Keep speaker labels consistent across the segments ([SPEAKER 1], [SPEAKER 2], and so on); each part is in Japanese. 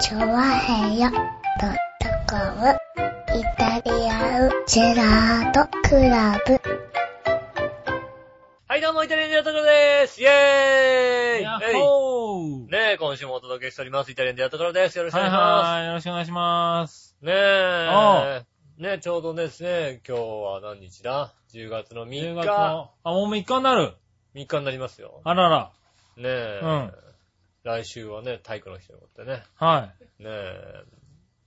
[SPEAKER 1] チョワヘヨドットコムイタリアンジェラートクラブ。
[SPEAKER 2] はい、どうも、イタリアンジェラートクラブですイェーイ
[SPEAKER 3] やっ
[SPEAKER 2] えい
[SPEAKER 3] ほー
[SPEAKER 2] ねえ、今週もお届けしております。イタリアンジェラートクラブです。よろしくお
[SPEAKER 3] は
[SPEAKER 2] 願い
[SPEAKER 3] い
[SPEAKER 2] しま
[SPEAKER 3] はい、よろしくお願いします。
[SPEAKER 2] す。ね
[SPEAKER 3] お
[SPEAKER 2] え。ねえ、ちょうどですね、今日は何日だ ?10 月の3
[SPEAKER 3] 10
[SPEAKER 2] 日。
[SPEAKER 3] 月の
[SPEAKER 2] 3、
[SPEAKER 3] あ、もう3日になる。
[SPEAKER 2] 日になりますよ。
[SPEAKER 3] あらら。
[SPEAKER 2] ねえ。
[SPEAKER 3] うん
[SPEAKER 2] 来週はね、体育の日ということでね。
[SPEAKER 3] はい。
[SPEAKER 2] ねえ。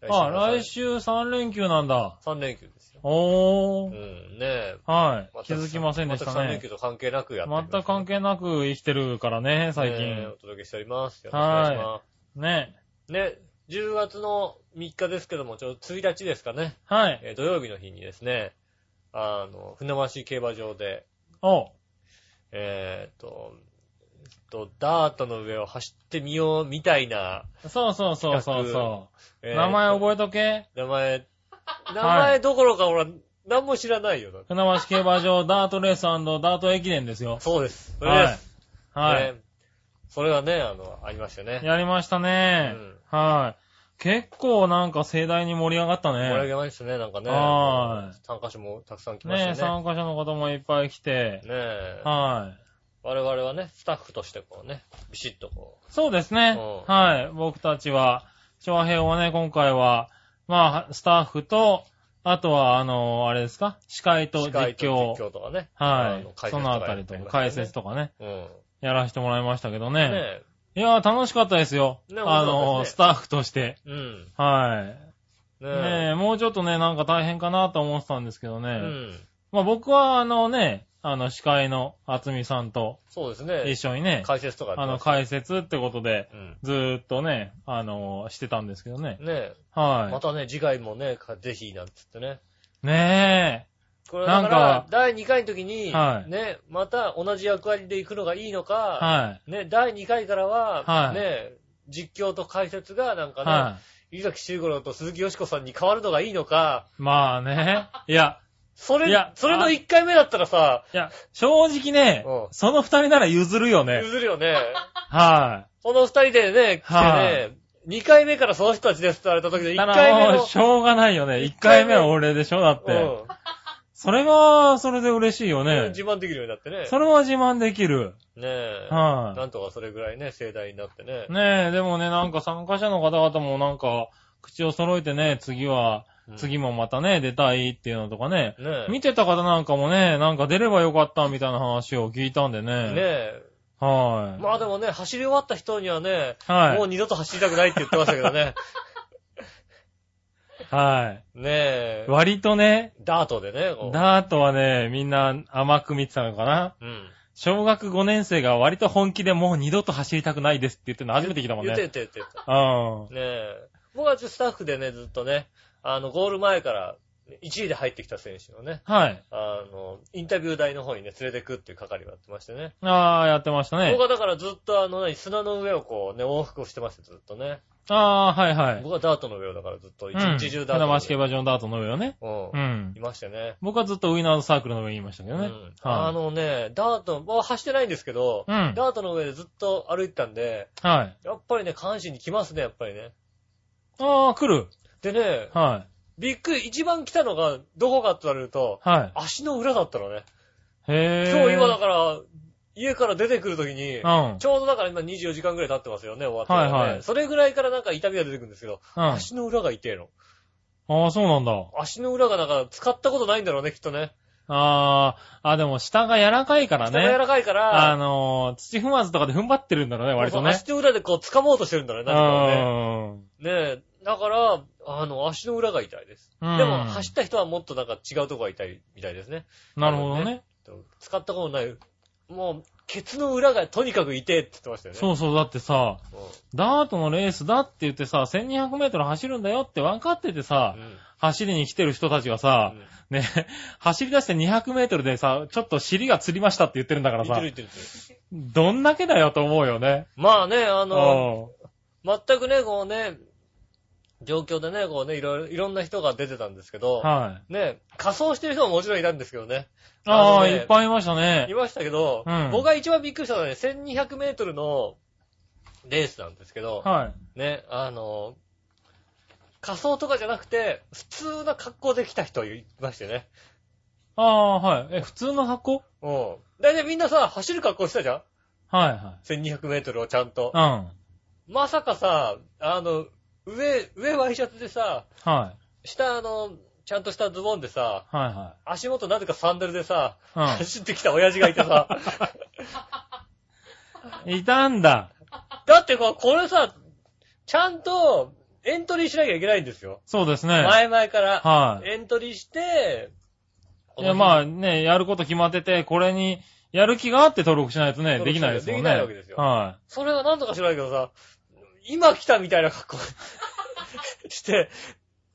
[SPEAKER 3] あ、来
[SPEAKER 2] 週
[SPEAKER 3] 週3連休なんだ。
[SPEAKER 2] はさん。3連休ですよ。
[SPEAKER 3] お
[SPEAKER 2] うん
[SPEAKER 3] ー。、
[SPEAKER 2] ねえ。
[SPEAKER 3] はい。
[SPEAKER 2] 私
[SPEAKER 3] 気づきませんでした
[SPEAKER 2] 私3連
[SPEAKER 3] ね
[SPEAKER 2] 休。と関係なくやっております
[SPEAKER 3] 全く関係なく生きてるからね、最
[SPEAKER 2] ねえお
[SPEAKER 3] 近。
[SPEAKER 2] 届けしております。よろしくお願いします。
[SPEAKER 3] ね。
[SPEAKER 2] ね、10月の3日ですけども、ちょうど1日ですかね、
[SPEAKER 3] はい。
[SPEAKER 2] えー土曜日の日にですね、あの、船橋競馬場で、
[SPEAKER 3] お
[SPEAKER 2] えーっと、えっと、ダートの上を走ってみようみたいな、
[SPEAKER 3] そうそうそうそうそ
[SPEAKER 2] え
[SPEAKER 3] う。
[SPEAKER 2] ー
[SPEAKER 3] 名前覚えとけ。
[SPEAKER 2] 名前、名前どころか、ほら、何も知らないよ。だって
[SPEAKER 3] 船橋競馬場ダートレースダート駅伝ですよ。
[SPEAKER 2] そうです。それ
[SPEAKER 3] は
[SPEAKER 2] で
[SPEAKER 3] い
[SPEAKER 2] す。。
[SPEAKER 3] はい。
[SPEAKER 2] ねそれがね、あの、ありましたね。
[SPEAKER 3] やりましたね。はい。結構なんか盛大に盛り上がったね。
[SPEAKER 2] 盛り上げましたね、なんかね。
[SPEAKER 3] は
[SPEAKER 2] 参加者もたくさん来ま
[SPEAKER 3] ねえ、
[SPEAKER 2] したね。
[SPEAKER 3] 参加者の方もいっぱい来て、
[SPEAKER 2] ねえ。
[SPEAKER 3] はい。
[SPEAKER 2] 我々はね、スタッフとしてこうね、ビシッとこ
[SPEAKER 3] そうですね。
[SPEAKER 2] うん
[SPEAKER 3] はい。僕たちは、長編はね、今回は、まあ、スタッフと、あとは、あの、あれですか司会
[SPEAKER 2] う、
[SPEAKER 3] と
[SPEAKER 2] 司
[SPEAKER 3] 実
[SPEAKER 2] 会
[SPEAKER 3] 況。
[SPEAKER 2] と実況とかね。
[SPEAKER 3] は
[SPEAKER 2] あ
[SPEAKER 3] い
[SPEAKER 2] の。解説
[SPEAKER 3] そ
[SPEAKER 2] と
[SPEAKER 3] の
[SPEAKER 2] か
[SPEAKER 3] あたりと
[SPEAKER 2] やっ、てま
[SPEAKER 3] 解
[SPEAKER 2] したね
[SPEAKER 3] 説とかね、
[SPEAKER 2] うん。ね
[SPEAKER 3] やらせてもらいましたけどね。
[SPEAKER 2] え。
[SPEAKER 3] いやー、楽しかったですよ。
[SPEAKER 2] ね
[SPEAKER 3] あの、
[SPEAKER 2] 面白かったですね
[SPEAKER 3] スタッフとして。
[SPEAKER 2] うん。ね
[SPEAKER 3] はい。ね
[SPEAKER 2] え。
[SPEAKER 3] え、もうちょっとね、なんか大変かなと思ってたんですけどね。
[SPEAKER 2] うん。
[SPEAKER 3] まあ僕は、あのね、あの、司会の厚みさんと
[SPEAKER 2] そうです
[SPEAKER 3] 一
[SPEAKER 2] ね。
[SPEAKER 3] 緒にね、
[SPEAKER 2] 解説とかやって
[SPEAKER 3] あの、
[SPEAKER 2] ました
[SPEAKER 3] 解説ってことで、
[SPEAKER 2] うん。
[SPEAKER 3] ずーっとね、あのーしてたんですけどね。
[SPEAKER 2] ねえ。ま
[SPEAKER 3] は
[SPEAKER 2] たね、次回もね、かぜひ、なんつってね。
[SPEAKER 3] い。ね
[SPEAKER 2] これだか
[SPEAKER 3] な
[SPEAKER 2] ら
[SPEAKER 3] んか、
[SPEAKER 2] 第2回の時に、
[SPEAKER 3] はい
[SPEAKER 2] ね、また同じ役割で行くのがいいの
[SPEAKER 3] え。
[SPEAKER 2] か、
[SPEAKER 3] は
[SPEAKER 2] ね、第2回からは、
[SPEAKER 3] はい
[SPEAKER 2] ね、実況と解説がなん
[SPEAKER 3] い。
[SPEAKER 2] かね、
[SPEAKER 3] はい。
[SPEAKER 2] 伊崎修五郎と鈴木よしこさんに変わるのがいいのか、
[SPEAKER 3] まあね。いや、
[SPEAKER 2] それ、
[SPEAKER 3] いや
[SPEAKER 2] それの
[SPEAKER 3] あ
[SPEAKER 2] 1回目だったらさ、
[SPEAKER 3] いや、正直ね
[SPEAKER 2] うん、
[SPEAKER 3] その二人なら譲るよね。
[SPEAKER 2] 譲る よね。
[SPEAKER 3] は
[SPEAKER 2] この二人でね、来
[SPEAKER 3] は
[SPEAKER 2] てね、二回目からその人たちですって言われた時の
[SPEAKER 3] い。
[SPEAKER 2] 一
[SPEAKER 3] た
[SPEAKER 2] 回目
[SPEAKER 3] だも
[SPEAKER 2] の
[SPEAKER 3] う、。しょうがないよね。一回目は俺でしょだって。それは、それで嬉しいよ
[SPEAKER 2] うん
[SPEAKER 3] ね。
[SPEAKER 2] 自慢できるようになってね。
[SPEAKER 3] それは自慢できる。
[SPEAKER 2] ねえ。
[SPEAKER 3] はい
[SPEAKER 2] なんとかそれぐらいね、盛大になってね。
[SPEAKER 3] ねえ、でもね、なんか参加者の方々もなんか、口を揃えてね、次は、
[SPEAKER 2] うん
[SPEAKER 3] 次もまたね、出たいっていうのとかね、
[SPEAKER 2] ねえ。
[SPEAKER 3] 見てた方なんかもね、なんか出ればよかったみたいな話を聞いたんでね。
[SPEAKER 2] ねえ。
[SPEAKER 3] はい。
[SPEAKER 2] まあでもね、走り終わった人にはね、
[SPEAKER 3] はい
[SPEAKER 2] もう二度と走りたくないって言ってましたけど ね。
[SPEAKER 3] は
[SPEAKER 2] ねえ
[SPEAKER 3] い。。割とね、
[SPEAKER 2] ダートでね、こう。
[SPEAKER 3] ダートはね、みんな甘く見てたのかな。
[SPEAKER 2] うん。
[SPEAKER 3] 小学5年生が割と本気でもう二度と走りたくないですって言ってるの初めて聞いたもん
[SPEAKER 2] 言って言
[SPEAKER 3] ね。
[SPEAKER 2] って言って言っ
[SPEAKER 3] うん。
[SPEAKER 2] て。ねえ。僕はちょっとスタッフでね、ずっとね、あの、ゴール前から1位で入ってきた選手のね、
[SPEAKER 3] はい。
[SPEAKER 2] あの、インタビュー台の方にね、連れてくっていう係をやってましてね。
[SPEAKER 3] ああ、やってましたね
[SPEAKER 2] 僕。はだからずっとあの、何砂の上をこうね、往復をしてました、ずっとね。
[SPEAKER 3] ああ、はいはい。
[SPEAKER 2] 僕はダートの上をだからずっと、一
[SPEAKER 3] うん
[SPEAKER 2] 日中ダートの
[SPEAKER 3] 船橋競
[SPEAKER 2] 上を。
[SPEAKER 3] 馬場のダートの上をね。う
[SPEAKER 2] うんん。い。ましたね。
[SPEAKER 3] 僕はずっとウィナーズサークルの上にいましたけ
[SPEAKER 2] う
[SPEAKER 3] どね。
[SPEAKER 2] ん。あ
[SPEAKER 3] は
[SPEAKER 2] のね、ダート、もう走ってないんですけど、
[SPEAKER 3] う
[SPEAKER 2] ダ
[SPEAKER 3] ん
[SPEAKER 2] ートの上でずっと歩いてたんで、
[SPEAKER 3] い。はい。
[SPEAKER 2] やっぱりね、関心に来ますね、やっぱりね。
[SPEAKER 3] ああ、来る。
[SPEAKER 2] でね、
[SPEAKER 3] はい。
[SPEAKER 2] びっくり、一番来たのが、どこかって言われると、
[SPEAKER 3] は
[SPEAKER 2] 足の裏だったのね。
[SPEAKER 3] い。へえ。
[SPEAKER 2] 今日今だから、家から出てくるときに、
[SPEAKER 3] うん。
[SPEAKER 2] ちょうどだから今24時間ぐらい経ってますよね、終わってからね、
[SPEAKER 3] はいはい
[SPEAKER 2] それぐらいからなんか痛みが出てくるんですけど、
[SPEAKER 3] うん。あ
[SPEAKER 2] 足の裏が痛いの。
[SPEAKER 3] あ、そうなんだ。
[SPEAKER 2] 足の裏がなんか使ったことないんだろうね、きっとね。
[SPEAKER 3] ああ、あ、でも下が柔らかいから
[SPEAKER 2] 下が柔
[SPEAKER 3] ね。
[SPEAKER 2] らかいか
[SPEAKER 3] あ
[SPEAKER 2] ら、
[SPEAKER 3] のー、土踏まずとかで踏ん張ってるんだろうね、割とね。
[SPEAKER 2] 足の裏でこう掴もうとしてるんだろう
[SPEAKER 3] う
[SPEAKER 2] ね、なんかね
[SPEAKER 3] ん。
[SPEAKER 2] ねえ、だから、あの、足の裏が痛いです。
[SPEAKER 3] うん
[SPEAKER 2] でも、走った人はもっとなんか違うとこが痛いみたいですね。
[SPEAKER 3] なるほどね。
[SPEAKER 2] 使ったことない、もう、ケツの裏がとにかく痛いって言ってましたよね。
[SPEAKER 3] そうそう、だってさ、
[SPEAKER 2] うん。
[SPEAKER 3] ダートのレースだって言ってさ、1200メートル走るんだよって分かっててさ、
[SPEAKER 2] うん
[SPEAKER 3] 走りに来てる人たちがさ、
[SPEAKER 2] うん
[SPEAKER 3] ね、走り出して200メートルでさ、ちょっと尻がつりましたって言ってるんだから
[SPEAKER 2] 言っ
[SPEAKER 3] さ
[SPEAKER 2] てる言、ってる言ってる。
[SPEAKER 3] どんだけだよと思うよね。
[SPEAKER 2] まあね、あ
[SPEAKER 3] う
[SPEAKER 2] の、
[SPEAKER 3] ん。
[SPEAKER 2] 全くね、こうね、状況でね、こうね、いろいろ、いろんな人が出てたんですけど、
[SPEAKER 3] はい。
[SPEAKER 2] ね、仮装してる人ももちろんいたんですけどね。あ
[SPEAKER 3] あ
[SPEAKER 2] の
[SPEAKER 3] あ、
[SPEAKER 2] ね
[SPEAKER 3] いっぱいいましたね
[SPEAKER 2] い。ましたけど、
[SPEAKER 3] うん
[SPEAKER 2] 僕が一番びっくりしたのはね、1200メートルの、レースなんですけど、
[SPEAKER 3] はい。
[SPEAKER 2] ね、あの、仮装とかじゃなくて、普通の格好で来た人いましてね。
[SPEAKER 3] ああ、はい。え、普通の箱
[SPEAKER 2] うん。だいたいみんなさ、走る格好してたじゃん
[SPEAKER 3] はいは
[SPEAKER 2] ?1200 メートルをちゃんと。
[SPEAKER 3] い。
[SPEAKER 2] まさかさ、あの、上、上ワイシャツでさ、
[SPEAKER 3] うん。はい。
[SPEAKER 2] 下あの、ちゃんとしたズボンでさ、
[SPEAKER 3] は
[SPEAKER 2] 足元なぜかサンダルでさ、
[SPEAKER 3] いは
[SPEAKER 2] 走ってきた親父がいて さ、
[SPEAKER 3] い。うん。いたんだ。
[SPEAKER 2] だってこうこれさ、ちゃんとエントリーしなきゃいけないんですよ。
[SPEAKER 3] そうですね。
[SPEAKER 2] 前々から。
[SPEAKER 3] はい。
[SPEAKER 2] エントリーして、
[SPEAKER 3] いや、ま
[SPEAKER 2] あ、
[SPEAKER 3] あね、やること決まってて、これに、やる気があって登録しないとね、
[SPEAKER 2] 登録
[SPEAKER 3] で
[SPEAKER 2] しなと
[SPEAKER 3] きないいですもん
[SPEAKER 2] で
[SPEAKER 3] ね。
[SPEAKER 2] きないわけですよ
[SPEAKER 3] は
[SPEAKER 2] それはなんとかしないけどさ、今来たみたいな格好 して、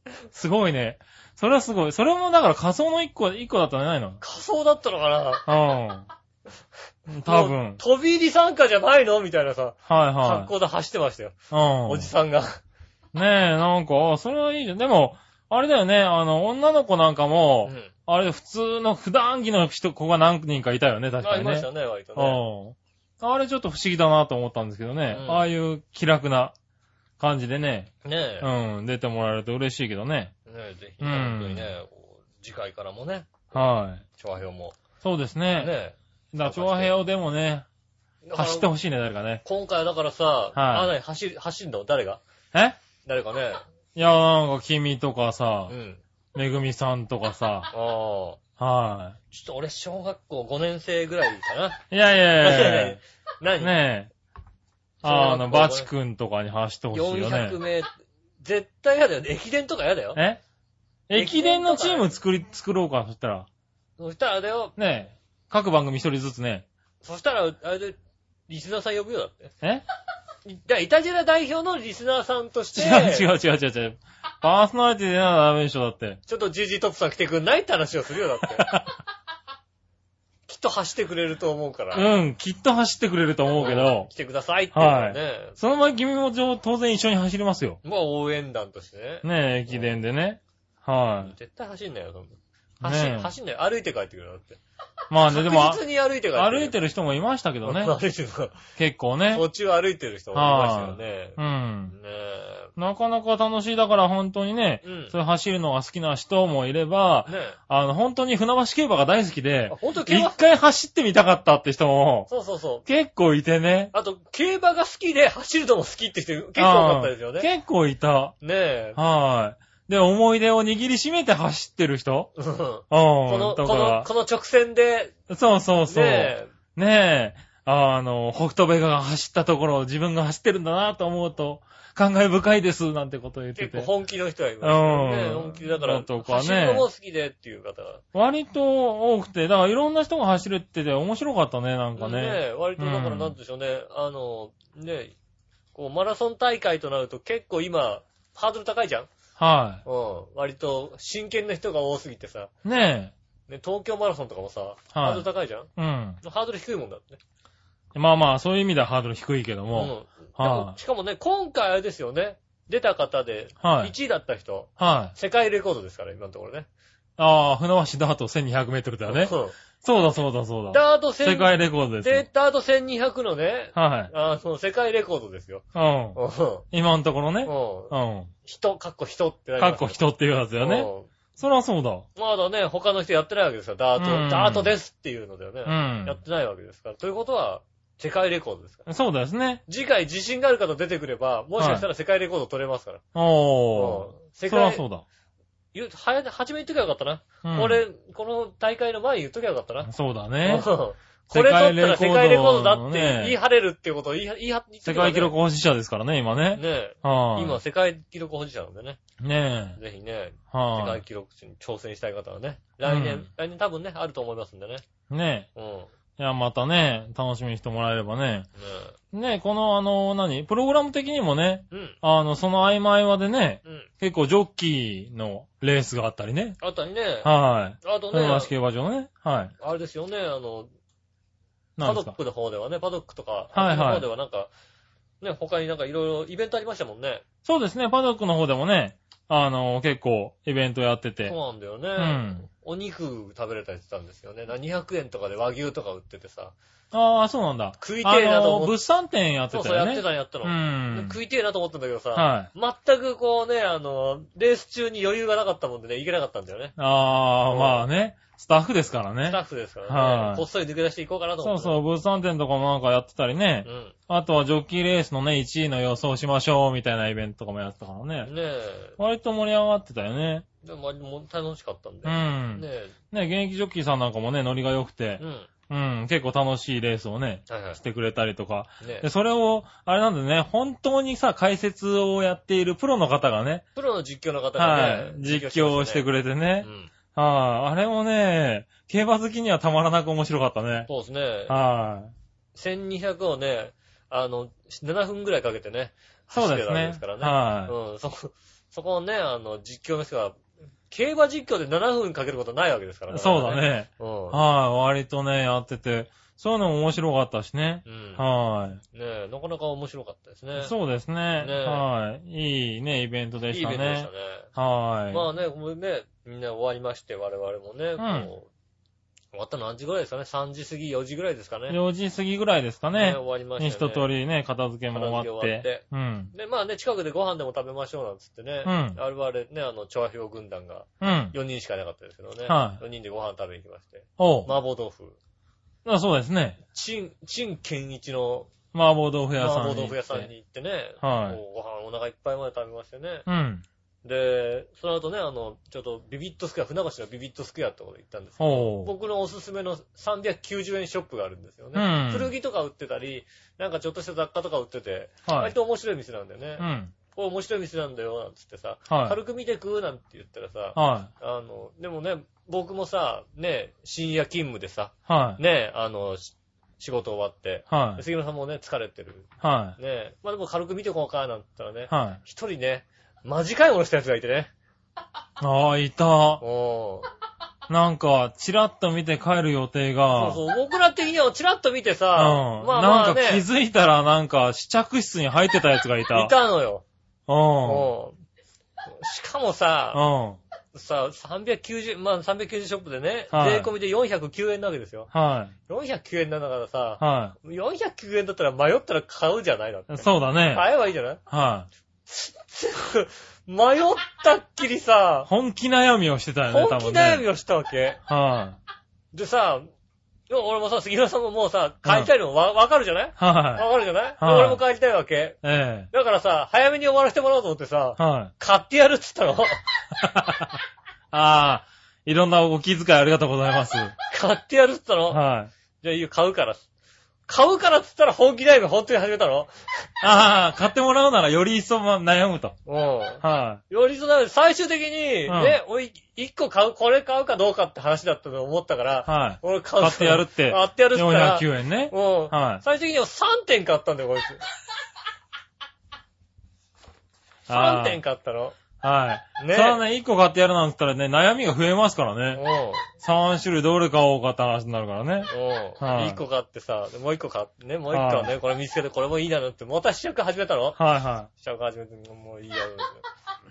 [SPEAKER 3] い。すごいね。それはすごい。それもだから仮想の一個、一個だったんじゃな いの
[SPEAKER 2] 仮装だったのかな
[SPEAKER 3] うん。多
[SPEAKER 2] も
[SPEAKER 3] 分
[SPEAKER 2] う。飛び入り参加じゃないのみたいなさ、
[SPEAKER 3] はい
[SPEAKER 2] 格
[SPEAKER 3] は
[SPEAKER 2] 好で走ってましたよ。
[SPEAKER 3] い。うん。
[SPEAKER 2] おじさんが。
[SPEAKER 3] ねえ、なんか、あそれはいいじゃん。でも、あれだよね、あの、女の子なんかも、
[SPEAKER 2] うん
[SPEAKER 3] あれ、普通の普段着の人、子が何人かいたよね、
[SPEAKER 2] あ
[SPEAKER 3] 確か
[SPEAKER 2] り
[SPEAKER 3] に
[SPEAKER 2] まし
[SPEAKER 3] ね。
[SPEAKER 2] たね、割とね。
[SPEAKER 3] うん。あれちょっと不思議だなと思ったんですけどね。
[SPEAKER 2] うん
[SPEAKER 3] ああいう気楽な感じでね、
[SPEAKER 2] ねえ。
[SPEAKER 3] うん、出てもらえると嬉しいけどね。
[SPEAKER 2] ねえ、ぜひ、
[SPEAKER 3] うん
[SPEAKER 2] 本当にね、次回からもね、
[SPEAKER 3] はい。
[SPEAKER 2] 調和表も。
[SPEAKER 3] そうです
[SPEAKER 2] ね
[SPEAKER 3] ね。
[SPEAKER 2] え。
[SPEAKER 3] ダチョウ平をでもね、
[SPEAKER 2] だから
[SPEAKER 3] 走ってほしいね、誰かね。
[SPEAKER 2] 今回はだからさ、あ、なに、走る、走んの誰が
[SPEAKER 3] え
[SPEAKER 2] 誰かね。
[SPEAKER 3] いや、なんか君とかさ
[SPEAKER 2] う、ん。
[SPEAKER 3] めぐみさんとかさ
[SPEAKER 2] あ、あ。
[SPEAKER 3] は
[SPEAKER 2] ちょっと俺、小学校5年生ぐら いかな。
[SPEAKER 3] い。いやいやいやいや。
[SPEAKER 2] 何
[SPEAKER 3] ねえ。
[SPEAKER 2] それは
[SPEAKER 3] あの、
[SPEAKER 2] こう
[SPEAKER 3] バチ君とかに走ってほしいよね
[SPEAKER 2] 400。名、絶対嫌だよね。駅伝とか嫌だよ。
[SPEAKER 3] え駅伝のチーム作り、作ろうか、そしたら。
[SPEAKER 2] そしたらあれよ、
[SPEAKER 3] ねえ。各番組一人ずつね。
[SPEAKER 2] そしたら、あれで、リスナーさん呼ぶよだって。
[SPEAKER 3] え
[SPEAKER 2] いだからイタジェラ代表のリスナーさんとして、
[SPEAKER 3] 違う違う違う違う違う。パーソナリティでならダメでしょ、だって。
[SPEAKER 2] ちょっと GG トップさん来てくんないって話をするよだって。 きっと走ってくれると思うから。
[SPEAKER 3] うん、きっと走ってくれると思うけど
[SPEAKER 2] 来、てくださいっていうのはね。
[SPEAKER 3] その前君も当然一緒に走りますよ。
[SPEAKER 2] まあ応援団としてね。
[SPEAKER 3] ねえ、駅伝でね。はい。
[SPEAKER 2] 絶対走んなよ、そんな。走、
[SPEAKER 3] ねえ
[SPEAKER 2] 走んなよ。歩いて帰ってくるよだって。
[SPEAKER 3] まあね、でも、あ
[SPEAKER 2] 確実に歩いて帰って
[SPEAKER 3] 歩いて
[SPEAKER 2] る。
[SPEAKER 3] る人もいましたけどね
[SPEAKER 2] 歩いてるのか。
[SPEAKER 3] 結構ね。
[SPEAKER 2] 途中歩いてる人もいましたよね。
[SPEAKER 3] うん。
[SPEAKER 2] ねえ。
[SPEAKER 3] なかなか楽しい。だから本当にね、
[SPEAKER 2] うん
[SPEAKER 3] そういう走るのが好きな人もいれば、
[SPEAKER 2] ね
[SPEAKER 3] あの、本当に船橋競馬が大好き
[SPEAKER 2] え。
[SPEAKER 3] で
[SPEAKER 2] あ、本当競
[SPEAKER 3] 一
[SPEAKER 2] 馬
[SPEAKER 3] 回走ってみたかったって人も
[SPEAKER 2] そうそうそう。
[SPEAKER 3] 結構いてね。
[SPEAKER 2] あと、競馬が好きで走るのも好きって人結構多かったですよ
[SPEAKER 3] あ
[SPEAKER 2] ね。
[SPEAKER 3] ー結構いた。
[SPEAKER 2] ねえ。
[SPEAKER 3] はい。で、思い出を握りしめて走ってる人
[SPEAKER 2] うんこ
[SPEAKER 3] うん。
[SPEAKER 2] の、
[SPEAKER 3] と
[SPEAKER 2] この、
[SPEAKER 3] か
[SPEAKER 2] この直線で、
[SPEAKER 3] そうそうそう。ね
[SPEAKER 2] ねえ。
[SPEAKER 3] え。あの、北斗ベガが走ったところを自分が走ってるんだなと思うと、感慨深いです、なんてことを言って
[SPEAKER 2] 結構
[SPEAKER 3] て。
[SPEAKER 2] 本気の人がいますよね。
[SPEAKER 3] うん
[SPEAKER 2] 本気だから、
[SPEAKER 3] とかね
[SPEAKER 2] 走るのも好きでっていう方が。
[SPEAKER 3] 割と多くて、だからいろんな人が走るってて面白かったね、なんかね。
[SPEAKER 2] え割とだから
[SPEAKER 3] うん
[SPEAKER 2] なんでしょうね、あの、ねえ、こう、マラソン大会となると結構今、ハードル高いじゃん
[SPEAKER 3] は
[SPEAKER 2] うん。割と真剣な人が多すぎてさ、
[SPEAKER 3] い。ね
[SPEAKER 2] ね、東京マラソンとかもさ、ハードル高いじゃん、
[SPEAKER 3] え。うん。
[SPEAKER 2] ハードル低いもんだってね。
[SPEAKER 3] まあまあ、そういう意味ではハードル低いけど
[SPEAKER 2] うん
[SPEAKER 3] も。
[SPEAKER 2] だから
[SPEAKER 3] はい
[SPEAKER 2] しかもね、今回あれですよね、出た方で、
[SPEAKER 3] はい。
[SPEAKER 2] 1位だった人、
[SPEAKER 3] はい。
[SPEAKER 2] 世界レコードですから、今のところね。
[SPEAKER 3] ああ、船橋ダート1200メートルだよね。
[SPEAKER 2] う
[SPEAKER 3] そうだそうだそ
[SPEAKER 2] ん
[SPEAKER 3] うだ。
[SPEAKER 2] ダート
[SPEAKER 3] 世
[SPEAKER 2] 1000、
[SPEAKER 3] 界レコードです
[SPEAKER 2] で、ダート1200のね、
[SPEAKER 3] よ。は
[SPEAKER 2] あの、世界レコードですよ。
[SPEAKER 3] い。うん。
[SPEAKER 2] う
[SPEAKER 3] 今のところ
[SPEAKER 2] ん。
[SPEAKER 3] ね。
[SPEAKER 2] う。
[SPEAKER 3] うん
[SPEAKER 2] 人、かっこ人って
[SPEAKER 3] ん。
[SPEAKER 2] な
[SPEAKER 3] かっこ
[SPEAKER 2] 人
[SPEAKER 3] 人っていうやつだよね。そりゃそうだ。
[SPEAKER 2] まだね、他の人やってないわけですよ。ダート、
[SPEAKER 3] うん
[SPEAKER 2] ダートですっていうのだよね。
[SPEAKER 3] うん
[SPEAKER 2] やってないわけですから。ということは、世界レコードですから。
[SPEAKER 3] そうですね。
[SPEAKER 2] 次回自信がある方出てくれば、もしかしたら世界レコード取れますから。
[SPEAKER 3] お
[SPEAKER 2] う
[SPEAKER 3] ー
[SPEAKER 2] ん。世
[SPEAKER 3] そりゃ
[SPEAKER 2] 界、
[SPEAKER 3] そうだ。
[SPEAKER 2] 言うはや初め言っときゃよかったな。
[SPEAKER 3] うん
[SPEAKER 2] 俺、この大会の前に言っときゃよかったな。
[SPEAKER 3] そうだ
[SPEAKER 2] うん
[SPEAKER 3] ね。
[SPEAKER 2] これ取ったら世界レコードだ
[SPEAKER 3] 世界レコードの
[SPEAKER 2] って
[SPEAKER 3] ね
[SPEAKER 2] 言い張れるってことを言いは言い張って
[SPEAKER 3] 世界記録保持者ですからね、今
[SPEAKER 2] ね
[SPEAKER 3] ね。
[SPEAKER 2] え。
[SPEAKER 3] はい。
[SPEAKER 2] 今、世界記録保持者なんでね。
[SPEAKER 3] ね
[SPEAKER 2] ぜひね、
[SPEAKER 3] え。
[SPEAKER 2] 世
[SPEAKER 3] は
[SPEAKER 2] 界記録に挑戦したい方はね、来
[SPEAKER 3] う
[SPEAKER 2] 年
[SPEAKER 3] ん、
[SPEAKER 2] 来年多分ね、あると思いますんでね。
[SPEAKER 3] い。ね
[SPEAKER 2] うん。ね
[SPEAKER 3] え。いや、またね、楽しみにしてもらえればね。
[SPEAKER 2] え
[SPEAKER 3] ねえ、この、あの、何プログラム的にもね、
[SPEAKER 2] うん。
[SPEAKER 3] あの、その合間合間でね、
[SPEAKER 2] うん。
[SPEAKER 3] 結構ジョッキーのレースがあったりね。
[SPEAKER 2] あとにね、あ
[SPEAKER 3] はい。
[SPEAKER 2] と
[SPEAKER 3] 船橋
[SPEAKER 2] ね、
[SPEAKER 3] 競馬場ね。はい。
[SPEAKER 2] あれですよね、あの、
[SPEAKER 3] な
[SPEAKER 2] パ
[SPEAKER 3] ん
[SPEAKER 2] ド
[SPEAKER 3] です
[SPEAKER 2] ッ
[SPEAKER 3] か。
[SPEAKER 2] クの方ではね、パドックとか、
[SPEAKER 3] はいはい
[SPEAKER 2] の方ではなんか、ね、他になんかいろいろイベントありましたもんね。
[SPEAKER 3] そうですね、パドックの方でもね、あの、結構イベントやってて
[SPEAKER 2] そう。なんだよね。
[SPEAKER 3] うん
[SPEAKER 2] お肉食べれたりしてたんですよね。な200円とかで和牛とか売っててさ、
[SPEAKER 3] ああ、そうなんだ。
[SPEAKER 2] 食いてえなと
[SPEAKER 3] あの、
[SPEAKER 2] 思っ、
[SPEAKER 3] 物産展やって
[SPEAKER 2] そう
[SPEAKER 3] てた
[SPEAKER 2] そう
[SPEAKER 3] よ
[SPEAKER 2] やっ
[SPEAKER 3] ね。
[SPEAKER 2] てたのやったの。
[SPEAKER 3] うん。
[SPEAKER 2] 食いてえなと思ったんだけどさ、
[SPEAKER 3] はい。
[SPEAKER 2] 全くこうね、あの、レース中に余裕がなかったもんでね、行けなかったんだよね。
[SPEAKER 3] あ
[SPEAKER 2] う
[SPEAKER 3] あ、
[SPEAKER 2] ん
[SPEAKER 3] まあね。スタッフですから
[SPEAKER 2] スタ
[SPEAKER 3] ね。
[SPEAKER 2] ッフですか
[SPEAKER 3] は
[SPEAKER 2] らね
[SPEAKER 3] い、
[SPEAKER 2] こっそり抜け出していこうかなと
[SPEAKER 3] そ
[SPEAKER 2] 思
[SPEAKER 3] う
[SPEAKER 2] って。
[SPEAKER 3] そうう、物産展とかもなんかやってたりね。
[SPEAKER 2] ん。
[SPEAKER 3] あとはジョッキーレースのね、1位の予想しましょうみたいなイベントとかもやってたからね。
[SPEAKER 2] ねえ。
[SPEAKER 3] 割と盛り上がってたよね。
[SPEAKER 2] でも、も楽しかったんで。
[SPEAKER 3] う
[SPEAKER 2] ね
[SPEAKER 3] ん。
[SPEAKER 2] え。
[SPEAKER 3] ね、現役ジョッキーさんなんかもね、ノリが良くて
[SPEAKER 2] う、ん。
[SPEAKER 3] うん、結構楽しいレースをね、
[SPEAKER 2] はいは
[SPEAKER 3] してくれたりとか。
[SPEAKER 2] い。ね
[SPEAKER 3] で、それを、あれなんだね、本当にさ、解説をやっているプロの方がね、
[SPEAKER 2] プロの実況の方
[SPEAKER 3] は
[SPEAKER 2] がね
[SPEAKER 3] い、、実況をしてく
[SPEAKER 2] れ
[SPEAKER 3] れてね
[SPEAKER 2] う。ん。
[SPEAKER 3] はい、あれもね、競馬好きにはたまらなく面白かったね。
[SPEAKER 2] そうですね。
[SPEAKER 3] はい、
[SPEAKER 2] 1200をね、あの、7分ぐらいかけてね、
[SPEAKER 3] そう
[SPEAKER 2] 走っ
[SPEAKER 3] で
[SPEAKER 2] て
[SPEAKER 3] す
[SPEAKER 2] たわけ
[SPEAKER 3] ね
[SPEAKER 2] ですか。らね。
[SPEAKER 3] はい、
[SPEAKER 2] うん、そこ、そこをね、あの、実況の人が、競馬実況で7分かけることないわけですから
[SPEAKER 3] そうだ。ね。
[SPEAKER 2] うん。
[SPEAKER 3] はい、割とね、やってて、そういうのも面白かったしね。
[SPEAKER 2] うん。
[SPEAKER 3] は
[SPEAKER 2] ねえ、なかなか面白かったです
[SPEAKER 3] い、
[SPEAKER 2] ね。う
[SPEAKER 3] そうですね。
[SPEAKER 2] ね
[SPEAKER 3] はい、いいね、イベントで
[SPEAKER 2] い
[SPEAKER 3] し
[SPEAKER 2] いイ
[SPEAKER 3] た
[SPEAKER 2] ベントでした
[SPEAKER 3] ね
[SPEAKER 2] ね。。
[SPEAKER 3] はい、
[SPEAKER 2] まあね、もうね、みんな終わりまして、我々もね、
[SPEAKER 3] ん
[SPEAKER 2] こう、終わったの何時ぐらいですかね ?3 時過ぎ、4時ぐらいですかね。
[SPEAKER 3] 4時過ぎぐらいですかね。
[SPEAKER 2] 終わりま
[SPEAKER 3] に
[SPEAKER 2] した
[SPEAKER 3] 一
[SPEAKER 2] よ
[SPEAKER 3] 通
[SPEAKER 2] ね。
[SPEAKER 3] りね、片付けも終わって。
[SPEAKER 2] 片付
[SPEAKER 3] うん。
[SPEAKER 2] で、まあね、近くでご飯でも食べましょうなんつってね。
[SPEAKER 3] うん
[SPEAKER 2] 我々ね、あの、調和表軍団が
[SPEAKER 3] うん。
[SPEAKER 2] 4人しかいなかったですけどね。
[SPEAKER 3] はい
[SPEAKER 2] 4人でご飯食べに行きまして。
[SPEAKER 3] おう、
[SPEAKER 2] 麻婆豆腐。
[SPEAKER 3] あ。そうですね。
[SPEAKER 2] 陳、陳健一の
[SPEAKER 3] 麻婆豆腐屋
[SPEAKER 2] 麻
[SPEAKER 3] さん
[SPEAKER 2] 婆
[SPEAKER 3] に。
[SPEAKER 2] 豆腐屋さん。に行ってね。
[SPEAKER 3] はい
[SPEAKER 2] もうご飯お腹いっぱいまで食べましてね。
[SPEAKER 3] うん。
[SPEAKER 2] で、その後ね、あの、ちょっとビビットスクエア、船橋のビビットスクエアってところ行ったんですけど
[SPEAKER 3] おう。
[SPEAKER 2] 僕のおすすめの390円ショップがあるんですよね。
[SPEAKER 3] うん
[SPEAKER 2] 古着とか売ってたり、なんかちょっとした雑貨とか売ってて、
[SPEAKER 3] は
[SPEAKER 2] 割
[SPEAKER 3] い。
[SPEAKER 2] と面白い店なんだよね
[SPEAKER 3] う。ん。
[SPEAKER 2] これ面白い店なんだよ、なんつってさ、
[SPEAKER 3] は
[SPEAKER 2] 軽く見てくなんて言ったらさ
[SPEAKER 3] い。、はい。
[SPEAKER 2] あの、でもね、僕もさ、ね、深夜勤務でさ、
[SPEAKER 3] はい。
[SPEAKER 2] ね、あの、し仕事終わって、
[SPEAKER 3] はい。
[SPEAKER 2] 杉村さんもね、疲れてる。
[SPEAKER 3] は
[SPEAKER 2] ね、まあでも軽く見てこうか、なんて言ったらね
[SPEAKER 3] い。、はい。
[SPEAKER 2] 一人ね、マジかいものしたやつがいてね。
[SPEAKER 3] ああ、いた。
[SPEAKER 2] おー
[SPEAKER 3] なんか、チラッと見て帰る予定が、
[SPEAKER 2] そうそう、僕ら的にはチラッと見てさ、
[SPEAKER 3] うん。
[SPEAKER 2] まあま
[SPEAKER 3] な
[SPEAKER 2] あ
[SPEAKER 3] んか気
[SPEAKER 2] ね、い
[SPEAKER 3] づいたら、なんか、試着室に入ってたやつがいた。
[SPEAKER 2] たのよ。
[SPEAKER 3] う
[SPEAKER 2] うんしかもさ、
[SPEAKER 3] ん。うん。
[SPEAKER 2] さ、390、まあ390ショップでね、
[SPEAKER 3] はい
[SPEAKER 2] 税込みで409円なわけですよ。
[SPEAKER 3] は
[SPEAKER 2] 409円なんだからさ
[SPEAKER 3] い。、は
[SPEAKER 2] 409円だったら迷ったら買うじゃないだって
[SPEAKER 3] い。。そうだね。
[SPEAKER 2] 買えばいいじゃない
[SPEAKER 3] はい。
[SPEAKER 2] 迷ったっきりさ、
[SPEAKER 3] 本気悩みをしてたよね、
[SPEAKER 2] 本
[SPEAKER 3] 多
[SPEAKER 2] 気
[SPEAKER 3] 分ね。
[SPEAKER 2] 悩みをしたわけ。
[SPEAKER 3] は
[SPEAKER 2] でさ、でも俺もさ、杉浦さんももうさ、帰りたいのわわかるじゃない
[SPEAKER 3] い。はい。
[SPEAKER 2] わかるじゃないで
[SPEAKER 3] はい
[SPEAKER 2] 俺も帰りたいわけ。
[SPEAKER 3] え
[SPEAKER 2] だからさ、早めに終わらせてもらおうと思ってさ
[SPEAKER 3] え、はい。
[SPEAKER 2] 買ってやるっつ ったの。
[SPEAKER 3] ああ、いろんなお気遣いありがとうござい ます。
[SPEAKER 2] 買ってやるっつったの。
[SPEAKER 3] はい。
[SPEAKER 2] じゃあ、いいよ買うから。買うからっつったら本気だよ、本当に始めたの。
[SPEAKER 3] ああ、買ってもらうならより一層ま悩むと。
[SPEAKER 2] う
[SPEAKER 3] は
[SPEAKER 2] ん。よりそうなので最終的に、
[SPEAKER 3] うん
[SPEAKER 2] ね、おい、一個買う、これ買うかどうかって話だったと思ったから、
[SPEAKER 3] い。は
[SPEAKER 2] 俺買
[SPEAKER 3] い。
[SPEAKER 2] う。
[SPEAKER 3] 買ってやるって。
[SPEAKER 2] 買ってやるっつったら。
[SPEAKER 3] 409円ね。
[SPEAKER 2] うん。
[SPEAKER 3] はい
[SPEAKER 2] 最終的には3点買ったんだよ、こいつ。
[SPEAKER 3] あ
[SPEAKER 2] 3
[SPEAKER 3] ー
[SPEAKER 2] 点買ったの。
[SPEAKER 3] はい。
[SPEAKER 2] ね
[SPEAKER 3] ねそれはね、1個買ってやるなんつったらね、悩みが増えますから
[SPEAKER 2] うん。
[SPEAKER 3] ね。
[SPEAKER 2] うん。
[SPEAKER 3] 3種類どれ買おうかって話になるからね。はい
[SPEAKER 2] 1個買ってさ、でもう1個買ってね、もう1個
[SPEAKER 3] は
[SPEAKER 2] ね、これ見つけてこれもいいなって、また試着始めたの
[SPEAKER 3] はいは
[SPEAKER 2] 試着始めて、もういいやろう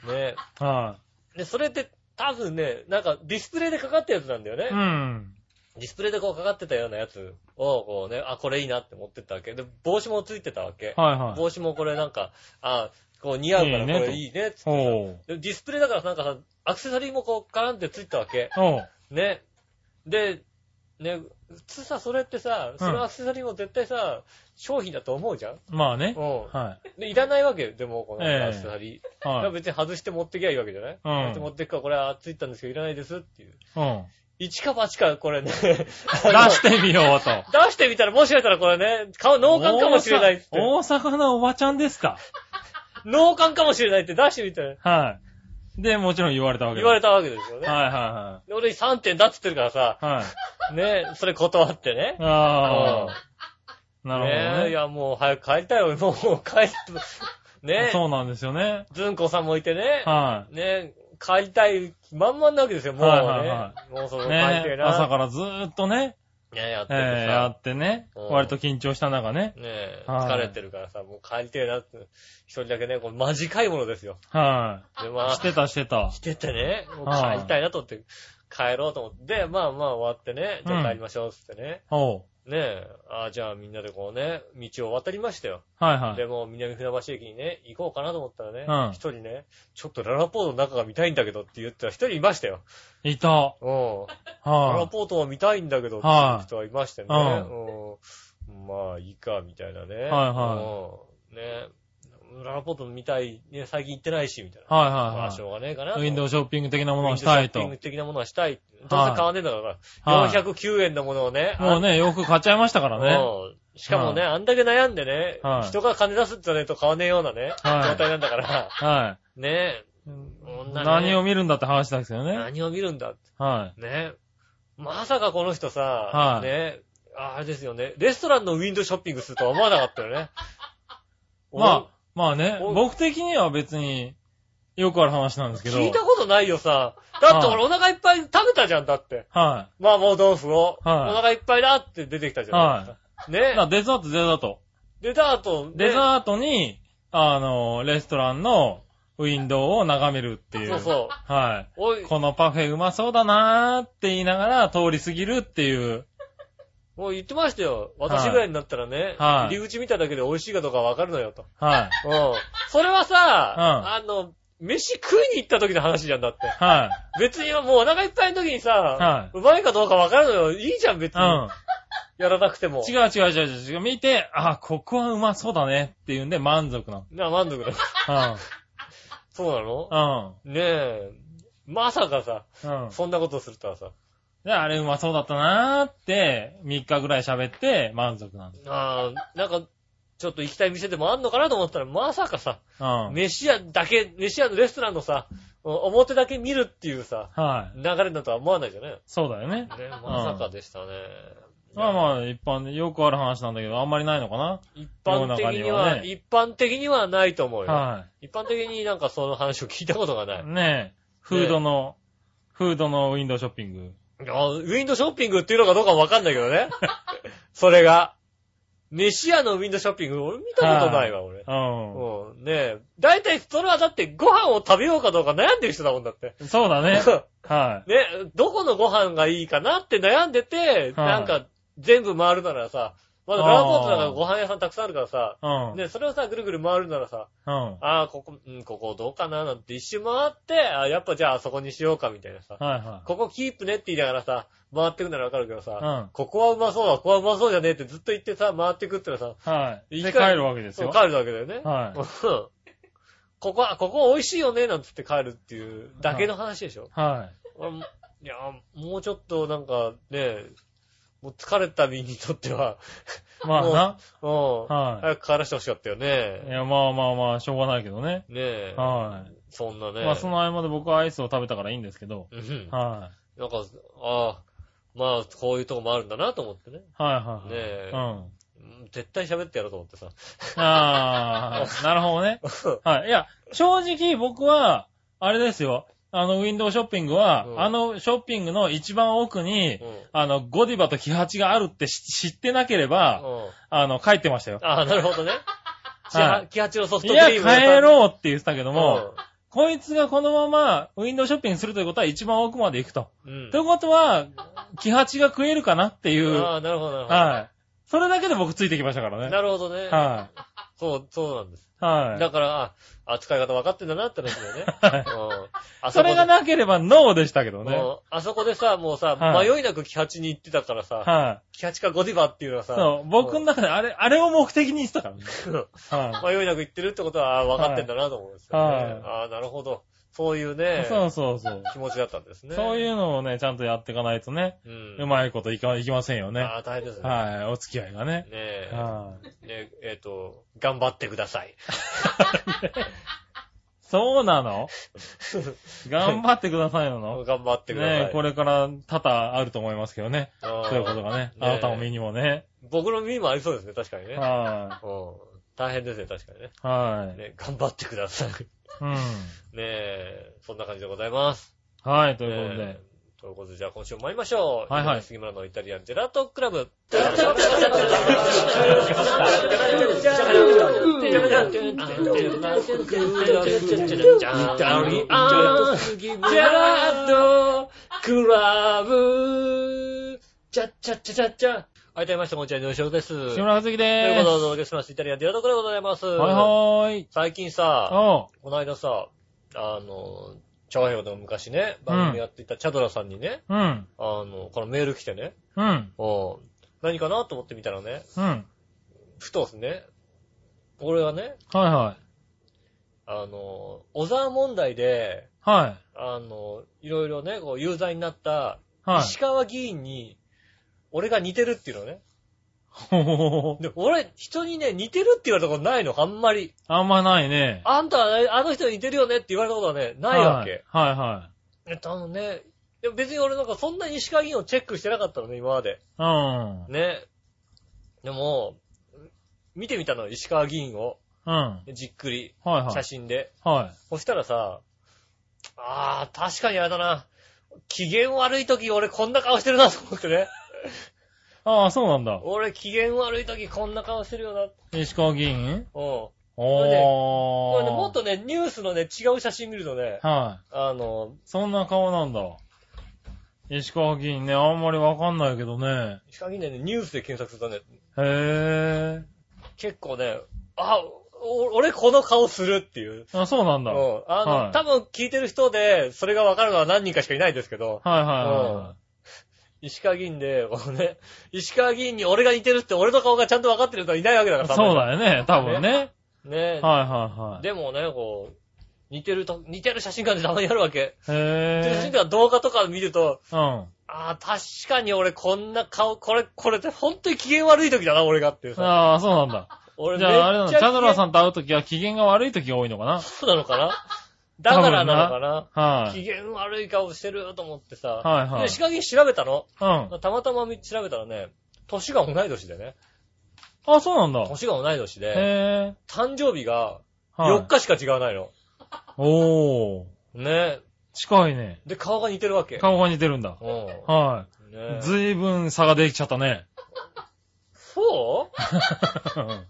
[SPEAKER 2] けど。ね。
[SPEAKER 3] い。は
[SPEAKER 2] で、それって多分ね、なんかディスプレイでかかったやつなんだよね。
[SPEAKER 3] い。うん。
[SPEAKER 2] ディスプレイでこうかかってたようなやつを、こうね、あ、これいいなって持ってったわけ。で、帽子もついてたわけ。
[SPEAKER 3] はいはい。
[SPEAKER 2] 帽子もこれなんか、あ、こう似合うから
[SPEAKER 3] いい
[SPEAKER 2] こ
[SPEAKER 3] ねと
[SPEAKER 2] れいいねっつってさ
[SPEAKER 3] おう。
[SPEAKER 2] でディスプレイだからなんかさ、アクセサリーもこう、カランってついてたわけ。
[SPEAKER 3] おう。
[SPEAKER 2] ね。で、ね、普通さ、それってさ、そのアクセサリーも絶対さ、商品だと思うじゃん
[SPEAKER 3] まあね。
[SPEAKER 2] う
[SPEAKER 3] は
[SPEAKER 2] ん。で、いらないわけよ。でも、この
[SPEAKER 3] ええ
[SPEAKER 2] アクセサリー。
[SPEAKER 3] い。
[SPEAKER 2] だか
[SPEAKER 3] は
[SPEAKER 2] ら
[SPEAKER 3] い。
[SPEAKER 2] 別に外して持ってきゃいいわけじゃない、
[SPEAKER 3] うん
[SPEAKER 2] 外して持ってくから、これはついたんですけど、いらないですっていう。
[SPEAKER 3] うん。
[SPEAKER 2] 一か八か、これ ね。出
[SPEAKER 3] 出
[SPEAKER 2] し
[SPEAKER 3] してみようと。
[SPEAKER 2] 出してみたら、もしかしたらこれね、顔、脳幹かもしれないって。
[SPEAKER 3] 大阪大阪のおばちゃんですか
[SPEAKER 2] 脳幹かもしれないって出してみたら、
[SPEAKER 3] はい。で、もちろん言われたわけ
[SPEAKER 2] 言われ
[SPEAKER 3] た。
[SPEAKER 2] たわけですよね。
[SPEAKER 3] はいは
[SPEAKER 2] で俺3点だっつってるからさ、
[SPEAKER 3] いはい。はい。
[SPEAKER 2] ね、それ断ってね。
[SPEAKER 3] ああ。
[SPEAKER 2] う
[SPEAKER 3] なん
[SPEAKER 2] ねい
[SPEAKER 3] る
[SPEAKER 2] や、もう早く帰りたいよ。もう帰って、
[SPEAKER 3] ほどね。
[SPEAKER 2] ね、
[SPEAKER 3] そうなんですよね。
[SPEAKER 2] ずんこさんもいてね、
[SPEAKER 3] は
[SPEAKER 2] ね、帰りたい満々なわけですよ、もうね。
[SPEAKER 3] はいはいは
[SPEAKER 2] もうその帰り
[SPEAKER 3] い。
[SPEAKER 2] た
[SPEAKER 3] ね
[SPEAKER 2] いな。
[SPEAKER 3] 朝からずーっとね、
[SPEAKER 2] ね、やって
[SPEAKER 3] え
[SPEAKER 2] てさ。
[SPEAKER 3] ーやってね、
[SPEAKER 2] うん
[SPEAKER 3] 割と緊張した中ね。
[SPEAKER 2] ねえ、
[SPEAKER 3] はい
[SPEAKER 2] 疲れてるからさ、もう帰りてえなって、一人だけね、これマジかいものですよ。
[SPEAKER 3] は
[SPEAKER 2] で、
[SPEAKER 3] い。
[SPEAKER 2] まあ、
[SPEAKER 3] してたしてた
[SPEAKER 2] 来。ててね、もう帰りたいなと思って、帰ろうと思って、で、まあまあ終わってね、じゃあ帰りましょうっつってね。
[SPEAKER 3] おう。
[SPEAKER 2] ねえ、ああ、じゃあみんなでこうね、道を渡りましたよ。
[SPEAKER 3] はいはい。
[SPEAKER 2] で、もう南船橋駅にね、行こうかなと思ったらね
[SPEAKER 3] うん、
[SPEAKER 2] 一、人ね、ちょっとララポートの中が見たいんだけどって言ったら一人いましたよ。
[SPEAKER 3] いた。
[SPEAKER 2] うん。ララ
[SPEAKER 3] は
[SPEAKER 2] ポートは見たいんだけどっていう人はいましてね。
[SPEAKER 3] はい
[SPEAKER 2] うん、まあ、いいか、みたいなね。はい
[SPEAKER 3] は
[SPEAKER 2] ね。ララポート見たい、ね、最近行ってないし、みたい
[SPEAKER 3] い。
[SPEAKER 2] な。ま
[SPEAKER 3] は
[SPEAKER 2] あ、
[SPEAKER 3] い
[SPEAKER 2] し
[SPEAKER 3] は
[SPEAKER 2] ょうがねえか
[SPEAKER 3] い
[SPEAKER 2] な
[SPEAKER 3] は
[SPEAKER 2] と。
[SPEAKER 3] い。ウィンドウショッピング的なも
[SPEAKER 2] ウ
[SPEAKER 3] の
[SPEAKER 2] ィンドウ
[SPEAKER 3] を
[SPEAKER 2] シ
[SPEAKER 3] し
[SPEAKER 2] ョッ
[SPEAKER 3] たい
[SPEAKER 2] ピング
[SPEAKER 3] と。
[SPEAKER 2] 的なものはしたい。どうせ買わねえんだから
[SPEAKER 3] は
[SPEAKER 2] な。
[SPEAKER 3] い
[SPEAKER 2] 409円のものをね。
[SPEAKER 3] もうね、洋服買っちゃいましたか
[SPEAKER 2] あ
[SPEAKER 3] ら
[SPEAKER 2] の、
[SPEAKER 3] ね。
[SPEAKER 2] うんしかもね、あんだけ悩んでね
[SPEAKER 3] は、い
[SPEAKER 2] 人が金出すって言わねえと買わねえようなね、
[SPEAKER 3] はい
[SPEAKER 2] 状態なんだから、
[SPEAKER 3] は
[SPEAKER 2] ね
[SPEAKER 3] い。
[SPEAKER 2] 女ね
[SPEAKER 3] 何を見るんだって話ですよ
[SPEAKER 2] え、
[SPEAKER 3] ね。
[SPEAKER 2] 何を見るんだ
[SPEAKER 3] はい。
[SPEAKER 2] ね。まさかこの人さ、
[SPEAKER 3] はい
[SPEAKER 2] ね、あれですよね、レストランのウィンドウショッピングするとは思わなかったよね。
[SPEAKER 3] まあ、まあね、
[SPEAKER 2] お
[SPEAKER 3] 僕的には別によくある話なんですけ
[SPEAKER 2] 俺
[SPEAKER 3] ど。
[SPEAKER 2] 聞いたことないよさ。だって
[SPEAKER 3] はい
[SPEAKER 2] 俺お腹いっぱい食べたじゃん、だって。
[SPEAKER 3] は
[SPEAKER 2] 麻婆豆腐を。お
[SPEAKER 3] はい
[SPEAKER 2] 腹いっぱいだって出てきたじ
[SPEAKER 3] い。
[SPEAKER 2] ゃない
[SPEAKER 3] は
[SPEAKER 2] です
[SPEAKER 3] い。
[SPEAKER 2] か。
[SPEAKER 3] ま
[SPEAKER 2] ね。
[SPEAKER 3] あデザート、デザート。
[SPEAKER 2] デザートね、
[SPEAKER 3] デザートに、あの、レストランのウィンドウを眺めるっていう。
[SPEAKER 2] そうそう。
[SPEAKER 3] は
[SPEAKER 2] お
[SPEAKER 3] い。
[SPEAKER 2] い、
[SPEAKER 3] このパフェうまそうだなーって言いながら通り過ぎるっていう。
[SPEAKER 2] もう言ってましたよ。私ぐらいになったらね、
[SPEAKER 3] は
[SPEAKER 2] 入
[SPEAKER 3] い
[SPEAKER 2] り口見ただけで美味しいかどうかわかるのよと。
[SPEAKER 3] は
[SPEAKER 2] う
[SPEAKER 3] い。
[SPEAKER 2] ん。それはさ、あの、飯食いに行った時の話じゃんだって。
[SPEAKER 3] は
[SPEAKER 2] 別にもうお腹いっぱいの時にさ、
[SPEAKER 3] はいう
[SPEAKER 2] まいかどうかわかるのよ。いいじゃん、別
[SPEAKER 3] い。う
[SPEAKER 2] に。
[SPEAKER 3] ん。
[SPEAKER 2] やらなくても。
[SPEAKER 3] 違う違う違う違う違う。見て、あ、ここはうまそうだねっていうんで満足な
[SPEAKER 2] な、満足だ。
[SPEAKER 3] の。
[SPEAKER 2] そうなの
[SPEAKER 3] うん。
[SPEAKER 2] ねえ。まさかさ、
[SPEAKER 3] うん。うん。
[SPEAKER 2] そんなことするとはさ。
[SPEAKER 3] で、あれうまそうだったなーって、3日ぐらい喋って満足なの。
[SPEAKER 2] ああ、なんか、ちょっと行きたい店でもあんのかなと思ったら、まさかさ、
[SPEAKER 3] うん。
[SPEAKER 2] 飯屋だけ、飯屋のレストランのさ、お表だけ見るっていうさ、
[SPEAKER 3] はい。
[SPEAKER 2] 流れだとは思わないじゃないね。
[SPEAKER 3] そうだよね。
[SPEAKER 2] まさかでしたね。
[SPEAKER 3] まあまあ、一般でよくある話なんだけど、あんまりないのかな
[SPEAKER 2] 一般的に
[SPEAKER 3] 世の中には
[SPEAKER 2] は、
[SPEAKER 3] ね
[SPEAKER 2] 一般的にはないと思うよ。
[SPEAKER 3] は
[SPEAKER 2] 一般的になんかその話を聞いたことがない
[SPEAKER 3] い。。ねえ、フードの、フードのウィンドウショッピング。
[SPEAKER 2] あウィンドウショッピングっていうのかどうかわかんないけどね。それが。飯屋のウィンドウショッピング、俺見たことないわ、俺。
[SPEAKER 3] う
[SPEAKER 2] うん。ねえ。だいたいそれはだってご飯を食べようかどうか悩んでる人だもんだって。
[SPEAKER 3] ん。そうだね。は
[SPEAKER 2] ね、どこのご飯がいいかなって悩んでて、
[SPEAKER 3] はい
[SPEAKER 2] なんか全部回るならさ、まだララポートだからご飯屋さんたくさんあるからさ、
[SPEAKER 3] い。うん。
[SPEAKER 2] ね、それをさ、ぐるぐる回るならさ、
[SPEAKER 3] うん。
[SPEAKER 2] ああ、ここ、うん、ここどうかななんて一周回って、あーやっぱじゃああそこにしようかみたいなさ。
[SPEAKER 3] はいは
[SPEAKER 2] ここキープねって言いながらさ、回ってくならわかるけどさ、
[SPEAKER 3] うん
[SPEAKER 2] ここはうまそうだ、ここはうまそうじゃねえってずっと言ってさ、回ってくってのはさ、
[SPEAKER 3] い。はい。
[SPEAKER 2] 一
[SPEAKER 3] で、
[SPEAKER 2] 回
[SPEAKER 3] 帰るわけです
[SPEAKER 2] そう
[SPEAKER 3] よ。
[SPEAKER 2] 帰るわけだよね。
[SPEAKER 3] はい
[SPEAKER 2] うん ここは、ここ美味しいよね、なんつって帰るっていうだけの話でし ょ。
[SPEAKER 3] は
[SPEAKER 2] 俺もいや、もうちょっとなんかね、もう疲れた身にとっては、
[SPEAKER 3] い。まあ
[SPEAKER 2] うん、
[SPEAKER 3] はい
[SPEAKER 2] 早く帰らせてほしかったよ
[SPEAKER 3] な。い
[SPEAKER 2] ね。
[SPEAKER 3] や、まあまあまあ、しょうがないけどね。
[SPEAKER 2] ねえ、
[SPEAKER 3] は。
[SPEAKER 2] そんないね。
[SPEAKER 3] まあ、その合間で僕はアイスを食べたからいいんですけど。
[SPEAKER 2] うん
[SPEAKER 3] は
[SPEAKER 2] なんか、ああ、まあ、こういうとこもあるんだなと思ってね。
[SPEAKER 3] い。はいはい。
[SPEAKER 2] ねえ
[SPEAKER 3] うん。
[SPEAKER 2] うん絶対喋ってやろうと思ってさ。
[SPEAKER 3] あ あ、なるほどね。はい。いや、正直僕は、あれですよ。あの、ウィンドウショッピングは、
[SPEAKER 2] うん
[SPEAKER 3] あのショッピングの一番奥に、
[SPEAKER 2] うん。
[SPEAKER 3] あの、ゴディバとキハチがあるって知知ってなければ、
[SPEAKER 2] うん
[SPEAKER 3] あの、帰ってましたよ。
[SPEAKER 2] ああ、なるほど ね。キ
[SPEAKER 3] は
[SPEAKER 2] ハ
[SPEAKER 3] い
[SPEAKER 2] キハチのソフ
[SPEAKER 3] い
[SPEAKER 2] トクリ
[SPEAKER 3] や、
[SPEAKER 2] ーム屋さん。
[SPEAKER 3] 帰ろうって言ってたけど
[SPEAKER 2] う
[SPEAKER 3] も、こいつがこのままウィンドウショッピングするということは一番奥まで行くと。
[SPEAKER 2] ん。うん。
[SPEAKER 3] ということは、キハチが食えるかなっていう、
[SPEAKER 2] ああ、なるほど、なるほど。
[SPEAKER 3] はい。それだけで僕ついてきましたからね。
[SPEAKER 2] なるほどね。
[SPEAKER 3] は
[SPEAKER 2] そう、そうなんです。
[SPEAKER 3] い。は
[SPEAKER 2] だから、あ、扱い方分かってんだなって話だよね。
[SPEAKER 3] はい
[SPEAKER 2] うんあ
[SPEAKER 3] い。そ
[SPEAKER 2] こ
[SPEAKER 3] れ
[SPEAKER 2] で
[SPEAKER 3] がなければノーでしたけどね。
[SPEAKER 2] もうあそこでさ、もうさ、
[SPEAKER 3] はい
[SPEAKER 2] 迷いなくキハチに行ってたからさ、
[SPEAKER 3] はい。
[SPEAKER 2] キハチかゴディバっていうのはさ、
[SPEAKER 3] そう、僕の中であれ、あれを目的にしてたからね。は
[SPEAKER 2] 迷いなく行ってるってことは、あ分かってんだなと思うんですよね。
[SPEAKER 3] はい
[SPEAKER 2] ああ、なるほど。そういう
[SPEAKER 3] い。
[SPEAKER 2] ね、
[SPEAKER 3] そうそうそう。
[SPEAKER 2] 気持ちだったんですね。。
[SPEAKER 3] そういううのをね、ちゃんとやっていかないとね、
[SPEAKER 2] うん。
[SPEAKER 3] うまいこといかいきませんよね。
[SPEAKER 2] ああ、大変ですね。
[SPEAKER 3] はい。お付き合いがね。
[SPEAKER 2] ねえ。
[SPEAKER 3] は
[SPEAKER 2] ね
[SPEAKER 3] い
[SPEAKER 2] え、えっ、と、頑張ってください。
[SPEAKER 3] そうな の頑張ってくださいなの
[SPEAKER 2] 頑張ってください。
[SPEAKER 3] ねこれから多々あると思いますけどね。
[SPEAKER 2] あー
[SPEAKER 3] そういうことがね。
[SPEAKER 2] ね
[SPEAKER 3] あなたの身にもね。
[SPEAKER 2] 僕の耳もありそうですね、確かにね。うん
[SPEAKER 3] は
[SPEAKER 2] 大変ですね、確かにね。
[SPEAKER 3] い。はい。
[SPEAKER 2] ね頑張ってください。ね
[SPEAKER 3] うん。
[SPEAKER 2] え、そんな感じでございます。
[SPEAKER 3] はい、ということで。
[SPEAKER 2] ねえということで、じゃあ今週も参りましょう。
[SPEAKER 3] はいはい
[SPEAKER 2] 杉村のイタリアンジェラートクラブ。ジェラートクラブ。チャッチャッチャチャッチャ。あいたいました、こんにちは、井上翔です。という
[SPEAKER 3] 志村和樹で
[SPEAKER 2] ことで
[SPEAKER 3] ー
[SPEAKER 2] お届けします。イタリアンディラトクラブでございます。
[SPEAKER 3] す。はいはーい。
[SPEAKER 2] 最近さ、
[SPEAKER 3] おう。
[SPEAKER 2] この間さ、あの、チャワヘヨでも昔ね、番組やっていたチャドラさんにね、
[SPEAKER 3] うん。
[SPEAKER 2] あの、このメール来てね、
[SPEAKER 3] うん。
[SPEAKER 2] うん何かなと思ってみたらね、
[SPEAKER 3] うん。はい
[SPEAKER 2] ふとですね、俺はね、
[SPEAKER 3] はい。
[SPEAKER 2] あの、小沢問題で、
[SPEAKER 3] は
[SPEAKER 2] あの、いろいろね、こう、有罪になった、
[SPEAKER 3] い。はい。
[SPEAKER 2] 石川議員に、俺が似てるっていうのね。
[SPEAKER 3] ほほほほ。
[SPEAKER 2] で、俺、人にね、似てるって言われたことないの、あんまり。
[SPEAKER 3] あんまないね。
[SPEAKER 2] あんたはね、あの人に似てるよねって言われたことはね、ないわけ。
[SPEAKER 3] はいはいはい。
[SPEAKER 2] えっと、あのね、でも別に俺なんかそんなに石川議員をチェックしてなかったのね、今まで。
[SPEAKER 3] うん。
[SPEAKER 2] ね。でも、見てみたの、石川議員を。
[SPEAKER 3] うん。はい
[SPEAKER 2] じっくり、
[SPEAKER 3] は
[SPEAKER 2] 写
[SPEAKER 3] い。
[SPEAKER 2] 真で。
[SPEAKER 3] は
[SPEAKER 2] そしたらさ、あー、確かにあれだな。機嫌悪い時俺こんな顔してるなと思ってね。
[SPEAKER 3] い。ああ、そうなんだ。
[SPEAKER 2] 俺機嫌悪い時こんな顔してるよな。うん。
[SPEAKER 3] 石川議員
[SPEAKER 2] こ
[SPEAKER 3] おー。
[SPEAKER 2] れね、もっとね、ニュースのね、違う写真見るとね、
[SPEAKER 3] はい。
[SPEAKER 2] あの、
[SPEAKER 3] そんな顔なんだ。石川議員ね、あんまりわかんないけどね。
[SPEAKER 2] 石川議員ね、ニュースで検索するとね、
[SPEAKER 3] へ
[SPEAKER 2] 結構ね、あ、お俺この顔するっていう。
[SPEAKER 3] ぇー。あ、そうなん
[SPEAKER 2] う
[SPEAKER 3] だ。
[SPEAKER 2] ん
[SPEAKER 3] はい。
[SPEAKER 2] あの、
[SPEAKER 3] はい
[SPEAKER 2] 多分聞いてる人で、それがわかるのは何人かしかいないですけど、
[SPEAKER 3] はいは
[SPEAKER 2] 石川議員で、このね、 石川議員に俺が似てるって俺の顔がちゃんとわかってる人はいないわけだ
[SPEAKER 3] い
[SPEAKER 2] から、
[SPEAKER 3] はい。そう
[SPEAKER 2] よ。
[SPEAKER 3] だよね、多分ね。
[SPEAKER 2] ね
[SPEAKER 3] はいはいはい。
[SPEAKER 2] でもね、こう、似てると、似てる写真館でたまにあるわけ。似てる写真
[SPEAKER 3] へぇ
[SPEAKER 2] 館動画とか見ると、
[SPEAKER 3] ー。
[SPEAKER 2] ああ、確かに俺こんな顔、これ、これって本当に機嫌悪い時だな、俺がっていう
[SPEAKER 3] うん。
[SPEAKER 2] さ。
[SPEAKER 3] ああ、そうなんだ。
[SPEAKER 2] 俺
[SPEAKER 3] じゃあ、あれなの、チャドラ
[SPEAKER 2] ん。
[SPEAKER 3] さんと会うときは機嫌が悪いときが多いのかな
[SPEAKER 2] そうなのかなだからなのかな
[SPEAKER 3] は
[SPEAKER 2] 機
[SPEAKER 3] い。
[SPEAKER 2] 嫌悪い顔してると思ってさ。
[SPEAKER 3] はいはい
[SPEAKER 2] で、仕掛け調べたの。
[SPEAKER 3] うん。あ、
[SPEAKER 2] たまたま調べたらね、年が同い年でね。
[SPEAKER 3] そうなんだ。
[SPEAKER 2] 年が同い年で、
[SPEAKER 3] へ
[SPEAKER 2] 誕生日が
[SPEAKER 3] ぇー。はい
[SPEAKER 2] 4。日しか違わないの。
[SPEAKER 3] おー。
[SPEAKER 2] ね。
[SPEAKER 3] 近いね。
[SPEAKER 2] で、顔が似てるわけ。
[SPEAKER 3] 顔が似てるんだ。
[SPEAKER 2] うん。
[SPEAKER 3] は
[SPEAKER 2] ね
[SPEAKER 3] い。ずいぶん差ができちゃったね。
[SPEAKER 2] そう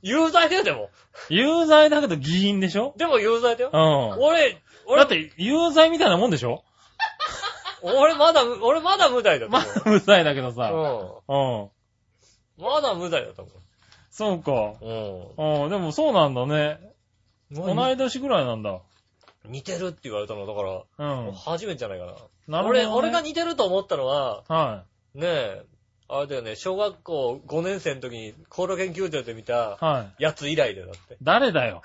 [SPEAKER 2] 有罪だよ、でも。
[SPEAKER 3] 有罪だけど議員でしょ
[SPEAKER 2] でも有罪だよ
[SPEAKER 3] う。ん。
[SPEAKER 2] 俺、
[SPEAKER 3] だ
[SPEAKER 2] 俺
[SPEAKER 3] っ、て、有罪みたいなもんでしょ
[SPEAKER 2] 俺まだ、俺まだ無罪だと
[SPEAKER 3] ま
[SPEAKER 2] 思
[SPEAKER 3] あ、無罪だけどさ。
[SPEAKER 2] う。
[SPEAKER 3] う
[SPEAKER 2] う
[SPEAKER 3] ん。
[SPEAKER 2] ん。まだ無罪だと
[SPEAKER 3] そうか。
[SPEAKER 2] 思
[SPEAKER 3] うん、でもそうなんだね。
[SPEAKER 2] う。う
[SPEAKER 3] 同
[SPEAKER 2] ん。
[SPEAKER 3] い年ぐらいなんだ。
[SPEAKER 2] 似てるって言われたの、だから、
[SPEAKER 3] う。
[SPEAKER 2] もうん初めてじゃないかな。
[SPEAKER 3] なるほど、
[SPEAKER 2] 俺、
[SPEAKER 3] ね。
[SPEAKER 2] 俺が
[SPEAKER 3] はい。
[SPEAKER 2] 似てると思ったのは、
[SPEAKER 3] は
[SPEAKER 2] ねえ、あれだよね、小学校5年生の時に、高良研究所で見た
[SPEAKER 3] い。
[SPEAKER 2] やつ以来だよ、だって。
[SPEAKER 3] 誰だよ。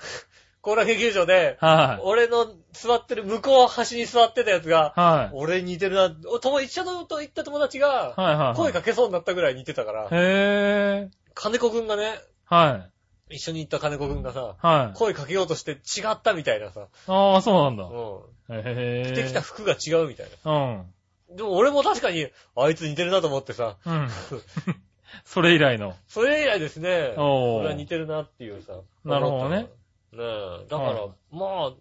[SPEAKER 2] 高良研究所で、
[SPEAKER 3] はい。
[SPEAKER 2] 俺の座ってる、向こう端に座ってたやつが、
[SPEAKER 3] はい。
[SPEAKER 2] 俺似てるな、お友一緒のと行った友達が、
[SPEAKER 3] はいはい。
[SPEAKER 2] 声かけそうになったぐらい似てたから、
[SPEAKER 3] へぇ
[SPEAKER 2] 金子くんがね、
[SPEAKER 3] ー。はい。
[SPEAKER 2] 一緒に行った金子くんがさ、
[SPEAKER 3] はい。
[SPEAKER 2] 声かけようとして違ったみたいなさ、
[SPEAKER 3] ああ、そうな
[SPEAKER 2] う
[SPEAKER 3] んだ。
[SPEAKER 2] ん。
[SPEAKER 3] へぇー。
[SPEAKER 2] 着てきた。服が違うみたい
[SPEAKER 3] うん。
[SPEAKER 2] な。でも俺も確かに、あいつ似てるなと思ってさ、
[SPEAKER 3] うん。 それ以来の。
[SPEAKER 2] それ以来ですね、
[SPEAKER 3] お ー
[SPEAKER 2] 俺は似てるなっていうさ、
[SPEAKER 3] なるほ
[SPEAKER 2] 思った
[SPEAKER 3] どね
[SPEAKER 2] のよ。ねえ、だから、
[SPEAKER 3] は
[SPEAKER 2] まあ、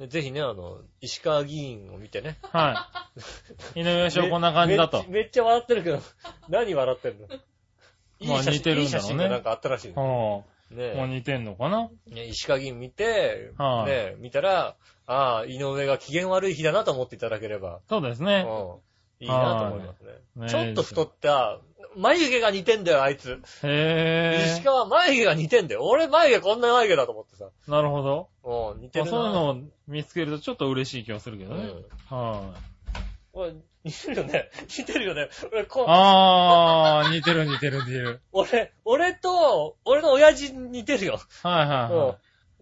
[SPEAKER 2] ねぜひね、あの、石川議員を見てね。
[SPEAKER 3] はい。井上翔こんな感じだと
[SPEAKER 2] め。めっちゃ笑ってるけど、 何笑ってんのいい
[SPEAKER 3] まあ
[SPEAKER 2] 写
[SPEAKER 3] 似て
[SPEAKER 2] 真、
[SPEAKER 3] る
[SPEAKER 2] い
[SPEAKER 3] ん
[SPEAKER 2] い
[SPEAKER 3] だ
[SPEAKER 2] 写
[SPEAKER 3] ろうね
[SPEAKER 2] 真がなんかあったらしい
[SPEAKER 3] うん。
[SPEAKER 2] の
[SPEAKER 3] も
[SPEAKER 2] ねえ
[SPEAKER 3] う似てんのかな
[SPEAKER 2] ね、石川議員見て、
[SPEAKER 3] はい
[SPEAKER 2] ね、見たら、ああ、井上が機嫌悪い日だなと思っていただければ、
[SPEAKER 3] そうです
[SPEAKER 2] うん
[SPEAKER 3] ね。、
[SPEAKER 2] いいなと思いますね。
[SPEAKER 3] ね
[SPEAKER 2] ちょっと太った、眉毛が似てんだよ、あいつ。
[SPEAKER 3] へ
[SPEAKER 2] 石川眉毛が似てんだよ。俺眉毛こんな眉毛だと思ってさ。
[SPEAKER 3] ぇー。なるほど。
[SPEAKER 2] うん、似て
[SPEAKER 3] まあ
[SPEAKER 2] るな。
[SPEAKER 3] そういうのを見つけるとちょっと嬉しい気がするけどね。
[SPEAKER 2] うん
[SPEAKER 3] はい。
[SPEAKER 2] 俺似てるよね。 似てるよね。俺、こ
[SPEAKER 3] あー、似てる似てる似てる。
[SPEAKER 2] 俺、俺と、俺の親父似てるよ。
[SPEAKER 3] はいはいは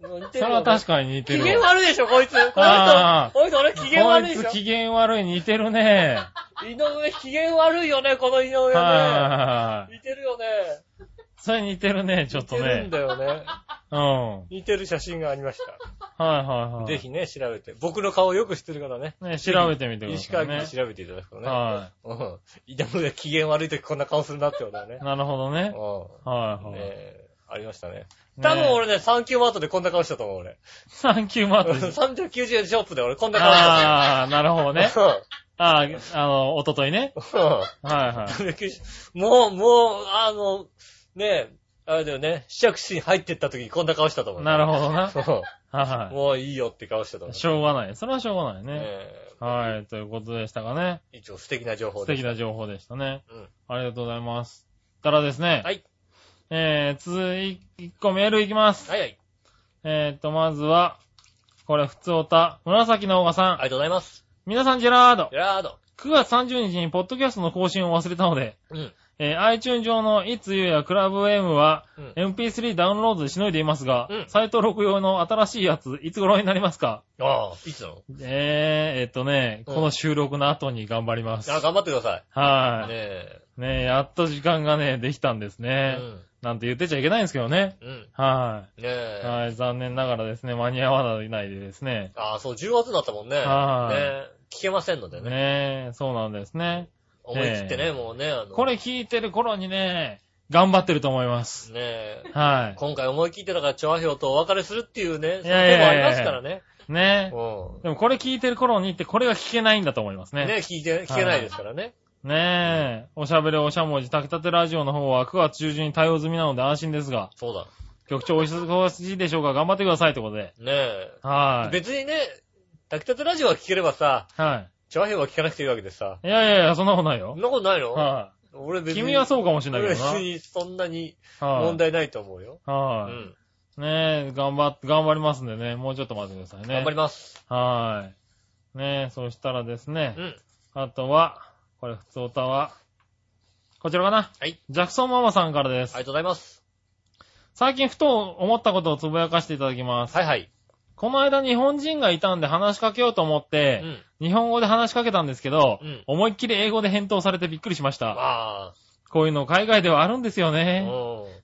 [SPEAKER 2] うん。似
[SPEAKER 3] い。
[SPEAKER 2] て
[SPEAKER 3] そ
[SPEAKER 2] る
[SPEAKER 3] れ
[SPEAKER 2] よ
[SPEAKER 3] は
[SPEAKER 2] ね、
[SPEAKER 3] 確かに似て
[SPEAKER 2] 機
[SPEAKER 3] るわ。
[SPEAKER 2] 嫌悪いでしょ、こいつ。この人
[SPEAKER 3] ああ、
[SPEAKER 2] こいつ俺機嫌悪いでし
[SPEAKER 3] こい
[SPEAKER 2] ょ
[SPEAKER 3] つ。機嫌悪い似てるね。
[SPEAKER 2] 井上機嫌悪いよね、この井上
[SPEAKER 3] はいはい
[SPEAKER 2] ね。
[SPEAKER 3] はいはい。
[SPEAKER 2] 似てるよね。
[SPEAKER 3] それ似てるね、ちょっ
[SPEAKER 2] 似
[SPEAKER 3] と
[SPEAKER 2] てるん
[SPEAKER 3] ね。
[SPEAKER 2] だよね。
[SPEAKER 3] うん。は
[SPEAKER 2] 似てる写真がありまし
[SPEAKER 3] いはいは
[SPEAKER 2] た。
[SPEAKER 3] い。
[SPEAKER 2] ぜひ。ね、調べて。僕の顔をよく知ってる方ね。
[SPEAKER 3] ね、調べてみてくだ
[SPEAKER 2] 石
[SPEAKER 3] さ
[SPEAKER 2] 川
[SPEAKER 3] い
[SPEAKER 2] 君
[SPEAKER 3] ね
[SPEAKER 2] に。調べていただくとね。
[SPEAKER 3] は
[SPEAKER 2] うん。井上機嫌悪い時こんな顔するなってことはね
[SPEAKER 3] い。。なるほどね。
[SPEAKER 2] う
[SPEAKER 3] は
[SPEAKER 2] ん。
[SPEAKER 3] いはい
[SPEAKER 2] ね。えありましたね。
[SPEAKER 3] ね
[SPEAKER 2] 多分俺ね、サンキューマートでこんな顔したと思う、俺。
[SPEAKER 3] サンキューマートです。
[SPEAKER 2] 390円ショップで俺こんな顔した
[SPEAKER 3] あー、なるほどね。
[SPEAKER 2] と思う。
[SPEAKER 3] ああ、あの、おとといね。はいはい。
[SPEAKER 2] もう、もう、あの、ねえ、あれだよね、試着室に入ってった時にこんな顔したと思う。
[SPEAKER 3] なるほどな。はい
[SPEAKER 2] ほ
[SPEAKER 3] は
[SPEAKER 2] もういいよって顔してたもん
[SPEAKER 3] い。
[SPEAKER 2] ね。
[SPEAKER 3] しょうがない。それはしょうがないね。
[SPEAKER 2] え
[SPEAKER 3] はい。ということでしたかね。
[SPEAKER 2] え一応素敵な情報
[SPEAKER 3] 素
[SPEAKER 2] で
[SPEAKER 3] 敵
[SPEAKER 2] す。
[SPEAKER 3] な情報でしたね。
[SPEAKER 2] うん
[SPEAKER 3] ありがとうございます。たらですね。
[SPEAKER 2] はい。
[SPEAKER 3] えー、続い、1個メールいきます。
[SPEAKER 2] はいはい。
[SPEAKER 3] えーと、まずは、これ、普通おた、紫のオガさん。
[SPEAKER 2] ありがとうございます。
[SPEAKER 3] 皆さん、ジェラード
[SPEAKER 2] ジ。ェラード。
[SPEAKER 3] 9月30日に、ポッドキャストの更新を忘れたので、
[SPEAKER 2] うん。
[SPEAKER 3] えー iTunes 上の It's You やクラブ M は、
[SPEAKER 2] うん。
[SPEAKER 3] MP3 ダウンロードでしのいでいますが、
[SPEAKER 2] うん
[SPEAKER 3] サイト録用の新しいやつ、いつ頃になりますか
[SPEAKER 2] ああ、いつなの
[SPEAKER 3] えー、えっとね、
[SPEAKER 2] うん
[SPEAKER 3] この収録の後に頑張ります。
[SPEAKER 2] あ頑張ってくださ。
[SPEAKER 3] はい
[SPEAKER 2] ね
[SPEAKER 3] い。
[SPEAKER 2] え。
[SPEAKER 3] ねやっと時間がね、できたんです
[SPEAKER 2] う
[SPEAKER 3] ね。
[SPEAKER 2] ん。
[SPEAKER 3] なんて言ってちゃいけないんですけどね。
[SPEAKER 2] うん。
[SPEAKER 3] は
[SPEAKER 2] ねえ
[SPEAKER 3] い。。はい、残念ながらですね、間に合わないでですね。
[SPEAKER 2] ああ、そう、10月だったもんね。
[SPEAKER 3] はい
[SPEAKER 2] ねえ聞けませんのでね。
[SPEAKER 3] ねえ、そうなんですね。
[SPEAKER 2] 思い切って
[SPEAKER 3] え
[SPEAKER 2] ね、
[SPEAKER 3] え
[SPEAKER 2] もうね、あの。
[SPEAKER 3] これ
[SPEAKER 2] ね
[SPEAKER 3] 聞いてる頃にね、頑張ってると思います。
[SPEAKER 2] え。
[SPEAKER 3] は
[SPEAKER 2] 今回思い切ってだから、調和票とお別れするっていうね、そういう
[SPEAKER 3] いやい
[SPEAKER 2] 手もあ
[SPEAKER 3] やいやい
[SPEAKER 2] り
[SPEAKER 3] や
[SPEAKER 2] ますからね。
[SPEAKER 3] い。ねえ。
[SPEAKER 2] う
[SPEAKER 3] でもこれ聞いてる頃にって、これが聞けないんだと思います
[SPEAKER 2] ん。ね
[SPEAKER 3] ね。
[SPEAKER 2] え聞いて、聞けないですからね。
[SPEAKER 3] ねえ。おしゃべりおしゃもじ、炊きたてラジオの方は9月中旬に対応済みなので安心ですが、
[SPEAKER 2] そうだ。
[SPEAKER 3] 局長お忙しいでしょうか頑張ってくださいってことで。
[SPEAKER 2] ねえ。
[SPEAKER 3] はい。
[SPEAKER 2] 別にね、炊きたてラジオが聞ければさ、
[SPEAKER 3] は
[SPEAKER 2] チャーヘンは聞かなくていいわけでさ。
[SPEAKER 3] い。いやいやいや、そんなことないよ
[SPEAKER 2] そん。なことないの、
[SPEAKER 3] は
[SPEAKER 2] 俺
[SPEAKER 3] い。
[SPEAKER 2] 別に。
[SPEAKER 3] 君はそうかもしれないけ
[SPEAKER 2] 俺
[SPEAKER 3] ど
[SPEAKER 2] 別
[SPEAKER 3] な。
[SPEAKER 2] にそんなに
[SPEAKER 3] はい
[SPEAKER 2] 問題ないと思うよ。う
[SPEAKER 3] は
[SPEAKER 2] ん。
[SPEAKER 3] い。ねえ、頑張っ、頑張りますんでね、もうちょっと待ってくださいね。
[SPEAKER 2] 頑張ります。
[SPEAKER 3] はい。ねえ、そしたらですね
[SPEAKER 2] う、ん。
[SPEAKER 3] あとは、これ、普通歌は、こちらかな。
[SPEAKER 2] はい。
[SPEAKER 3] ジャクソンママさんからで
[SPEAKER 2] あ
[SPEAKER 3] す
[SPEAKER 2] り。がとうございます。
[SPEAKER 3] 最近ふと思ったことをつぶやかしていただきます。
[SPEAKER 2] はいはい。
[SPEAKER 3] この間日本人がいたんで話しかけようと思っ
[SPEAKER 2] う
[SPEAKER 3] て、
[SPEAKER 2] ん。
[SPEAKER 3] 日本語で話しかけたんですけど、
[SPEAKER 2] うん
[SPEAKER 3] 思いっきり英語で返答されてびっくりしました。
[SPEAKER 2] あ
[SPEAKER 3] こういうの海外ではあるんですよ
[SPEAKER 2] あ。う
[SPEAKER 3] ね。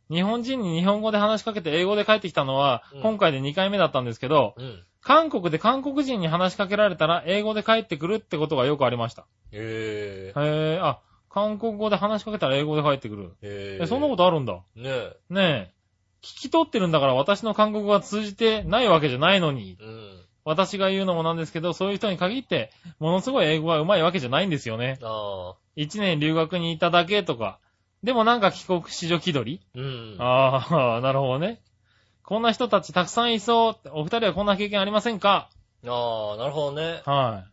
[SPEAKER 2] ん。
[SPEAKER 3] 日本人に日本語で話しかけて英語で帰ってきたのは
[SPEAKER 2] うん、
[SPEAKER 3] 今回で2回目だったんですけど、
[SPEAKER 2] うん。
[SPEAKER 3] 韓国で韓国人に話しかけられたら英語で帰ってくるってことがよくありました。
[SPEAKER 2] へえ。
[SPEAKER 3] へえ、あ、韓国語で話しかけたら英語で帰ってくる。
[SPEAKER 2] へえ。
[SPEAKER 3] え、そんなこととあるんだ。
[SPEAKER 2] ねえ。
[SPEAKER 3] ねえ。聞き取ってるんだから私の韓国語が通じてないわけじゃないのに、
[SPEAKER 2] うん。
[SPEAKER 3] 私が言うのもなんですけど、そういう人に限って、ものすごい英語が上手いわけじゃないんですよね。
[SPEAKER 2] ああ。
[SPEAKER 3] 一年留学にいただけとか。でもなんか帰国子女気取
[SPEAKER 2] う
[SPEAKER 3] り、
[SPEAKER 2] ん。
[SPEAKER 3] あ あ、なるほどね。こんな人たちたくさんいそう。お二人はこんな経験ありませんか
[SPEAKER 2] ああ、なるほどね。
[SPEAKER 3] は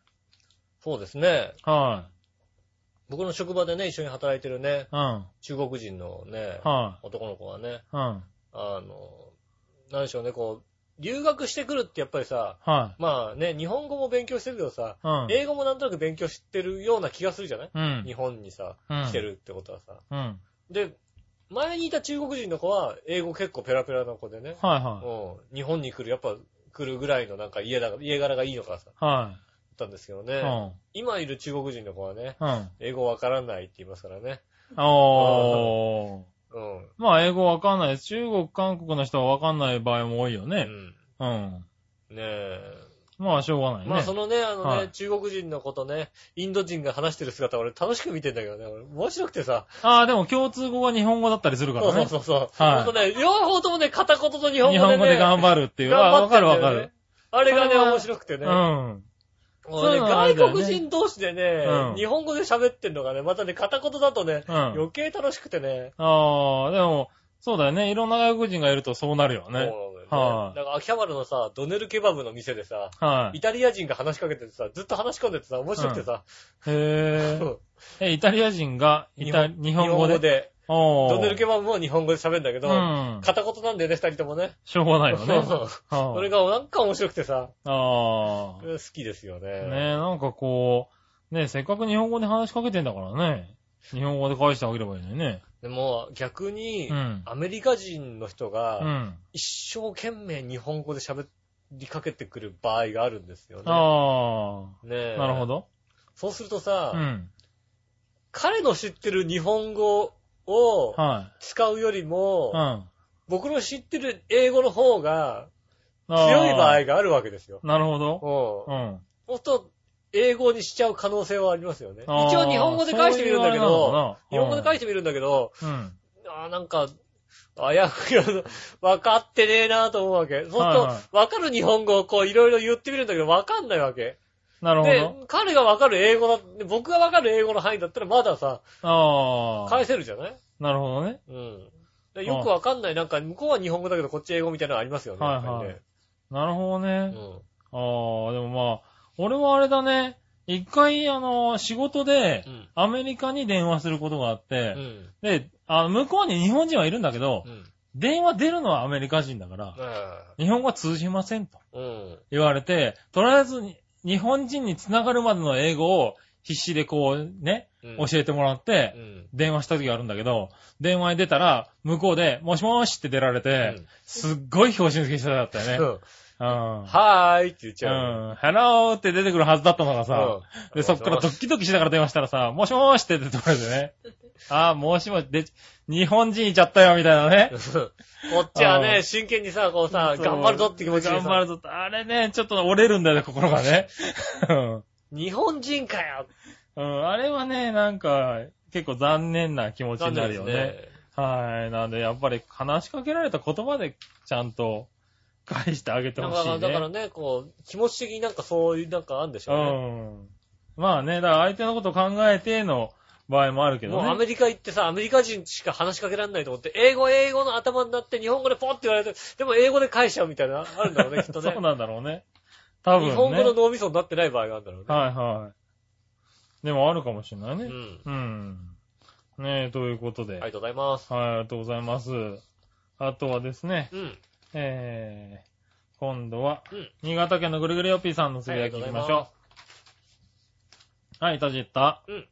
[SPEAKER 2] そうですね。
[SPEAKER 3] い。は
[SPEAKER 2] 僕の職場でね、一緒に働いてるね、
[SPEAKER 3] い。うん。
[SPEAKER 2] 中国人のね、
[SPEAKER 3] は
[SPEAKER 2] 男の子がね、
[SPEAKER 3] い。うん。
[SPEAKER 2] あの、なんでしょうね、こう、留学してくるってやっぱりさ、
[SPEAKER 3] は
[SPEAKER 2] まあね、日本語も勉強してるけどさ、
[SPEAKER 3] い。うん。
[SPEAKER 2] 英語もなんとなく勉強してるような気がするじゃない
[SPEAKER 3] うん。
[SPEAKER 2] 日本にさ、
[SPEAKER 3] うん
[SPEAKER 2] 来てるってことはさ。
[SPEAKER 3] うん。はい
[SPEAKER 2] で、前にいた中国人の子は、英語結構ペラペラの子でね、
[SPEAKER 3] は
[SPEAKER 2] うん、日本に来る、やっぱ来るぐらいのなんか家だ家柄がいいのかさ、だっ
[SPEAKER 3] い。は
[SPEAKER 2] たんですけど
[SPEAKER 3] い。う
[SPEAKER 2] ね、
[SPEAKER 3] ん。
[SPEAKER 2] 今いる中国人の子はね、
[SPEAKER 3] うん。
[SPEAKER 2] 英語わからないって言いますからね。
[SPEAKER 3] おー。
[SPEAKER 2] うん。
[SPEAKER 3] まあ、英語わかんないです。中国、韓国の人はわかんない場合も多いよ
[SPEAKER 2] う
[SPEAKER 3] ね。
[SPEAKER 2] ん。
[SPEAKER 3] うん。
[SPEAKER 2] ねえ。
[SPEAKER 3] まあ、しょうがないね。
[SPEAKER 2] まあそのね、あのね、
[SPEAKER 3] はい
[SPEAKER 2] 中国人のことね、インド人が話してる姿俺楽しく見てんだけどね、俺面白くてさ。
[SPEAKER 3] ああ、でも共通語が日本語だったりするから
[SPEAKER 2] そ
[SPEAKER 3] ね。
[SPEAKER 2] うそうそうそう。
[SPEAKER 3] はい
[SPEAKER 2] ほんとね、両方ともね、片言と日本語でね。
[SPEAKER 3] 日本語で頑張るっていう。ああ、
[SPEAKER 2] 頑張
[SPEAKER 3] わか
[SPEAKER 2] ってんだ
[SPEAKER 3] る
[SPEAKER 2] よ
[SPEAKER 3] わ
[SPEAKER 2] ね
[SPEAKER 3] かる。
[SPEAKER 2] あれがね、
[SPEAKER 3] それは
[SPEAKER 2] 面白くて
[SPEAKER 3] う
[SPEAKER 2] ね。
[SPEAKER 3] ん。
[SPEAKER 2] もうね
[SPEAKER 3] そういうのあれだよ
[SPEAKER 2] 外
[SPEAKER 3] ね
[SPEAKER 2] 国人同士でね、
[SPEAKER 3] うん
[SPEAKER 2] 日本語で喋ってんのがね、またね、片言だとね、
[SPEAKER 3] うん
[SPEAKER 2] 余計楽しくてね。
[SPEAKER 3] ああ、でも、そうだよね。いろんな外国人がいるとそうなるよ
[SPEAKER 2] そうなん
[SPEAKER 3] ね。
[SPEAKER 2] だよ
[SPEAKER 3] は
[SPEAKER 2] ね。
[SPEAKER 3] い
[SPEAKER 2] なんか秋葉原のさ、ドネルケバブの店でさ、
[SPEAKER 3] はい。
[SPEAKER 2] イタリア人が話しかけててさ、ずっと話し込んでてさ、面白くてさ、
[SPEAKER 3] へえ。え、イタリア人が、イタ、日本語
[SPEAKER 2] 日
[SPEAKER 3] で。
[SPEAKER 2] で
[SPEAKER 3] おー
[SPEAKER 2] ドネルケバブも日本語で喋るんだけ
[SPEAKER 3] う
[SPEAKER 2] ど、
[SPEAKER 3] ん。
[SPEAKER 2] 片言なんだよね、二人ともね。
[SPEAKER 3] しょうがないよね。
[SPEAKER 2] そう
[SPEAKER 3] は
[SPEAKER 2] それ
[SPEAKER 3] い
[SPEAKER 2] がなんか面白くてさ、
[SPEAKER 3] ああ。
[SPEAKER 2] 好きですよね。
[SPEAKER 3] ねえ、なんかこう、ねえ、せっかく日本語で話しかけてんだからね。日本語で返してあげればいいのにね。
[SPEAKER 2] でも逆に、
[SPEAKER 3] うん
[SPEAKER 2] アメリカ人の人
[SPEAKER 3] う
[SPEAKER 2] が
[SPEAKER 3] ん。
[SPEAKER 2] 一生懸命日本語で喋りかけてくる場合があるんですよね。
[SPEAKER 3] あ
[SPEAKER 2] ね
[SPEAKER 3] あ、
[SPEAKER 2] え
[SPEAKER 3] なるほ。ど。
[SPEAKER 2] そうするとさ、
[SPEAKER 3] うん。
[SPEAKER 2] 彼の知ってる日本語を
[SPEAKER 3] は
[SPEAKER 2] 使うより
[SPEAKER 3] い。
[SPEAKER 2] も、
[SPEAKER 3] うん。あ
[SPEAKER 2] 僕の知ってる英語の方が
[SPEAKER 3] ー
[SPEAKER 2] 強い場合があるわけですよ。
[SPEAKER 3] なるほど。
[SPEAKER 2] う。
[SPEAKER 3] うんん。
[SPEAKER 2] もっと英語にしちゃう可能性はありますよね。一
[SPEAKER 3] あー
[SPEAKER 2] 応日本語で返してみるんだけど、
[SPEAKER 3] そう
[SPEAKER 2] 日
[SPEAKER 3] いうあれなのかな
[SPEAKER 2] 本語で返してみるんだけど、
[SPEAKER 3] うん。
[SPEAKER 2] あーなんか、あやふやな、わかってねえなと思うわけ。ほんと、
[SPEAKER 3] はい
[SPEAKER 2] わ
[SPEAKER 3] は、
[SPEAKER 2] かる日本語をこういろいろ言ってみるんだけど、わかんないわけ。
[SPEAKER 3] なるほ
[SPEAKER 2] で
[SPEAKER 3] ど。、
[SPEAKER 2] 彼がわかる英語だ、で僕がわかる英語の範囲だったらまださ、
[SPEAKER 3] ああ。
[SPEAKER 2] 返せるじゃない
[SPEAKER 3] なるほどね。
[SPEAKER 2] うん。でよくわかんない、なんか向こうは日本語だけどこっち英語みたいなのありますよね。
[SPEAKER 3] はいはい
[SPEAKER 2] やっ
[SPEAKER 3] なるほど
[SPEAKER 2] ぱ
[SPEAKER 3] ね
[SPEAKER 2] りね。。うん。
[SPEAKER 3] ああ、でもまあ、俺はあれだね。一回、あの、仕事で
[SPEAKER 2] う、ん。
[SPEAKER 3] アメリカに電話することがあって、
[SPEAKER 2] うん。
[SPEAKER 3] で、あの、向こうに日本人はいるんだけど、
[SPEAKER 2] うん。
[SPEAKER 3] 電話出るのはアメリカ人だから、日本語は通じませんと
[SPEAKER 2] うん。
[SPEAKER 3] 言われて、とりあえずに日本人に繋がるまでの英語を必死でこうね、
[SPEAKER 2] うん。
[SPEAKER 3] 教えてもらって、
[SPEAKER 2] うん。
[SPEAKER 3] 電話した時があるんだけど、電話に出たら、向こうで、もしもーしって出られて、
[SPEAKER 2] うん
[SPEAKER 3] すっごい表紙の付け下だったよ
[SPEAKER 2] う
[SPEAKER 3] ね。
[SPEAKER 2] ん
[SPEAKER 3] うん。
[SPEAKER 2] はーいって言っち
[SPEAKER 3] う
[SPEAKER 2] ゃう。
[SPEAKER 3] ん。ハローって出てくるはずだったのが
[SPEAKER 2] う
[SPEAKER 3] さ
[SPEAKER 2] ん、
[SPEAKER 3] で、そっからドッキドキしながら電話したらさ、もしもーしって出てこられて ね。ああ、もしもし、で、日本人いちゃったよ、みたいなね。
[SPEAKER 2] こっちは
[SPEAKER 3] う
[SPEAKER 2] ね、
[SPEAKER 3] ん
[SPEAKER 2] 真剣にさ、こうさ、
[SPEAKER 3] そう
[SPEAKER 2] 頑張るぞって気持ちで
[SPEAKER 3] 頑張
[SPEAKER 2] さ
[SPEAKER 3] る、ぞって。あれね、ちょっと折れるんだよね、心が ね。うん
[SPEAKER 2] 日本人かよ
[SPEAKER 3] うん。あれはね、なんか、結構残念な気持ちになるよね。はい。なんで、やっぱり話しかけられた言葉で、ちゃんと返してあげて
[SPEAKER 2] だ
[SPEAKER 3] ほ
[SPEAKER 2] か
[SPEAKER 3] しい、
[SPEAKER 2] ら、
[SPEAKER 3] ね。
[SPEAKER 2] だからね、こう、気持ち的になんかそういう、なんかあるんでしょうね。
[SPEAKER 3] うん。まあね、だから相手のことを考えての場合もあるけど
[SPEAKER 2] もうア
[SPEAKER 3] ね。
[SPEAKER 2] メリカ行ってさ、アメリカ人しか話しかけられないと思って、英語、英語の頭になって、日本語でポッて言われて、でも英語で返しちゃうみたいな、あ るんだろうね、きっとね。
[SPEAKER 3] そうなんだろうね。多分ね。
[SPEAKER 2] 日本語の脳みそになってない場合があるんだろうね。
[SPEAKER 3] はいはい。でもあるかもしれないね。
[SPEAKER 2] うん。
[SPEAKER 3] うん。ねえ、ということ
[SPEAKER 2] あ
[SPEAKER 3] で。
[SPEAKER 2] りがとうございます。
[SPEAKER 3] はい、ありがとうございます。あとはですね、
[SPEAKER 2] うん。
[SPEAKER 3] えー、今度は、
[SPEAKER 2] うん
[SPEAKER 3] 新潟県のぐるぐるよっぴーさんのつぶやきいきましょう。はい、とじった。
[SPEAKER 2] うん。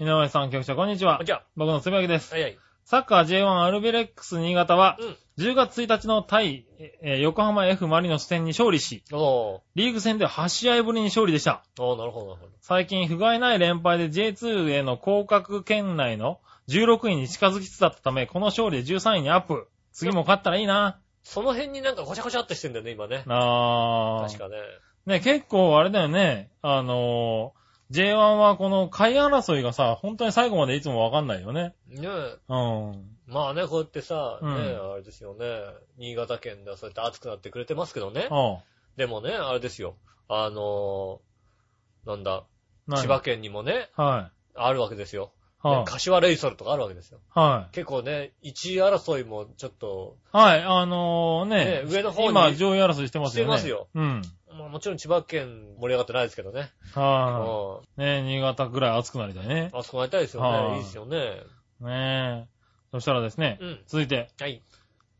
[SPEAKER 3] 井上さん、局長、こんにちは
[SPEAKER 2] あ、。じゃ
[SPEAKER 3] 僕のつぶやきです。
[SPEAKER 2] あ、はいはい。
[SPEAKER 3] サッカー J1 アルビレックス新潟は、
[SPEAKER 2] うん。
[SPEAKER 3] 10月1日の対、えー横浜 F マリノス戦に勝利し、
[SPEAKER 2] おー。
[SPEAKER 3] リーグ戦では8試合ぶりに勝利でした。
[SPEAKER 2] おー、なるほど、なるほど。
[SPEAKER 3] 最近、不甲斐ない連敗で J2 への降格圏内の16位に近づきつつだったため、この勝利で13位にアップ。次も勝ったらいいな。
[SPEAKER 2] その辺になんかごちゃごちゃっとしてんだよね、今ね。
[SPEAKER 3] あ
[SPEAKER 2] 確
[SPEAKER 3] ー。
[SPEAKER 2] かね。
[SPEAKER 3] ね、結構あれだよね。あのー J1 はこの下位争いがさ、本当に最後までいつもわかんないよね。
[SPEAKER 2] ねえ。
[SPEAKER 3] うん。
[SPEAKER 2] まあね、こうやってさ、ね
[SPEAKER 3] うん
[SPEAKER 2] え、あれですよね。新潟県ではそうやって暑くなってくれてますけどね。
[SPEAKER 3] あ
[SPEAKER 2] でもね、あれですよ。あのー、なんだ、
[SPEAKER 3] あ。
[SPEAKER 2] 千葉県にもね、
[SPEAKER 3] 県。はい。
[SPEAKER 2] あるわけですよ。ね
[SPEAKER 3] は
[SPEAKER 2] 柏レイソルとかあるわけですよ。
[SPEAKER 3] い。はい。
[SPEAKER 2] 結構ね、1位争いもちょっと、
[SPEAKER 3] はい、あのーね
[SPEAKER 2] ね、上の方に
[SPEAKER 3] 今、上位争いしてますよね。
[SPEAKER 2] してますよ。
[SPEAKER 3] うん。
[SPEAKER 2] まあもちろん千葉県盛り上がってないですけどね。
[SPEAKER 3] は
[SPEAKER 2] あ
[SPEAKER 3] い。ね新潟ぐらい暑くなりたいね。
[SPEAKER 2] あそこなりたいですよ
[SPEAKER 3] は
[SPEAKER 2] ね。
[SPEAKER 3] い
[SPEAKER 2] いいですよね。
[SPEAKER 3] ねえ。そしたらですね、
[SPEAKER 2] うん。
[SPEAKER 3] 続いて、
[SPEAKER 2] はい。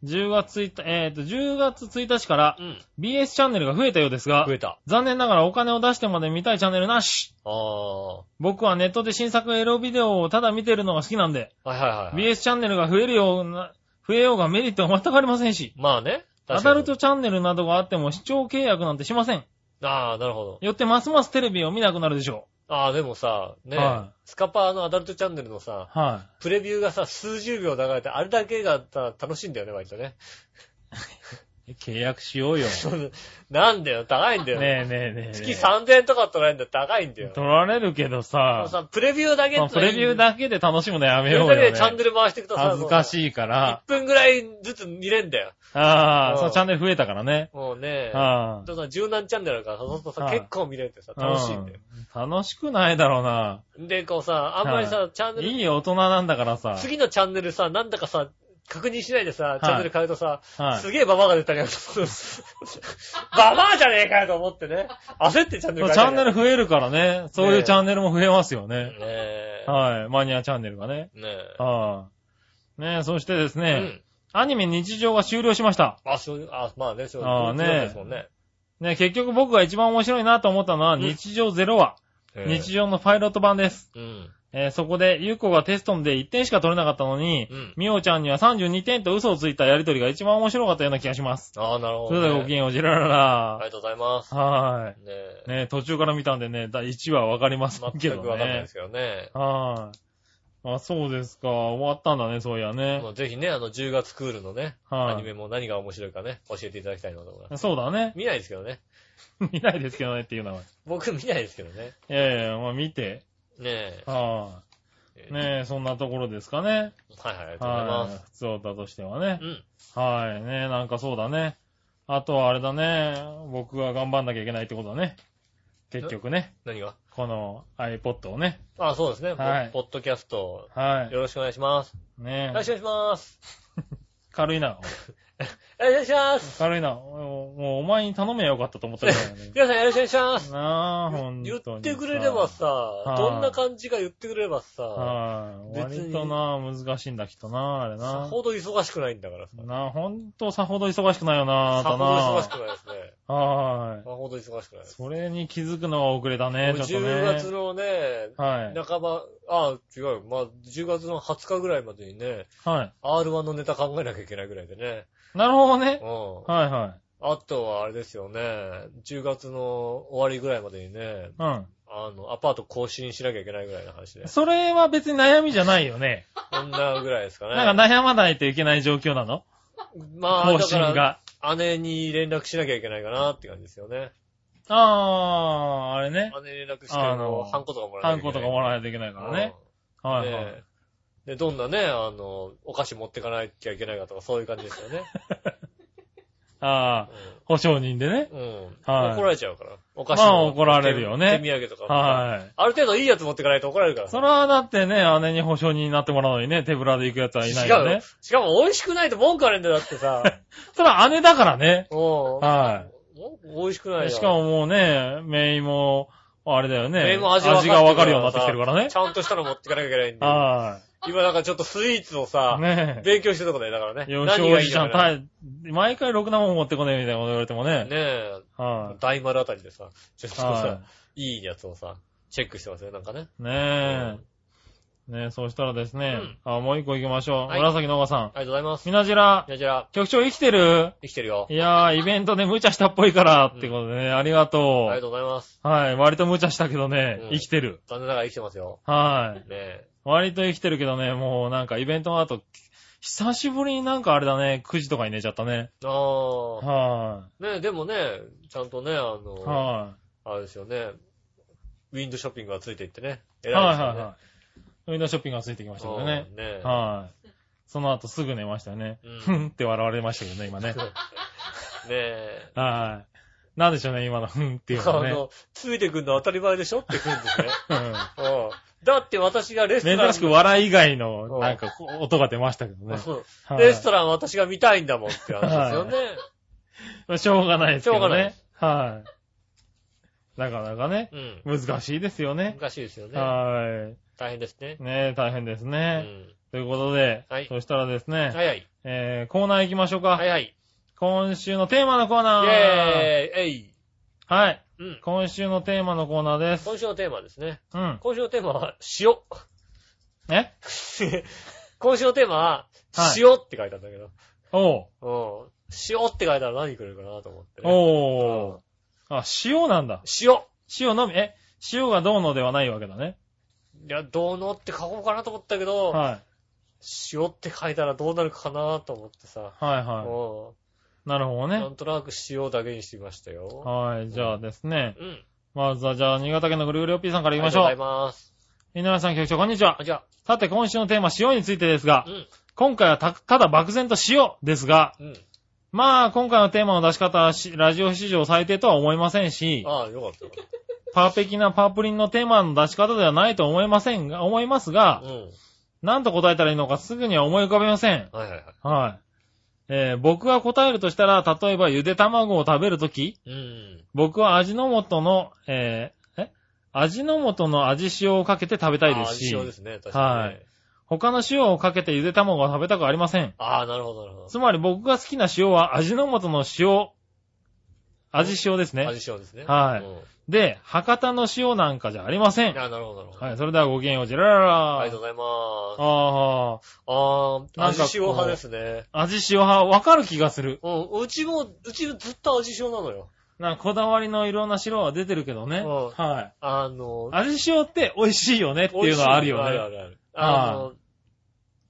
[SPEAKER 3] 10月1日、えっ、と、10月1日から
[SPEAKER 2] うん。
[SPEAKER 3] BS チャンネルが増えたようですが
[SPEAKER 2] 増、えた。
[SPEAKER 3] 残念ながらお金を出してまで見たいチャンネルなし。
[SPEAKER 2] ああ。は
[SPEAKER 3] 僕はネットで新作エロビデオをただ見てるのが好きなんで、
[SPEAKER 2] いはいはいはい。
[SPEAKER 3] BS チャンネルが増えるような、増えようがメリットは全くありませんし、
[SPEAKER 2] まあね。
[SPEAKER 3] ア
[SPEAKER 2] 確
[SPEAKER 3] ダ
[SPEAKER 2] かに
[SPEAKER 3] ルトチャンネルなどがあっても視聴契約なんてしません。
[SPEAKER 2] ああ、なるほど。
[SPEAKER 3] よってますますテレビを見なくなるでしょ
[SPEAKER 2] ああ、でもさ、ね、
[SPEAKER 3] は
[SPEAKER 2] スカパーのアダルトチャンネルの
[SPEAKER 3] う。
[SPEAKER 2] さ、
[SPEAKER 3] はい。
[SPEAKER 2] プレビューがさ、数十秒流れて、あれだけがさ、楽しいんだよね、割とね。
[SPEAKER 3] 契約しようよ。ね
[SPEAKER 2] なんだよ、高いんだ
[SPEAKER 3] え
[SPEAKER 2] よ。
[SPEAKER 3] ねえねえねえ。
[SPEAKER 2] 月3000円とか取られるんだよ、高いんだよ。
[SPEAKER 3] 取られるけど
[SPEAKER 2] もう
[SPEAKER 3] さ、
[SPEAKER 2] さ、プレビューだけ
[SPEAKER 3] まあプレビュー
[SPEAKER 2] け。
[SPEAKER 3] だけで楽しむのや
[SPEAKER 2] プ
[SPEAKER 3] め
[SPEAKER 2] レビ
[SPEAKER 3] よ
[SPEAKER 2] ュー
[SPEAKER 3] う
[SPEAKER 2] だ
[SPEAKER 3] よ、
[SPEAKER 2] けで
[SPEAKER 3] ね。
[SPEAKER 2] チャンネル回していくとさ、
[SPEAKER 3] 恥ずか
[SPEAKER 2] い。
[SPEAKER 3] しいか
[SPEAKER 2] 1
[SPEAKER 3] ら。
[SPEAKER 2] 分ぐらいずつ見れんだよ。
[SPEAKER 3] あ
[SPEAKER 2] うん
[SPEAKER 3] あ、そう、チャンネル増えたからね。
[SPEAKER 2] もうね。
[SPEAKER 3] あ
[SPEAKER 2] とさ、柔軟チャンネルだから、そうするとさ、
[SPEAKER 3] はい
[SPEAKER 2] 結構見れてさ、
[SPEAKER 3] あ。
[SPEAKER 2] 楽しいんだよ。
[SPEAKER 3] うん楽しくないだろうな。
[SPEAKER 2] で、こうさ、あんまりさ、チャンネル
[SPEAKER 3] いい大人なんだからさ。
[SPEAKER 2] 次のチャンネルさ、なんだかさ、確認しないでさ、チャンネル変えるとさ、
[SPEAKER 3] はい
[SPEAKER 2] すげえババアが出たりやる。 ババアじゃねえかよと思ってね。焦ってチャンネ
[SPEAKER 3] そ
[SPEAKER 2] ル
[SPEAKER 3] う
[SPEAKER 2] 変え
[SPEAKER 3] チャンネ
[SPEAKER 2] た
[SPEAKER 3] ル
[SPEAKER 2] り
[SPEAKER 3] 増えるからね。そういうチャンネルも増えますよ
[SPEAKER 2] やる
[SPEAKER 3] ね。
[SPEAKER 2] ねえ。
[SPEAKER 3] はい。マニアチャンネルがね。
[SPEAKER 2] ね
[SPEAKER 3] はい。ねえ、そしてです
[SPEAKER 2] え。う
[SPEAKER 3] ね、
[SPEAKER 2] ん。
[SPEAKER 3] アニメ日常が終了しました。
[SPEAKER 2] あ、そう、あ、まあね、そう
[SPEAKER 3] あーね
[SPEAKER 2] そうですもんね。
[SPEAKER 3] ね、結局僕が一番面白いなと思ったのは、
[SPEAKER 2] ん
[SPEAKER 3] 日常0話、
[SPEAKER 2] ええ
[SPEAKER 3] 日常のパイロット版です。
[SPEAKER 2] うん。
[SPEAKER 3] えーそこで、ゆうこがテストで1点しか取れなかったのに
[SPEAKER 2] うん、
[SPEAKER 3] みおちゃんには32点と嘘をついたやりとりが一番面白かったような気がします。
[SPEAKER 2] ああ、なるほ
[SPEAKER 3] そ
[SPEAKER 2] ど
[SPEAKER 3] れ
[SPEAKER 2] ね、
[SPEAKER 3] ではごきげんよう、じらら
[SPEAKER 2] あり
[SPEAKER 3] ら
[SPEAKER 2] がとうございます。
[SPEAKER 3] ら。は
[SPEAKER 2] ねえ
[SPEAKER 3] ー。い。ね、途中から見たんでね、第1話わかりますけ
[SPEAKER 2] 全
[SPEAKER 3] ど
[SPEAKER 2] くわかんないで
[SPEAKER 3] ね。
[SPEAKER 2] すけどね。
[SPEAKER 3] はーい。あ、そうですか。終わったんだね、そういやね
[SPEAKER 2] も。うぜひね、あの、10月クールのね、
[SPEAKER 3] は
[SPEAKER 2] ア
[SPEAKER 3] い
[SPEAKER 2] ニメも何が面白いかね、教えていただきたいなと思います。
[SPEAKER 3] そうだね。
[SPEAKER 2] 見ないですけどね。
[SPEAKER 3] 見ないですけどねっていうのは。い
[SPEAKER 2] 僕見ないですけどね。
[SPEAKER 3] やいや、まあ見て。
[SPEAKER 2] ね
[SPEAKER 3] は
[SPEAKER 2] え。
[SPEAKER 3] い。ねえ、そんなところですかね。
[SPEAKER 2] はいはい、ありがとうございま
[SPEAKER 3] は
[SPEAKER 2] す。
[SPEAKER 3] い。普通歌としてはね
[SPEAKER 2] う。ん。
[SPEAKER 3] はい。ねなんかそうだね。あとはあれだね。僕が頑張んなきゃいけないってことだね。結局ね、
[SPEAKER 2] 何が
[SPEAKER 3] この iPod をね。
[SPEAKER 2] あ、そうですね。
[SPEAKER 3] はい
[SPEAKER 2] ポポッドキャスト、
[SPEAKER 3] は
[SPEAKER 2] よろしくお願いします。
[SPEAKER 3] い。ね
[SPEAKER 2] よろ
[SPEAKER 3] え。
[SPEAKER 2] しくお願いします。
[SPEAKER 3] 軽いな。
[SPEAKER 2] よろしくお願いします。
[SPEAKER 3] 軽いな。もうもうお前に頼めばよかったと思ったけど ね
[SPEAKER 2] 皆さんよろしくお願いします。
[SPEAKER 3] なあ、ほんと
[SPEAKER 2] 言
[SPEAKER 3] に
[SPEAKER 2] っ
[SPEAKER 3] さ。
[SPEAKER 2] てくれればさ、
[SPEAKER 3] い
[SPEAKER 2] どんな感じか言ってくれればさ、
[SPEAKER 3] はい。
[SPEAKER 2] 別に
[SPEAKER 3] 割とな、難しいんだ、きっとな、あれ
[SPEAKER 2] さ
[SPEAKER 3] な。
[SPEAKER 2] ほど忙しくないんだからさ。
[SPEAKER 3] なあ、ほんとさほど忙しくないよな、あ
[SPEAKER 2] さ
[SPEAKER 3] な
[SPEAKER 2] ほ
[SPEAKER 3] た
[SPEAKER 2] ど
[SPEAKER 3] な。
[SPEAKER 2] 忙しくないですね。
[SPEAKER 3] は
[SPEAKER 2] さ
[SPEAKER 3] い。
[SPEAKER 2] ほど忙しくないです。
[SPEAKER 3] それに気づくのは遅れたね、ちょっとね。
[SPEAKER 2] 10月のね、
[SPEAKER 3] はい。
[SPEAKER 2] 半ば、あ、違うよ。まあ、10月の20日ぐらいまでにね、
[SPEAKER 3] は
[SPEAKER 2] R1 のネタ考えなきゃいけないぐらいでね。
[SPEAKER 3] い。なるほどね
[SPEAKER 2] う。ん。
[SPEAKER 3] はいは
[SPEAKER 2] あとはあれですよね、10月の終わりぐらいまでにね、
[SPEAKER 3] い。
[SPEAKER 2] あの、アパート更新しなきゃいけないぐらいの話で
[SPEAKER 3] うん。。それは別に悩みじゃないよね。
[SPEAKER 2] こんなぐらいですかね。
[SPEAKER 3] なんか悩まないといけない状況なの
[SPEAKER 2] まあ、
[SPEAKER 3] 方
[SPEAKER 2] だか
[SPEAKER 3] 針
[SPEAKER 2] ら、
[SPEAKER 3] が。
[SPEAKER 2] 姉に連絡しなきゃいけないかなって感じですよね。
[SPEAKER 3] あー、あれね。
[SPEAKER 2] 姉に連絡して、
[SPEAKER 3] あ
[SPEAKER 2] も
[SPEAKER 3] の
[SPEAKER 2] う、ハンコとかもら
[SPEAKER 3] ハ
[SPEAKER 2] え
[SPEAKER 3] ンコとかも
[SPEAKER 2] え
[SPEAKER 3] らわないといけないからね。。
[SPEAKER 2] うん
[SPEAKER 3] はいは
[SPEAKER 2] ね
[SPEAKER 3] い。
[SPEAKER 2] で、どんなね、あの、お菓子持ってかなきゃいけないかとか、そういう感じですよね。
[SPEAKER 3] あー、保証人でね。
[SPEAKER 2] うん。
[SPEAKER 3] はい
[SPEAKER 2] 怒られちゃうから。お菓子
[SPEAKER 3] まあ
[SPEAKER 2] も
[SPEAKER 3] 怒られるよ
[SPEAKER 2] 手
[SPEAKER 3] ね
[SPEAKER 2] 手土産とかも。
[SPEAKER 3] はい。
[SPEAKER 2] ある程度いいやつ持ってかないと怒られるから。
[SPEAKER 3] それはだってね、姉に保証人になってもらうのにね、手ぶらで行くやつはいないよ
[SPEAKER 2] 違うよ
[SPEAKER 3] ね。
[SPEAKER 2] しかも美味しくないと文句あるんだよ、だって さ。
[SPEAKER 3] それは姉だからね。
[SPEAKER 2] うん。
[SPEAKER 3] は
[SPEAKER 2] 美味しくない
[SPEAKER 3] い。
[SPEAKER 2] よ
[SPEAKER 3] しかももうね、メイも、あれだよね。
[SPEAKER 2] メイも味が分かってる
[SPEAKER 3] がわかるようになってきてるからね
[SPEAKER 2] ち。ゃんとしたの持ってかなきゃいけないんで。
[SPEAKER 3] は
[SPEAKER 2] 今なんかちょっとスイーツをさ
[SPEAKER 3] い。、ね
[SPEAKER 2] 勉強してるとこね、だからね。
[SPEAKER 3] え。よし、
[SPEAKER 2] 何
[SPEAKER 3] お
[SPEAKER 2] がい
[SPEAKER 3] じ
[SPEAKER 2] い
[SPEAKER 3] ちゃ
[SPEAKER 2] の
[SPEAKER 3] ん、
[SPEAKER 2] か
[SPEAKER 3] たい毎回ろくなもん持ってこねえみたいなこと言われても
[SPEAKER 2] な
[SPEAKER 3] ね。
[SPEAKER 2] ねえ、
[SPEAKER 3] は
[SPEAKER 2] 大丸あたりでさ、ちょっ
[SPEAKER 3] い。
[SPEAKER 2] と
[SPEAKER 3] は
[SPEAKER 2] さ、いいやつをさ、チェックしてますよ、なんかね。
[SPEAKER 3] い。ねえ。ねえ、そうしたらですね
[SPEAKER 2] うん。
[SPEAKER 3] あ、もう一個行きましょう。
[SPEAKER 2] はい
[SPEAKER 3] 紫のおばさ
[SPEAKER 2] あ
[SPEAKER 3] ん。
[SPEAKER 2] りがとうございます。
[SPEAKER 3] みなじら、
[SPEAKER 2] じゃあじゃあ、
[SPEAKER 3] 局長生きてる
[SPEAKER 2] 生きてるよ。
[SPEAKER 3] いやー、イベントで無茶したっぽいから、ってことでね、ありが
[SPEAKER 2] あり
[SPEAKER 3] と
[SPEAKER 2] がとうございます。
[SPEAKER 3] う。はい、割と無茶したけど
[SPEAKER 2] う
[SPEAKER 3] ね
[SPEAKER 2] ん、
[SPEAKER 3] 生きてる。
[SPEAKER 2] 残念ながら生きてますよ。
[SPEAKER 3] はい。
[SPEAKER 2] ねえ。
[SPEAKER 3] 割と生きてるけどね、もうなんかイベントの後、久しぶりになんかあれだね、9時とかに寝ちゃったね。
[SPEAKER 2] ああ。
[SPEAKER 3] は
[SPEAKER 2] ねえ、でもね、ちゃんとね、あ
[SPEAKER 3] い。
[SPEAKER 2] の、
[SPEAKER 3] は
[SPEAKER 2] あれですよね、ウィンドショッピングがついていってね。
[SPEAKER 3] い。
[SPEAKER 2] 偉いで
[SPEAKER 3] はい
[SPEAKER 2] すよね。
[SPEAKER 3] はいはい。ウィンドウショッピングがついてきましたけどね
[SPEAKER 2] う。んねえ。
[SPEAKER 3] はい。その後すぐ寝ましたよね
[SPEAKER 2] うん。
[SPEAKER 3] ふんって笑われましたけどね、今ね。
[SPEAKER 2] ねえ。
[SPEAKER 3] はい。なんでしょうね、今のふん っていうの
[SPEAKER 2] あ
[SPEAKER 3] はね。
[SPEAKER 2] の、ついてくんの当たり前でしょってくるん ですね。
[SPEAKER 3] うん
[SPEAKER 2] うんだって私がレストラン。
[SPEAKER 3] 珍しく笑い以外の、なんかこう音が出ましたけどね。
[SPEAKER 2] そう
[SPEAKER 3] はい
[SPEAKER 2] レストラン私が見たいんだもんって話ですよね。
[SPEAKER 3] しょうがないですけ
[SPEAKER 2] しょうが
[SPEAKER 3] ど
[SPEAKER 2] ないで
[SPEAKER 3] ね。はい。なかなかね、
[SPEAKER 2] うん。
[SPEAKER 3] 難しいですよね。
[SPEAKER 2] 難しいですよね。
[SPEAKER 3] はい。
[SPEAKER 2] 大変ですね。
[SPEAKER 3] ねえ、大変です
[SPEAKER 2] う
[SPEAKER 3] ね。
[SPEAKER 2] ん。
[SPEAKER 3] ということで、
[SPEAKER 2] はい
[SPEAKER 3] そしたらですね、
[SPEAKER 2] はいはい。
[SPEAKER 3] えー、コーナー行きましょうか。
[SPEAKER 2] はいはい。
[SPEAKER 3] 今週のテーマのコーナ
[SPEAKER 2] イェー
[SPEAKER 3] ー
[SPEAKER 2] イえい
[SPEAKER 3] はい。
[SPEAKER 2] うん。
[SPEAKER 3] 今週のテーマのコーナーです。
[SPEAKER 2] 今週のテーマですね。
[SPEAKER 3] うん。
[SPEAKER 2] 今週のテーマは、塩。
[SPEAKER 3] え
[SPEAKER 2] 今週のテーマは
[SPEAKER 3] は、い
[SPEAKER 2] 塩って書いたんだけど。
[SPEAKER 3] お
[SPEAKER 2] う
[SPEAKER 3] う。
[SPEAKER 2] ん。塩って書いたら何くれるかなと思ってね。
[SPEAKER 3] おう。あ、塩なんだ。
[SPEAKER 2] 塩
[SPEAKER 3] 塩のみ、え、塩がどうのではないわけだね。
[SPEAKER 2] いや、どうのって書こうかなと思ったけど、
[SPEAKER 3] は
[SPEAKER 2] 塩って書いたらどうなるかなと思ってさ。
[SPEAKER 3] い。はい
[SPEAKER 2] うん
[SPEAKER 3] は。い。なるほど
[SPEAKER 2] な
[SPEAKER 3] ね。
[SPEAKER 2] んとなく塩だけにしてみましたよ。
[SPEAKER 3] はい。じゃあですね。
[SPEAKER 2] うん。
[SPEAKER 3] まずは、じゃあ、新潟県のぐるぐるおっぴーさんから行きまし
[SPEAKER 2] ありが
[SPEAKER 3] ょ
[SPEAKER 2] とう
[SPEAKER 3] う。
[SPEAKER 2] ございます。
[SPEAKER 3] 井上さん、局長、こんにちは
[SPEAKER 2] あ、。じゃ
[SPEAKER 3] さて、今週のテーマ、塩についてですが
[SPEAKER 2] あ、う、ん。
[SPEAKER 3] 今回はた、ただ漠然と塩ですが、
[SPEAKER 2] うん。
[SPEAKER 3] まあ、今回のテーマの出し方はし、ラジオ史上最低とは思いませんし、
[SPEAKER 2] ああ、よかったよかっ
[SPEAKER 3] パーペキなパープリンのテーマの出し方ではないと思いませんが、思いますが
[SPEAKER 2] た。う、ん。
[SPEAKER 3] なんと答えたらいいのかすぐには思い浮かべません。
[SPEAKER 2] はいはいはい。
[SPEAKER 3] はい。えー僕が答えるとしたら、例えばゆで卵を食べるとき、
[SPEAKER 2] うん。
[SPEAKER 3] 僕は味の素の、えーえ味の素の味塩をかけて食べたいですし
[SPEAKER 2] ああ、塩ですね、確かにね。
[SPEAKER 3] はい他の塩をかけてゆで卵は食べたくありません。
[SPEAKER 2] ああ、なるほど、なるほ
[SPEAKER 3] つまり僕が好きな塩は味の素の塩、味塩です
[SPEAKER 2] ど。
[SPEAKER 3] ね。
[SPEAKER 2] 味塩ですね。
[SPEAKER 3] はい
[SPEAKER 2] い。
[SPEAKER 3] で、博多の塩なんかじゃありません。
[SPEAKER 2] ああ、なるほど、なるほど。
[SPEAKER 3] はい、それではごきげんよう、ジェラララ。
[SPEAKER 2] ありがとうございます。
[SPEAKER 3] あ
[SPEAKER 2] ああ、
[SPEAKER 3] なんかこう
[SPEAKER 2] 味塩派ですね。
[SPEAKER 3] あ、味塩派、わかる気がする。
[SPEAKER 2] うん、うちも、うちずっと味塩なのよ。
[SPEAKER 3] なんかこだわりのいろんな白は出てるけどね。
[SPEAKER 2] うん
[SPEAKER 3] はい。
[SPEAKER 2] あの、
[SPEAKER 3] 味塩って美味しいよねっていうのはあるよ
[SPEAKER 2] 美味しいあ
[SPEAKER 3] ね。
[SPEAKER 2] るあるある。あの、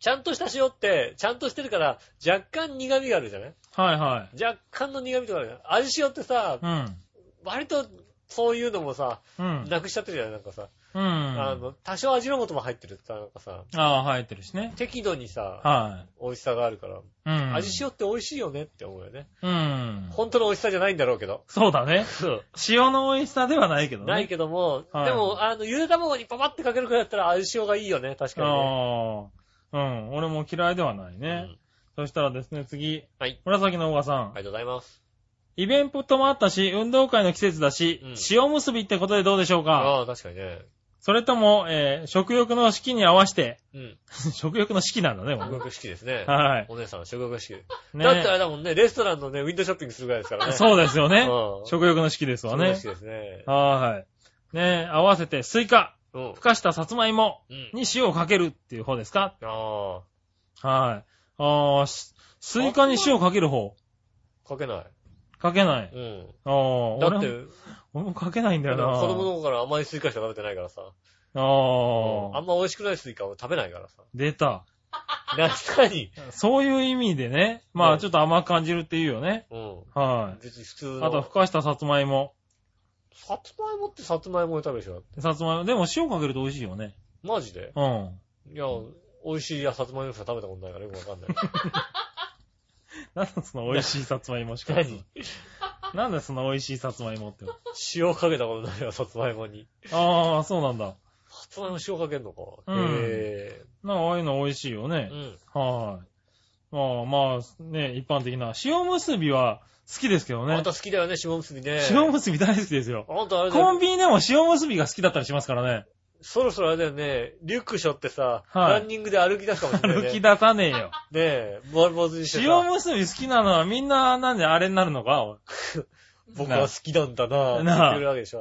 [SPEAKER 2] ちゃんとした塩って、ちゃんとしてるから、若干苦味があるじゃない
[SPEAKER 3] はいはい。
[SPEAKER 2] 若干の苦味とかあるじゃない味塩ってさ、
[SPEAKER 3] うん。
[SPEAKER 2] 割とそういうのもさ、
[SPEAKER 3] うん。
[SPEAKER 2] なくしちゃってるじゃないなんかさ、
[SPEAKER 3] うん。
[SPEAKER 2] あの、多少味の素も入ってるってさ、なんかさ、
[SPEAKER 3] ああ、生えてるしね。
[SPEAKER 2] 適度にさ、
[SPEAKER 3] は
[SPEAKER 2] 美味しさがあるから、
[SPEAKER 3] い。うん。
[SPEAKER 2] 味塩って美味しいよねって思うよね。
[SPEAKER 3] うん。
[SPEAKER 2] 本当の美味しさじゃないんだろうけど。
[SPEAKER 3] そうだね。
[SPEAKER 2] そう
[SPEAKER 3] 塩の美味しさではないけどね。
[SPEAKER 2] ないけども、
[SPEAKER 3] はい
[SPEAKER 2] でも、あの、ゆで卵にパパってかけるくらいだったら味塩がいいよね、確かにね。
[SPEAKER 3] ああ。うん。俺も嫌いではないうね。
[SPEAKER 2] ん
[SPEAKER 3] そしたらですね、次。
[SPEAKER 2] はい。
[SPEAKER 3] 紫のオガ
[SPEAKER 2] あ
[SPEAKER 3] さ
[SPEAKER 2] りが
[SPEAKER 3] ん。
[SPEAKER 2] とうございます。
[SPEAKER 3] イベントもあったし、運動会の季節だし、
[SPEAKER 2] うん
[SPEAKER 3] 塩結びってことでどうでしょうか
[SPEAKER 2] ああ、確かにね。
[SPEAKER 3] それとも、えー食欲の式に合わせて、
[SPEAKER 2] うん。
[SPEAKER 3] 食欲の式なんだね、
[SPEAKER 2] 食
[SPEAKER 3] も
[SPEAKER 2] 欲式ですね
[SPEAKER 3] う。はい。
[SPEAKER 2] お姉さん、食欲式。
[SPEAKER 3] ね
[SPEAKER 2] だってあれだもんね、レストランのね、ウィンドウショッピングするぐらいですからね。
[SPEAKER 3] そうですよね
[SPEAKER 2] う。ん
[SPEAKER 3] 食欲の式ですわ
[SPEAKER 2] 食欲
[SPEAKER 3] ね
[SPEAKER 2] 式。ですね。
[SPEAKER 3] はい。ね合わせて、スイカ、
[SPEAKER 2] うん
[SPEAKER 3] ふ。かしたさつまいも
[SPEAKER 2] うん。
[SPEAKER 3] に塩をかけるっていう方ですか
[SPEAKER 2] あ
[SPEAKER 3] はい。あーしスイカに塩をかける方
[SPEAKER 2] あ、かけない。
[SPEAKER 3] かけない。
[SPEAKER 2] うん。
[SPEAKER 3] ああ、
[SPEAKER 2] だ
[SPEAKER 3] 俺
[SPEAKER 2] って
[SPEAKER 3] も、俺もかけないんだ
[SPEAKER 2] あ
[SPEAKER 3] よな。
[SPEAKER 2] の子供の頃から甘いスイカしか食べてないからさ。
[SPEAKER 3] あ
[SPEAKER 2] あ
[SPEAKER 3] あ、
[SPEAKER 2] んま美味しくないスイカを食べないからさ。
[SPEAKER 3] 出た。
[SPEAKER 2] 確かに。
[SPEAKER 3] そういう意味でね。ま
[SPEAKER 2] う
[SPEAKER 3] あ、
[SPEAKER 2] ん
[SPEAKER 3] ちょっと甘く感じるっていうよね。
[SPEAKER 2] うん。
[SPEAKER 3] は
[SPEAKER 2] 別に普通
[SPEAKER 3] い。
[SPEAKER 2] の。
[SPEAKER 3] あと、ふかしたさつまいも。
[SPEAKER 2] さつまいもってさつまいもで食べるでしょ
[SPEAKER 3] さつまいも。でも塩かけると美味しいよね。
[SPEAKER 2] マジで
[SPEAKER 3] うん。
[SPEAKER 2] いや、美味しいやさつまいもしか食べたことないからよくわか んない。
[SPEAKER 3] なんでその美味しいさつまいもしか。
[SPEAKER 2] 何
[SPEAKER 3] なんでその美味しいさつまいもって。
[SPEAKER 2] 塩かけたことないよ、さつまいもに。
[SPEAKER 3] ああ、そうなんだ。
[SPEAKER 2] さつまいも塩かけんのか。
[SPEAKER 3] うん
[SPEAKER 2] へ
[SPEAKER 3] なんかああいうの美味しい
[SPEAKER 2] ぇー。う
[SPEAKER 3] よね。
[SPEAKER 2] ん。
[SPEAKER 3] はい。まあまあ、ね、一般的な。塩結びは好きですけど
[SPEAKER 2] あ
[SPEAKER 3] ね
[SPEAKER 2] ん。た好きだよね、塩結びね。
[SPEAKER 3] 塩結び大好きですよ。
[SPEAKER 2] あんたあれだ
[SPEAKER 3] コ
[SPEAKER 2] よ
[SPEAKER 3] ン
[SPEAKER 2] ね、
[SPEAKER 3] ビニでも塩結びが好きだったりしますからね。
[SPEAKER 2] そろそろあれだよね、リュック背負ってさ、
[SPEAKER 3] はい
[SPEAKER 2] ランニングで歩き出すかもしれない、ね。
[SPEAKER 3] 歩き
[SPEAKER 2] ね
[SPEAKER 3] 出さねえ よ。
[SPEAKER 2] え、丸坊主にしてさ。
[SPEAKER 3] 塩結び好きなのはみんな、なんであれになるのかおい
[SPEAKER 2] 僕は好きなんだなぁ。
[SPEAKER 3] なあ
[SPEAKER 2] って言うわけでしょ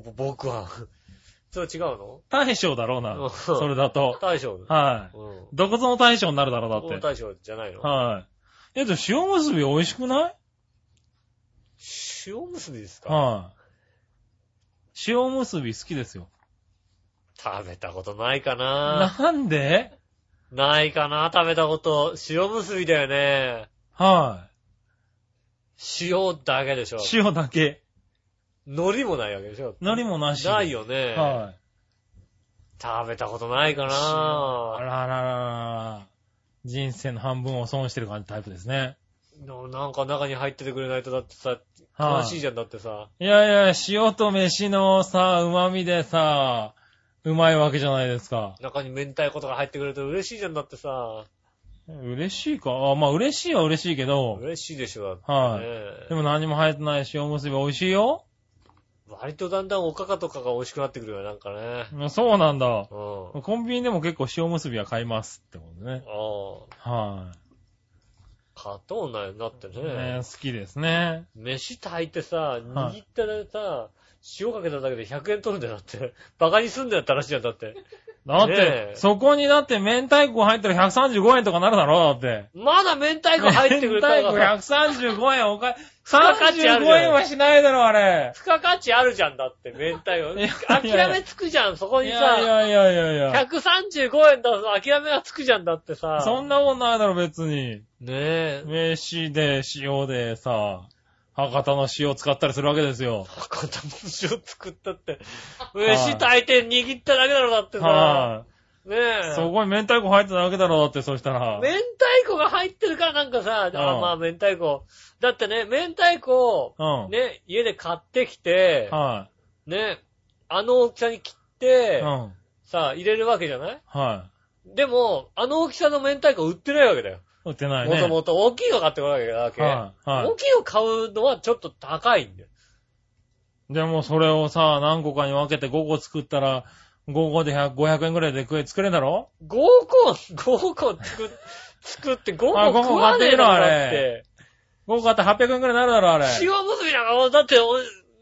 [SPEAKER 2] ぼ
[SPEAKER 3] ん。
[SPEAKER 2] ぼ僕は。 それ違うの
[SPEAKER 3] 大将だろう
[SPEAKER 2] うん
[SPEAKER 3] な。それだと。
[SPEAKER 2] 大将。
[SPEAKER 3] は
[SPEAKER 2] うん。
[SPEAKER 3] い。どこぞの大将になるだろうだ
[SPEAKER 2] 大
[SPEAKER 3] って。
[SPEAKER 2] 将じゃないの
[SPEAKER 3] はい。え、でも塩結び美味しくない
[SPEAKER 2] 塩結びですか
[SPEAKER 3] はい。塩結び好きですよ。
[SPEAKER 2] 食べたことないかな
[SPEAKER 3] なんで
[SPEAKER 2] ないかな食べたこと。塩結びだよね。
[SPEAKER 3] は
[SPEAKER 2] 塩だけでしょ
[SPEAKER 3] い。。塩だけ。
[SPEAKER 2] 海苔もないわけでしょ。
[SPEAKER 3] 海苔もなし。
[SPEAKER 2] ない。よね。
[SPEAKER 3] はい。
[SPEAKER 2] 食べたことないか
[SPEAKER 3] あ
[SPEAKER 2] な
[SPEAKER 3] らあらあらあら。人生の半分を損してる感じタイプですね。
[SPEAKER 2] ななんか中に入っててくれないとだってさ、
[SPEAKER 3] は
[SPEAKER 2] 悲しいじゃんだってさ。
[SPEAKER 3] いやいや、塩と飯のさ、旨味でさ、うまいわけじゃないですか。
[SPEAKER 2] 中に明太子とか入ってくれると嬉しいじゃんだってさ。
[SPEAKER 3] 嬉しいかあまあ嬉しいは嬉しいけど、
[SPEAKER 2] 嬉しいでしょ、だって、ね。
[SPEAKER 3] はいでも何も入ってない塩結び美味しいよ。
[SPEAKER 2] 割とだんだんおかかとかが美味しくなってくるよね、なんかね。
[SPEAKER 3] うんそうなんだ。
[SPEAKER 2] うん。
[SPEAKER 3] コンビニでも結構塩結びは買いますってことね。
[SPEAKER 2] ああ。
[SPEAKER 3] は
[SPEAKER 2] 買ったことないなって
[SPEAKER 3] い、ね
[SPEAKER 2] ね。
[SPEAKER 3] 好きですね。
[SPEAKER 2] 飯炊いてさ、握ったらさ、塩かけただけで100円取るんだよ、だって。バカにすんだよって話じゃん、だって。
[SPEAKER 3] だって、
[SPEAKER 2] ねえ
[SPEAKER 3] そこにだって明太子入ったら135円とかなるだろだって。
[SPEAKER 2] まだ明太子入ってくれた
[SPEAKER 3] 明
[SPEAKER 2] 方
[SPEAKER 3] 太
[SPEAKER 2] が、
[SPEAKER 3] 子135円おか、
[SPEAKER 2] 価値ある
[SPEAKER 3] 35
[SPEAKER 2] じゃん
[SPEAKER 3] 円はしないだろ、あれ。
[SPEAKER 2] 付加価値あるじゃん、だって、明太
[SPEAKER 3] いやい
[SPEAKER 2] 子。
[SPEAKER 3] や
[SPEAKER 2] 諦めつくじゃん、そこ
[SPEAKER 3] い
[SPEAKER 2] に
[SPEAKER 3] やい
[SPEAKER 2] さ。
[SPEAKER 3] やいやいやいや。
[SPEAKER 2] 135円だと諦めがつくじゃんだってさ。
[SPEAKER 3] そんなもんないだろ、別に。
[SPEAKER 2] ねえ。
[SPEAKER 3] 飯で塩でさ、博多の塩使ったりするわけですよ。
[SPEAKER 2] 博多の塩作った って。
[SPEAKER 3] い
[SPEAKER 2] 飯炊いて握っただけだろ、だってさ。
[SPEAKER 3] は
[SPEAKER 2] ね
[SPEAKER 3] い、
[SPEAKER 2] え。
[SPEAKER 3] そこに明太子入ってたわけだろうって、そしたら。
[SPEAKER 2] 明太子が入ってるからなんかさ、あ
[SPEAKER 3] ん
[SPEAKER 2] まあ明太子。だってね、明太子
[SPEAKER 3] う
[SPEAKER 2] を、
[SPEAKER 3] ん。
[SPEAKER 2] ね、家で買ってきて、
[SPEAKER 3] は
[SPEAKER 2] ね、あの大きさに切っ
[SPEAKER 3] い。
[SPEAKER 2] て
[SPEAKER 3] う、ん。
[SPEAKER 2] さ、入れるわけじゃない
[SPEAKER 3] は
[SPEAKER 2] でも、あの大きさの明太子売ってないわけだよ。
[SPEAKER 3] い。売ってない
[SPEAKER 2] も
[SPEAKER 3] ね。
[SPEAKER 2] ともと大きいの買ってこないわけ。
[SPEAKER 3] はい。は
[SPEAKER 2] 大きいの買うのはちょっと高いんだよ。
[SPEAKER 3] い。でもそれをさ、何個かに分けて5個作ったら、5個で100 500円くらいで食え、作れんだろ
[SPEAKER 2] 5個、5個作 っ作って5
[SPEAKER 3] あ
[SPEAKER 2] 個
[SPEAKER 3] 五個
[SPEAKER 2] 食わねえの
[SPEAKER 3] 買
[SPEAKER 2] か
[SPEAKER 3] っ
[SPEAKER 2] だっ
[SPEAKER 3] てみろあ
[SPEAKER 2] て
[SPEAKER 3] れ。?5 個買って800円くらいになるだろ、あれ。
[SPEAKER 2] 塩結びなんかもうだって、お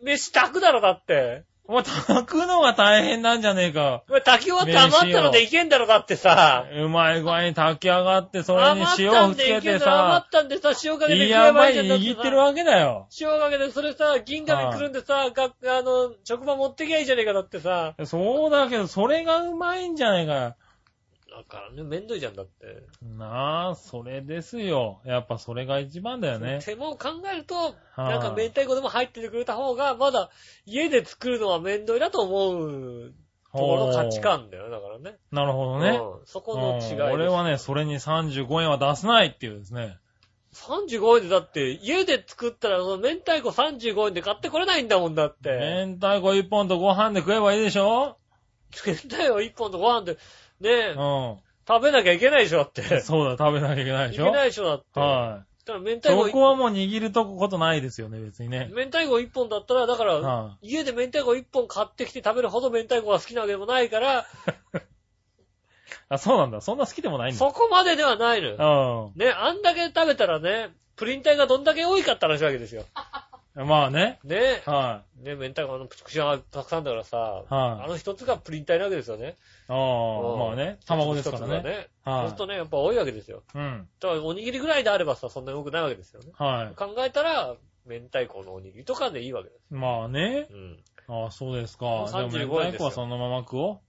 [SPEAKER 2] 飯炊くだろ、だって。
[SPEAKER 3] もう炊くのが大変なんじゃねえか。
[SPEAKER 2] これ炊き終わって余ったのでいけんだろ、だってさ。
[SPEAKER 3] うまい具合に炊き上がって、それ
[SPEAKER 2] 余
[SPEAKER 3] に
[SPEAKER 2] っ
[SPEAKER 3] 塩
[SPEAKER 2] た
[SPEAKER 3] を
[SPEAKER 2] ん
[SPEAKER 3] つ
[SPEAKER 2] で
[SPEAKER 3] け
[SPEAKER 2] いけ
[SPEAKER 3] て
[SPEAKER 2] んだろ、余
[SPEAKER 3] さ
[SPEAKER 2] っ、たんでさ、塩かけて
[SPEAKER 3] いやばい
[SPEAKER 2] んだって
[SPEAKER 3] 握
[SPEAKER 2] さ
[SPEAKER 3] ってるわけだよ。
[SPEAKER 2] 塩かけて、それさ、銀紙くるんでさ、があの、職場持ってきゃいいじゃねえか、だってさ。
[SPEAKER 3] そうだけど、それがうまいんじゃないかよ。
[SPEAKER 2] だからね、めんどいじゃんだって。
[SPEAKER 3] なあ、それですよ。やっぱそれが一番だよね。
[SPEAKER 2] 手間を考えると、
[SPEAKER 3] い
[SPEAKER 2] なんか明太子でも入っててくれた方が、まだ家で作るのはめんどいなと思うところの価値観だよね、だからね。
[SPEAKER 3] なるほどね。
[SPEAKER 2] うんそこの違いです
[SPEAKER 3] うん。俺はね、それに35円は出せないっていうですね。
[SPEAKER 2] 35円でだって、家で作ったら、その明太子35円で買ってこれないんだもんだって。
[SPEAKER 3] 明太子1本とご飯で食えばいいでしょ
[SPEAKER 2] 明太子1本とご飯で、ねえ、
[SPEAKER 3] う
[SPEAKER 2] 食べなきゃいけないでしょ、だって。
[SPEAKER 3] ん。そうだ、食べなきゃいけない
[SPEAKER 2] い
[SPEAKER 3] でし
[SPEAKER 2] け
[SPEAKER 3] ょ
[SPEAKER 2] ないでしょ、だって。
[SPEAKER 3] は
[SPEAKER 2] だから明
[SPEAKER 3] い。そ
[SPEAKER 2] 太
[SPEAKER 3] こ
[SPEAKER 2] 子、
[SPEAKER 3] はもう握るとこことないですよね、別にね。
[SPEAKER 2] 明太子1本だったら、だから、
[SPEAKER 3] は
[SPEAKER 2] 家で明太子1本買ってきて食べるほど明太子が好きなわけでもないから、
[SPEAKER 3] い。あ、そうなんだ。そんな好きでもないんだ。
[SPEAKER 2] そこまでではないのよ。
[SPEAKER 3] う
[SPEAKER 2] ね、あんだけ食べたらね、プリン体がどんだけ多いかって話なわけですよ。
[SPEAKER 3] ん。まあね。
[SPEAKER 2] ね、
[SPEAKER 3] は
[SPEAKER 2] ね、明太子のプチプチがたくさんだからさ、
[SPEAKER 3] い。は
[SPEAKER 2] あ
[SPEAKER 3] い。
[SPEAKER 2] の一つがプリン体なわけですよね。
[SPEAKER 3] ああ、まあね。卵ですから
[SPEAKER 2] 一つが
[SPEAKER 3] ね。
[SPEAKER 2] ね。そうする
[SPEAKER 3] は
[SPEAKER 2] とね、やっぱ多いわけですよ。
[SPEAKER 3] い。うん。
[SPEAKER 2] だからおにぎりぐらいであればさ、そんなに多くないわけですよね。
[SPEAKER 3] は
[SPEAKER 2] 考えたら、明太子のおにぎりとかでいいわけです。
[SPEAKER 3] い。まあね。
[SPEAKER 2] うん。
[SPEAKER 3] ああ、そうです
[SPEAKER 2] も
[SPEAKER 3] か
[SPEAKER 2] う。
[SPEAKER 3] じゃあ、
[SPEAKER 2] 35
[SPEAKER 3] 明
[SPEAKER 2] 円で
[SPEAKER 3] 太
[SPEAKER 2] す
[SPEAKER 3] 子
[SPEAKER 2] よ
[SPEAKER 3] はそのまま食お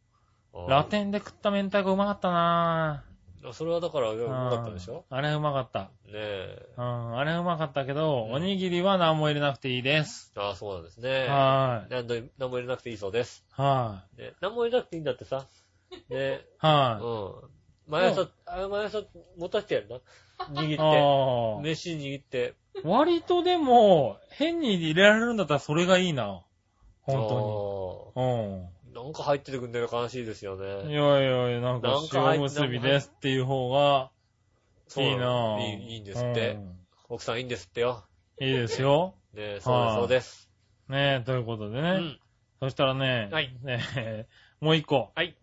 [SPEAKER 2] うん
[SPEAKER 3] う。ラテンで食った明太子うまかったなぁ。
[SPEAKER 2] それはだから、う
[SPEAKER 3] う
[SPEAKER 2] まかったでしょ
[SPEAKER 3] んあれうまかった。
[SPEAKER 2] ねえ。
[SPEAKER 3] うん、あれうまかったけど、
[SPEAKER 2] うん
[SPEAKER 3] おにぎりは何も入れなくていいです。
[SPEAKER 2] ああ、そうなんですね。
[SPEAKER 3] はー
[SPEAKER 2] 何
[SPEAKER 3] い。
[SPEAKER 2] 度何も入れなくていいそうです。
[SPEAKER 3] は
[SPEAKER 2] ね、何も入れなくていいんだってさ。ね、
[SPEAKER 3] い。
[SPEAKER 2] う
[SPEAKER 3] は
[SPEAKER 2] ん。毎
[SPEAKER 3] う
[SPEAKER 2] 朝、あ毎朝持たせてやる な。
[SPEAKER 3] い。
[SPEAKER 2] 握っ
[SPEAKER 3] あ
[SPEAKER 2] て。飯握って。
[SPEAKER 3] あ。割とでも、変に入れられるんだったらそれがいいな。本
[SPEAKER 2] 当
[SPEAKER 3] 当に。
[SPEAKER 2] に。なんか入っててくんだよ、悲しいですよ
[SPEAKER 3] うん。い
[SPEAKER 2] ね。
[SPEAKER 3] やいやいや、なんか
[SPEAKER 2] なんか入っ
[SPEAKER 3] 塩結びですっていう方が
[SPEAKER 2] そう
[SPEAKER 3] いいなぁ。
[SPEAKER 2] いいいいんですって、奥さんいいんですってよ。
[SPEAKER 3] うん。いいですよ。
[SPEAKER 2] ね、そうです、そうです。
[SPEAKER 3] ねえ、ということでね。
[SPEAKER 2] うん。
[SPEAKER 3] そしたらね、
[SPEAKER 2] はい
[SPEAKER 3] ねえ、もう一個。
[SPEAKER 2] はい。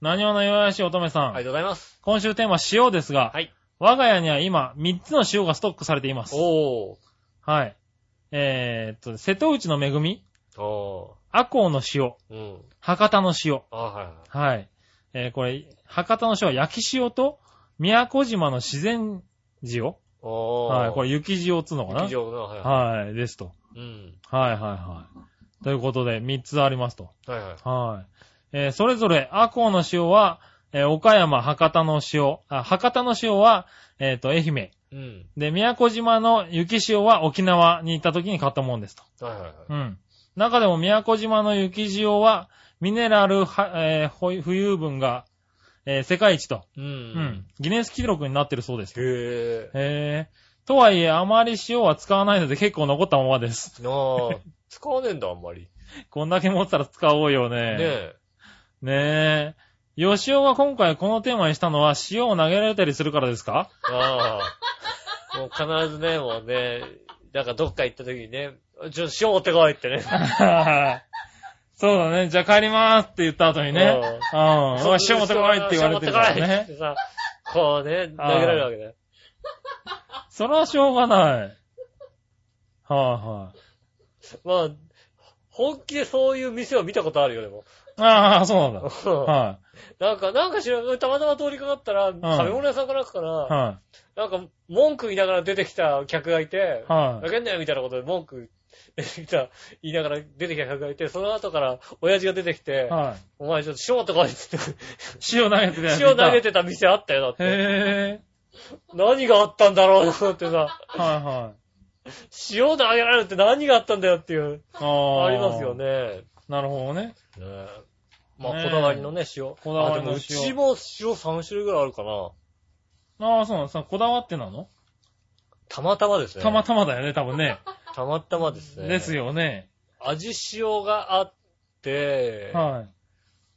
[SPEAKER 3] 何をの岩屋市乙女さん。
[SPEAKER 2] ありがとうございます。
[SPEAKER 3] 今週テーマ塩ですが、
[SPEAKER 2] はい
[SPEAKER 3] 我が家には今、3つの塩がストックされています。
[SPEAKER 2] おー。
[SPEAKER 3] はい。えー、っと、瀬戸内の恵み、
[SPEAKER 2] お
[SPEAKER 3] 阿公の塩、
[SPEAKER 2] ー。うん。
[SPEAKER 3] 博多の塩。
[SPEAKER 2] あーはいはい。
[SPEAKER 3] はい。えー、これ、博多の塩は焼き塩と、宮古島の自然塩
[SPEAKER 2] おー。
[SPEAKER 3] はい。これ、雪塩っつうのかな
[SPEAKER 2] 劇場の、はいは
[SPEAKER 3] はい。ですと。
[SPEAKER 2] い。うん。
[SPEAKER 3] はいはいはい。ということで、3つありますと。
[SPEAKER 2] はいはい。
[SPEAKER 3] はい。えーそれぞれ、アコウの塩は、えー岡山、博多の塩、あ、博多の塩は、えっ、と、愛媛。
[SPEAKER 2] うん。
[SPEAKER 3] で、宮古島の雪塩は沖縄に行った時に買ったもんですと。
[SPEAKER 2] はいはいはい。
[SPEAKER 3] うん。中でも宮古島の雪塩は、ミネラルは、えーほい浮遊分が、えー世界一と、
[SPEAKER 2] う
[SPEAKER 3] うん
[SPEAKER 2] ん。。
[SPEAKER 3] ギネス記録になってるそうです。へ
[SPEAKER 2] へ
[SPEAKER 3] え。とはいえ、あまり塩は使わないので結構残ったままです。
[SPEAKER 2] ー。なあ。使わねえんだ、あんまり。
[SPEAKER 3] こんだけ持ってたら使おうよ
[SPEAKER 2] ねえ。
[SPEAKER 3] ねえ。吉尾は今回このテーマにしたのは塩を投げられたりするからで すか
[SPEAKER 2] ああ。もう必ずね、もうね、なんかどっか行った時にね、ちょ、塩持ってこいってね。
[SPEAKER 3] そうだね。じゃあ帰りまーすって言った後にね。うん。おい塩持ってこいって言われてるから
[SPEAKER 2] 塩持ってこいっ
[SPEAKER 3] ね。
[SPEAKER 2] てさ、こうね、投げられるわけだよ。
[SPEAKER 3] それはしょうがない。はい、はい、
[SPEAKER 2] まあ、本気でそういう店は見たことあるよ、でも。
[SPEAKER 3] あ。ああ、そうなんだ。はい、
[SPEAKER 2] なんか、なんか知らん、たまたま通りかかったら、食べ物屋さんかなんかかな、
[SPEAKER 3] は
[SPEAKER 2] なんか、文句言いながら出てきた客がいて、
[SPEAKER 3] い、はい、
[SPEAKER 2] ふざけんなよみたいなことで文句言った言いながら出てきた客がいて、その後から親父が出てきて、
[SPEAKER 3] はい。
[SPEAKER 2] お前ちょっと塩とか言って、
[SPEAKER 3] 塩投げてたやついた。
[SPEAKER 2] 塩投げてた店あったよ、だって。
[SPEAKER 3] へえ。
[SPEAKER 2] 何があったんだろうと思ってさ、
[SPEAKER 3] はい、はい。
[SPEAKER 2] 塩投げられるって何があったんだよっていう、
[SPEAKER 3] ああ。
[SPEAKER 2] ありますよ。ね。
[SPEAKER 3] なるほどね。
[SPEAKER 2] ねえまあ、
[SPEAKER 3] ねえ
[SPEAKER 2] こだわりのね、塩。
[SPEAKER 3] こだわ
[SPEAKER 2] あ
[SPEAKER 3] りの塩
[SPEAKER 2] でもうちも塩3種類ぐらいあるかな。
[SPEAKER 3] ああ、そうなんです。こだわってなの
[SPEAKER 2] たまたまですね。
[SPEAKER 3] たまたまだよね、多分ね。
[SPEAKER 2] たまたまですね。
[SPEAKER 3] です。よね。
[SPEAKER 2] 味塩があって、
[SPEAKER 3] はい。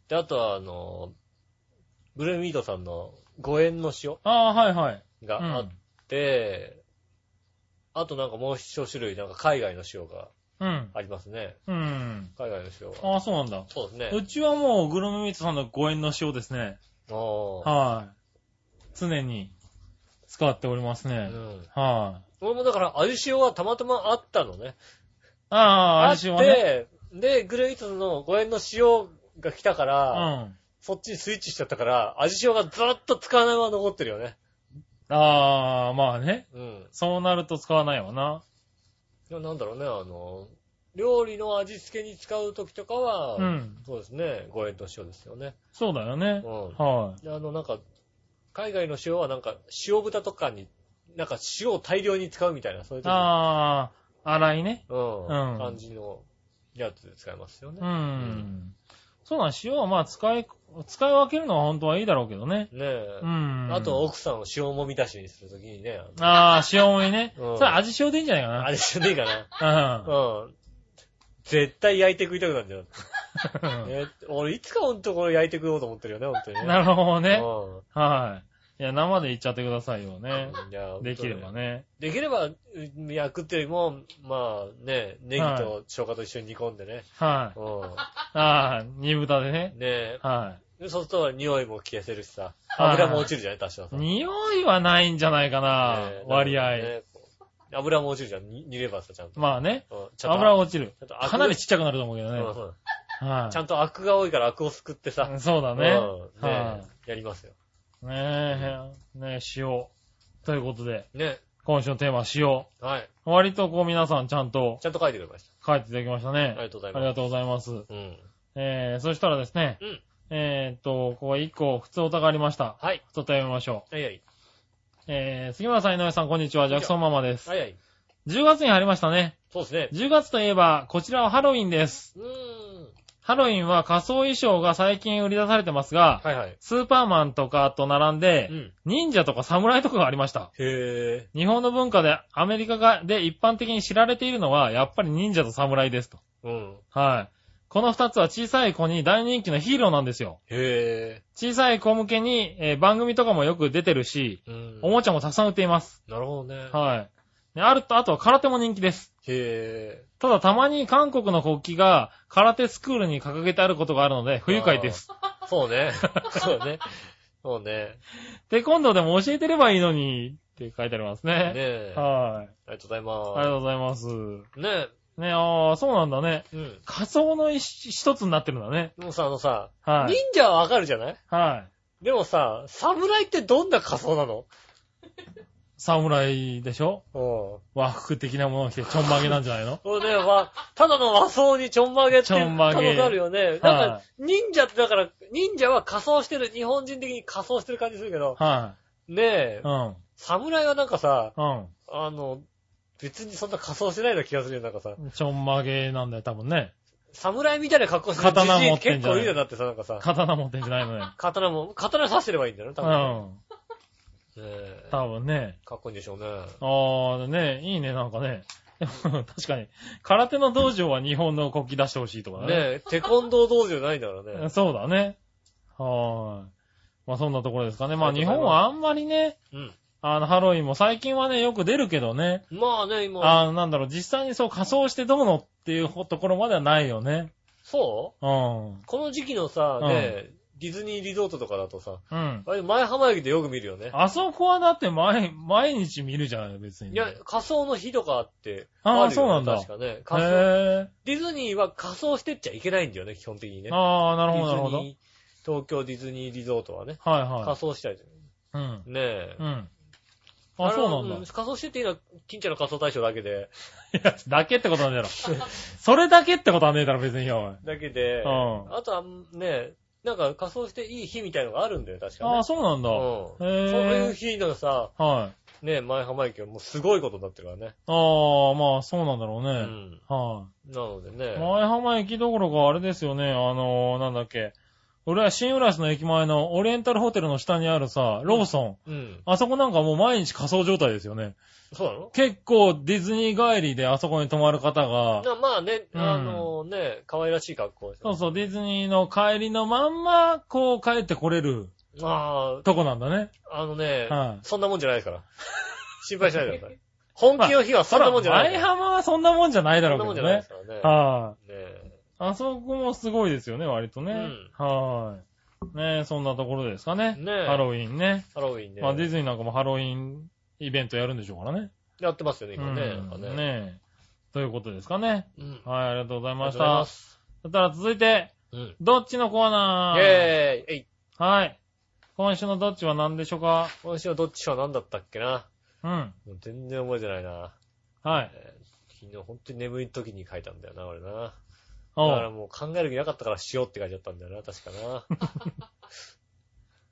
[SPEAKER 2] で、あとは、あの、ブルーミートさんの五円の塩
[SPEAKER 3] ああ、はい、はい。う
[SPEAKER 2] があっ
[SPEAKER 3] ん
[SPEAKER 2] て、あとなんかもう一種類、なんか海外の塩が
[SPEAKER 3] うん。
[SPEAKER 2] ありますね。
[SPEAKER 3] うん。
[SPEAKER 2] 海外の塩が。
[SPEAKER 3] ああ、そうなんだ。
[SPEAKER 2] そうですね。
[SPEAKER 3] うちはもう、グルメミートさんのご縁の塩ですね。
[SPEAKER 2] あ
[SPEAKER 3] はい。常に使っております
[SPEAKER 2] あ。う
[SPEAKER 3] ね。
[SPEAKER 2] ん。
[SPEAKER 3] はい。
[SPEAKER 2] 俺もだから、味塩はたまたまあったのね。
[SPEAKER 3] ああ、あれ塩はね。
[SPEAKER 2] って、で、グレーイトの5円の塩が来たか
[SPEAKER 3] う
[SPEAKER 2] ら、
[SPEAKER 3] ん。
[SPEAKER 2] そっちにスイッチしちゃったから、味塩がずっと使わないまま残ってるよね。
[SPEAKER 3] ああ、まあね。
[SPEAKER 2] うん。
[SPEAKER 3] そうなると使わないわな。
[SPEAKER 2] でもなんだろうね、あの、料理の味付けに使うときとかは、
[SPEAKER 3] うん
[SPEAKER 2] そうですね、五円と塩ですよね。
[SPEAKER 3] そうだよね。
[SPEAKER 2] うん
[SPEAKER 3] は
[SPEAKER 2] であの、なんか、海外の塩はなんか、塩豚とかに、なんか塩を大量に使うみたいな、そういう
[SPEAKER 3] い。
[SPEAKER 2] 時に
[SPEAKER 3] ああ、粗いね。
[SPEAKER 2] うん、
[SPEAKER 3] うん
[SPEAKER 2] 感じのやつで使いますよね。
[SPEAKER 3] う
[SPEAKER 2] ね
[SPEAKER 3] ん。そうなん、塩はまあ使い、使い分けるのは本当はいいだろうけどね。
[SPEAKER 2] え
[SPEAKER 3] う。ん。
[SPEAKER 2] あと、、奥さんを塩もみ出しにするときにね、あの
[SPEAKER 3] ああ、塩もいね。
[SPEAKER 2] うん
[SPEAKER 3] それ味塩でいいんじゃない
[SPEAKER 2] あ
[SPEAKER 3] か
[SPEAKER 2] れじゃねえかな。
[SPEAKER 3] な。
[SPEAKER 2] うん。絶対焼いて食いたくなるんだよ。
[SPEAKER 3] う
[SPEAKER 2] ね、俺、いつかほんとこれ焼いて食おうと思ってるよね、ほんとに ね。
[SPEAKER 3] ん。なるほどね。
[SPEAKER 2] ほ
[SPEAKER 3] はい。いや、生でいっちゃってくださいよね。
[SPEAKER 2] どね。いや
[SPEAKER 3] できれば。ね。
[SPEAKER 2] できれば、うん焼くってよりも、まあね、ネギと生姜と一緒に煮込んでね。
[SPEAKER 3] はい。
[SPEAKER 2] う
[SPEAKER 3] ああ、煮豚でね
[SPEAKER 2] ん。。ねえ。
[SPEAKER 3] は
[SPEAKER 2] でそうすると匂いも消せるしさ。
[SPEAKER 3] はい
[SPEAKER 2] 油も落ちるじゃない多少さ。
[SPEAKER 3] い。匂いはないんじゃないかな
[SPEAKER 2] ねえ。
[SPEAKER 3] 割
[SPEAKER 2] だから
[SPEAKER 3] 合。
[SPEAKER 2] ねこう油も落ちるじゃん。に煮ればさ、ちゃんと。
[SPEAKER 3] まあね。
[SPEAKER 2] うんちゃんと
[SPEAKER 3] 油は落ちる
[SPEAKER 2] ちょっ。とアク
[SPEAKER 3] かなりちっちゃくなると思うけどね。
[SPEAKER 2] うんうん
[SPEAKER 3] は
[SPEAKER 2] ちゃ
[SPEAKER 3] い
[SPEAKER 2] んとアクが多いからアクをすくってさ。。
[SPEAKER 3] そうだ
[SPEAKER 2] うん
[SPEAKER 3] ね。は
[SPEAKER 2] ねえやりますよ。
[SPEAKER 3] い。ねえ、ねえ、塩。ということで、
[SPEAKER 2] ね
[SPEAKER 3] 今週のテーマは塩。
[SPEAKER 2] え。はい。
[SPEAKER 3] 割とこう皆さんちゃんと
[SPEAKER 2] ちゃんと書いてくれまし
[SPEAKER 3] 書いていただきました
[SPEAKER 2] た。
[SPEAKER 3] ね
[SPEAKER 2] あ。りがとうござい
[SPEAKER 3] あり
[SPEAKER 2] ま
[SPEAKER 3] がとうございます。
[SPEAKER 2] す。うん。
[SPEAKER 3] えー、そしたらですね、
[SPEAKER 2] うん
[SPEAKER 3] えーっと、ここは1個、普通おたがありました。
[SPEAKER 2] はい。
[SPEAKER 3] ちょっとやめましょ
[SPEAKER 2] はいはい。
[SPEAKER 3] う。えー、杉村さん、井上さん、こんにちは。ジャクソンママです。
[SPEAKER 2] はいはい。
[SPEAKER 3] 10月に入りましたね。
[SPEAKER 2] そうですね。
[SPEAKER 3] 10月といえば、こちらはハロウィンです。
[SPEAKER 2] うーん。
[SPEAKER 3] ハロウィンは仮装衣装が最近売り出されてますが、
[SPEAKER 2] はいはい。
[SPEAKER 3] スーパーマンとかと並んで
[SPEAKER 2] う、ん。
[SPEAKER 3] 忍者とか侍とかがありました。
[SPEAKER 2] へ
[SPEAKER 3] 日本の文化でアメリカがで一般的に知られているのは、やっぱり忍者と侍ですと。
[SPEAKER 2] ぇー。うん。
[SPEAKER 3] はい。この二つは小さい子に大人気のヒーローなんですよ。
[SPEAKER 2] へ
[SPEAKER 3] 小さい子向けに、えー番組とかもよく出てるし、
[SPEAKER 2] ぇー。うん。
[SPEAKER 3] おもちゃもたくさん売っています。
[SPEAKER 2] なるほどね。
[SPEAKER 3] はい。であると、あとは空手も人気です。
[SPEAKER 2] へ
[SPEAKER 3] ただたまに韓国の国旗が空手スクールに掲げてあることがあるので、不愉快です。
[SPEAKER 2] ぇー。そうね。 そうね。そうね。
[SPEAKER 3] テコンドーでも教えてればいいのに、って書いてあります
[SPEAKER 2] ね
[SPEAKER 3] ね。
[SPEAKER 2] え。あ
[SPEAKER 3] はい。
[SPEAKER 2] りがとうござい
[SPEAKER 3] ありが
[SPEAKER 2] ま
[SPEAKER 3] とうございます。
[SPEAKER 2] す。ね
[SPEAKER 3] ね、ああ、そうなんだね。
[SPEAKER 2] え。うん。
[SPEAKER 3] 仮想の一一つになってるんだね。
[SPEAKER 2] でもさ、あのさ、
[SPEAKER 3] は
[SPEAKER 2] 忍
[SPEAKER 3] い。
[SPEAKER 2] 者はわかるじゃない
[SPEAKER 3] はい。
[SPEAKER 2] でもさ、侍ってどんな仮装なの
[SPEAKER 3] 侍でしょ
[SPEAKER 2] うん。
[SPEAKER 3] 和服的なものを着てちょんまげなんじゃない の
[SPEAKER 2] そうね、わ、ただの和装にちょんまげって
[SPEAKER 3] ちょんまげ
[SPEAKER 2] 可能性あるよね。なん
[SPEAKER 3] は
[SPEAKER 2] か
[SPEAKER 3] い、
[SPEAKER 2] 忍者ってだから、忍者は仮装してる、日本人的に仮装してる感じするけど、
[SPEAKER 3] は
[SPEAKER 2] ねえ
[SPEAKER 3] い。う、ん。
[SPEAKER 2] 侍はなんかさ、
[SPEAKER 3] う
[SPEAKER 2] あの、別にそんな仮装してないような気がするよ、なんかさ。
[SPEAKER 3] ん。ちょんまげなんだよ、多分ね。
[SPEAKER 2] 侍みたいな格好してる
[SPEAKER 3] 刀
[SPEAKER 2] じじい
[SPEAKER 3] 持って
[SPEAKER 2] 結
[SPEAKER 3] んじゃな
[SPEAKER 2] 構
[SPEAKER 3] い
[SPEAKER 2] いいよ、だってさ、なんかさ、
[SPEAKER 3] 刀持ってんじゃないのね。
[SPEAKER 2] 刀も、刀刺してればいいんだよな、
[SPEAKER 3] う
[SPEAKER 2] 多分ね。
[SPEAKER 3] ん。
[SPEAKER 2] ねえ
[SPEAKER 3] 多分ね。
[SPEAKER 2] かっこいいんでしょうね。
[SPEAKER 3] ああ、ね、いいね、なんかね。 でも確かに。空手の道場は日本の国旗出してほしいとかね。
[SPEAKER 2] ねえ、テコンドー道場ないんだからね。
[SPEAKER 3] そうだね。はーい。まあそんなところですかね。ま
[SPEAKER 2] あ
[SPEAKER 3] あ
[SPEAKER 2] り
[SPEAKER 3] 日
[SPEAKER 2] がとう
[SPEAKER 3] 本
[SPEAKER 2] ございま
[SPEAKER 3] はあんまりね、
[SPEAKER 2] うん。
[SPEAKER 3] あの、ハロウィンも最近はね、よく出るけどね。
[SPEAKER 2] まあね、今、
[SPEAKER 3] あの、なんだろう、実際にそう仮装してどうのっていうところまではないよね。
[SPEAKER 2] そう
[SPEAKER 3] うん。
[SPEAKER 2] この時期のさ、
[SPEAKER 3] うん
[SPEAKER 2] ねえ、ディズニーリゾートとかだとさ、
[SPEAKER 3] うん。
[SPEAKER 2] あれ前浜駅でよく見るよね。
[SPEAKER 3] あそこはだって毎、毎日見るじゃない、別に。
[SPEAKER 2] いや、仮装の日とかあって、
[SPEAKER 3] あー
[SPEAKER 2] るよね
[SPEAKER 3] そうなんだ
[SPEAKER 2] 確かね。
[SPEAKER 3] へ
[SPEAKER 2] 仮装
[SPEAKER 3] ぇ
[SPEAKER 2] ディズニーは仮装してっちゃいけないんだよね、基本的にね。
[SPEAKER 3] ー。ああ、なるほど、なるほ
[SPEAKER 2] ディ
[SPEAKER 3] ど
[SPEAKER 2] ズ。ニー東京ディズニーリゾートはね、
[SPEAKER 3] はい
[SPEAKER 2] 仮
[SPEAKER 3] は
[SPEAKER 2] 装したいじ
[SPEAKER 3] い。うん。
[SPEAKER 2] ゃん。ねえ
[SPEAKER 3] う。ん。あ、そうなん
[SPEAKER 2] あ
[SPEAKER 3] だ。
[SPEAKER 2] れは仮装してっていうのは、金ちゃんの仮装対象だけで、
[SPEAKER 3] いや、だけってことなんだよ。 それだけってことはねえだろ、別によ。
[SPEAKER 2] だけで、
[SPEAKER 3] うん
[SPEAKER 2] あとはね、なんか仮装していい日みたいのがあるんだよ、確かね。
[SPEAKER 3] ああ、そうなんだ。
[SPEAKER 2] うん
[SPEAKER 3] へえ。
[SPEAKER 2] そういう日のさ、
[SPEAKER 3] はい。
[SPEAKER 2] ね、前浜駅はもうすごいことになってるからね。
[SPEAKER 3] ああ、まあ、そうなんだろうね。
[SPEAKER 2] うん。
[SPEAKER 3] は
[SPEAKER 2] なので
[SPEAKER 3] い、
[SPEAKER 2] ね。
[SPEAKER 3] 前浜駅どころか、あれですよね。あのー、なんだっけ。俺は新浦市の駅前のオリエンタルホテルの下にあるさ、ローソン。
[SPEAKER 2] うん。
[SPEAKER 3] あそこなんかもう毎日仮装状態ですよね。
[SPEAKER 2] そうなの
[SPEAKER 3] 結構ディズニー帰りであそこに泊まる方が、
[SPEAKER 2] なまあね、
[SPEAKER 3] うん
[SPEAKER 2] あのね、可愛らしい格好です
[SPEAKER 3] そ
[SPEAKER 2] ね
[SPEAKER 3] うそう、ディズニーの帰りのまんま、こう帰ってこれる
[SPEAKER 2] ま
[SPEAKER 3] とこなんだね。
[SPEAKER 2] あ、あのね、
[SPEAKER 3] はい
[SPEAKER 2] そんなもんじゃないですから。 心配しないで ください。本気の日はそんなもんじゃない
[SPEAKER 3] 前
[SPEAKER 2] から。
[SPEAKER 3] 浜はそんなもんじゃないだ
[SPEAKER 2] そ
[SPEAKER 3] ろ
[SPEAKER 2] んなも
[SPEAKER 3] うんけ
[SPEAKER 2] じゃ
[SPEAKER 3] ど
[SPEAKER 2] ないで
[SPEAKER 3] ね
[SPEAKER 2] す。からね。
[SPEAKER 3] は
[SPEAKER 2] ねえ
[SPEAKER 3] い、あ。そこもすごいですよね、割とね。
[SPEAKER 2] うん
[SPEAKER 3] はい。ねえそんなところですかね。
[SPEAKER 2] ねえ
[SPEAKER 3] ハロウィンね。
[SPEAKER 2] ハロウィンね。
[SPEAKER 3] まあディズニーなんかもハロウィンイベントやるんでしょうからね。
[SPEAKER 2] やってますよね、今ね。
[SPEAKER 3] うん
[SPEAKER 2] なんかね
[SPEAKER 3] ねえということですかね。
[SPEAKER 2] うん。
[SPEAKER 3] はい、ありがとうござい
[SPEAKER 2] ありが
[SPEAKER 3] ま
[SPEAKER 2] と
[SPEAKER 3] し
[SPEAKER 2] うござい
[SPEAKER 3] た
[SPEAKER 2] ま。す。
[SPEAKER 3] そしたら続いて、
[SPEAKER 2] うん。
[SPEAKER 3] どっちのコーナ
[SPEAKER 2] イェーイ
[SPEAKER 3] ー
[SPEAKER 2] えい
[SPEAKER 3] はい。今週のどっちは何でしょうか
[SPEAKER 2] 今週はどっちは何だったっけな
[SPEAKER 3] うん。
[SPEAKER 2] もう全然覚えてないな。
[SPEAKER 3] はい。
[SPEAKER 2] えー昨日本当に眠い時に書いたんだよな、俺な。だ
[SPEAKER 3] お
[SPEAKER 2] から
[SPEAKER 3] う
[SPEAKER 2] もう考える気なかったからしようって書いちゃったんだよな、確かな。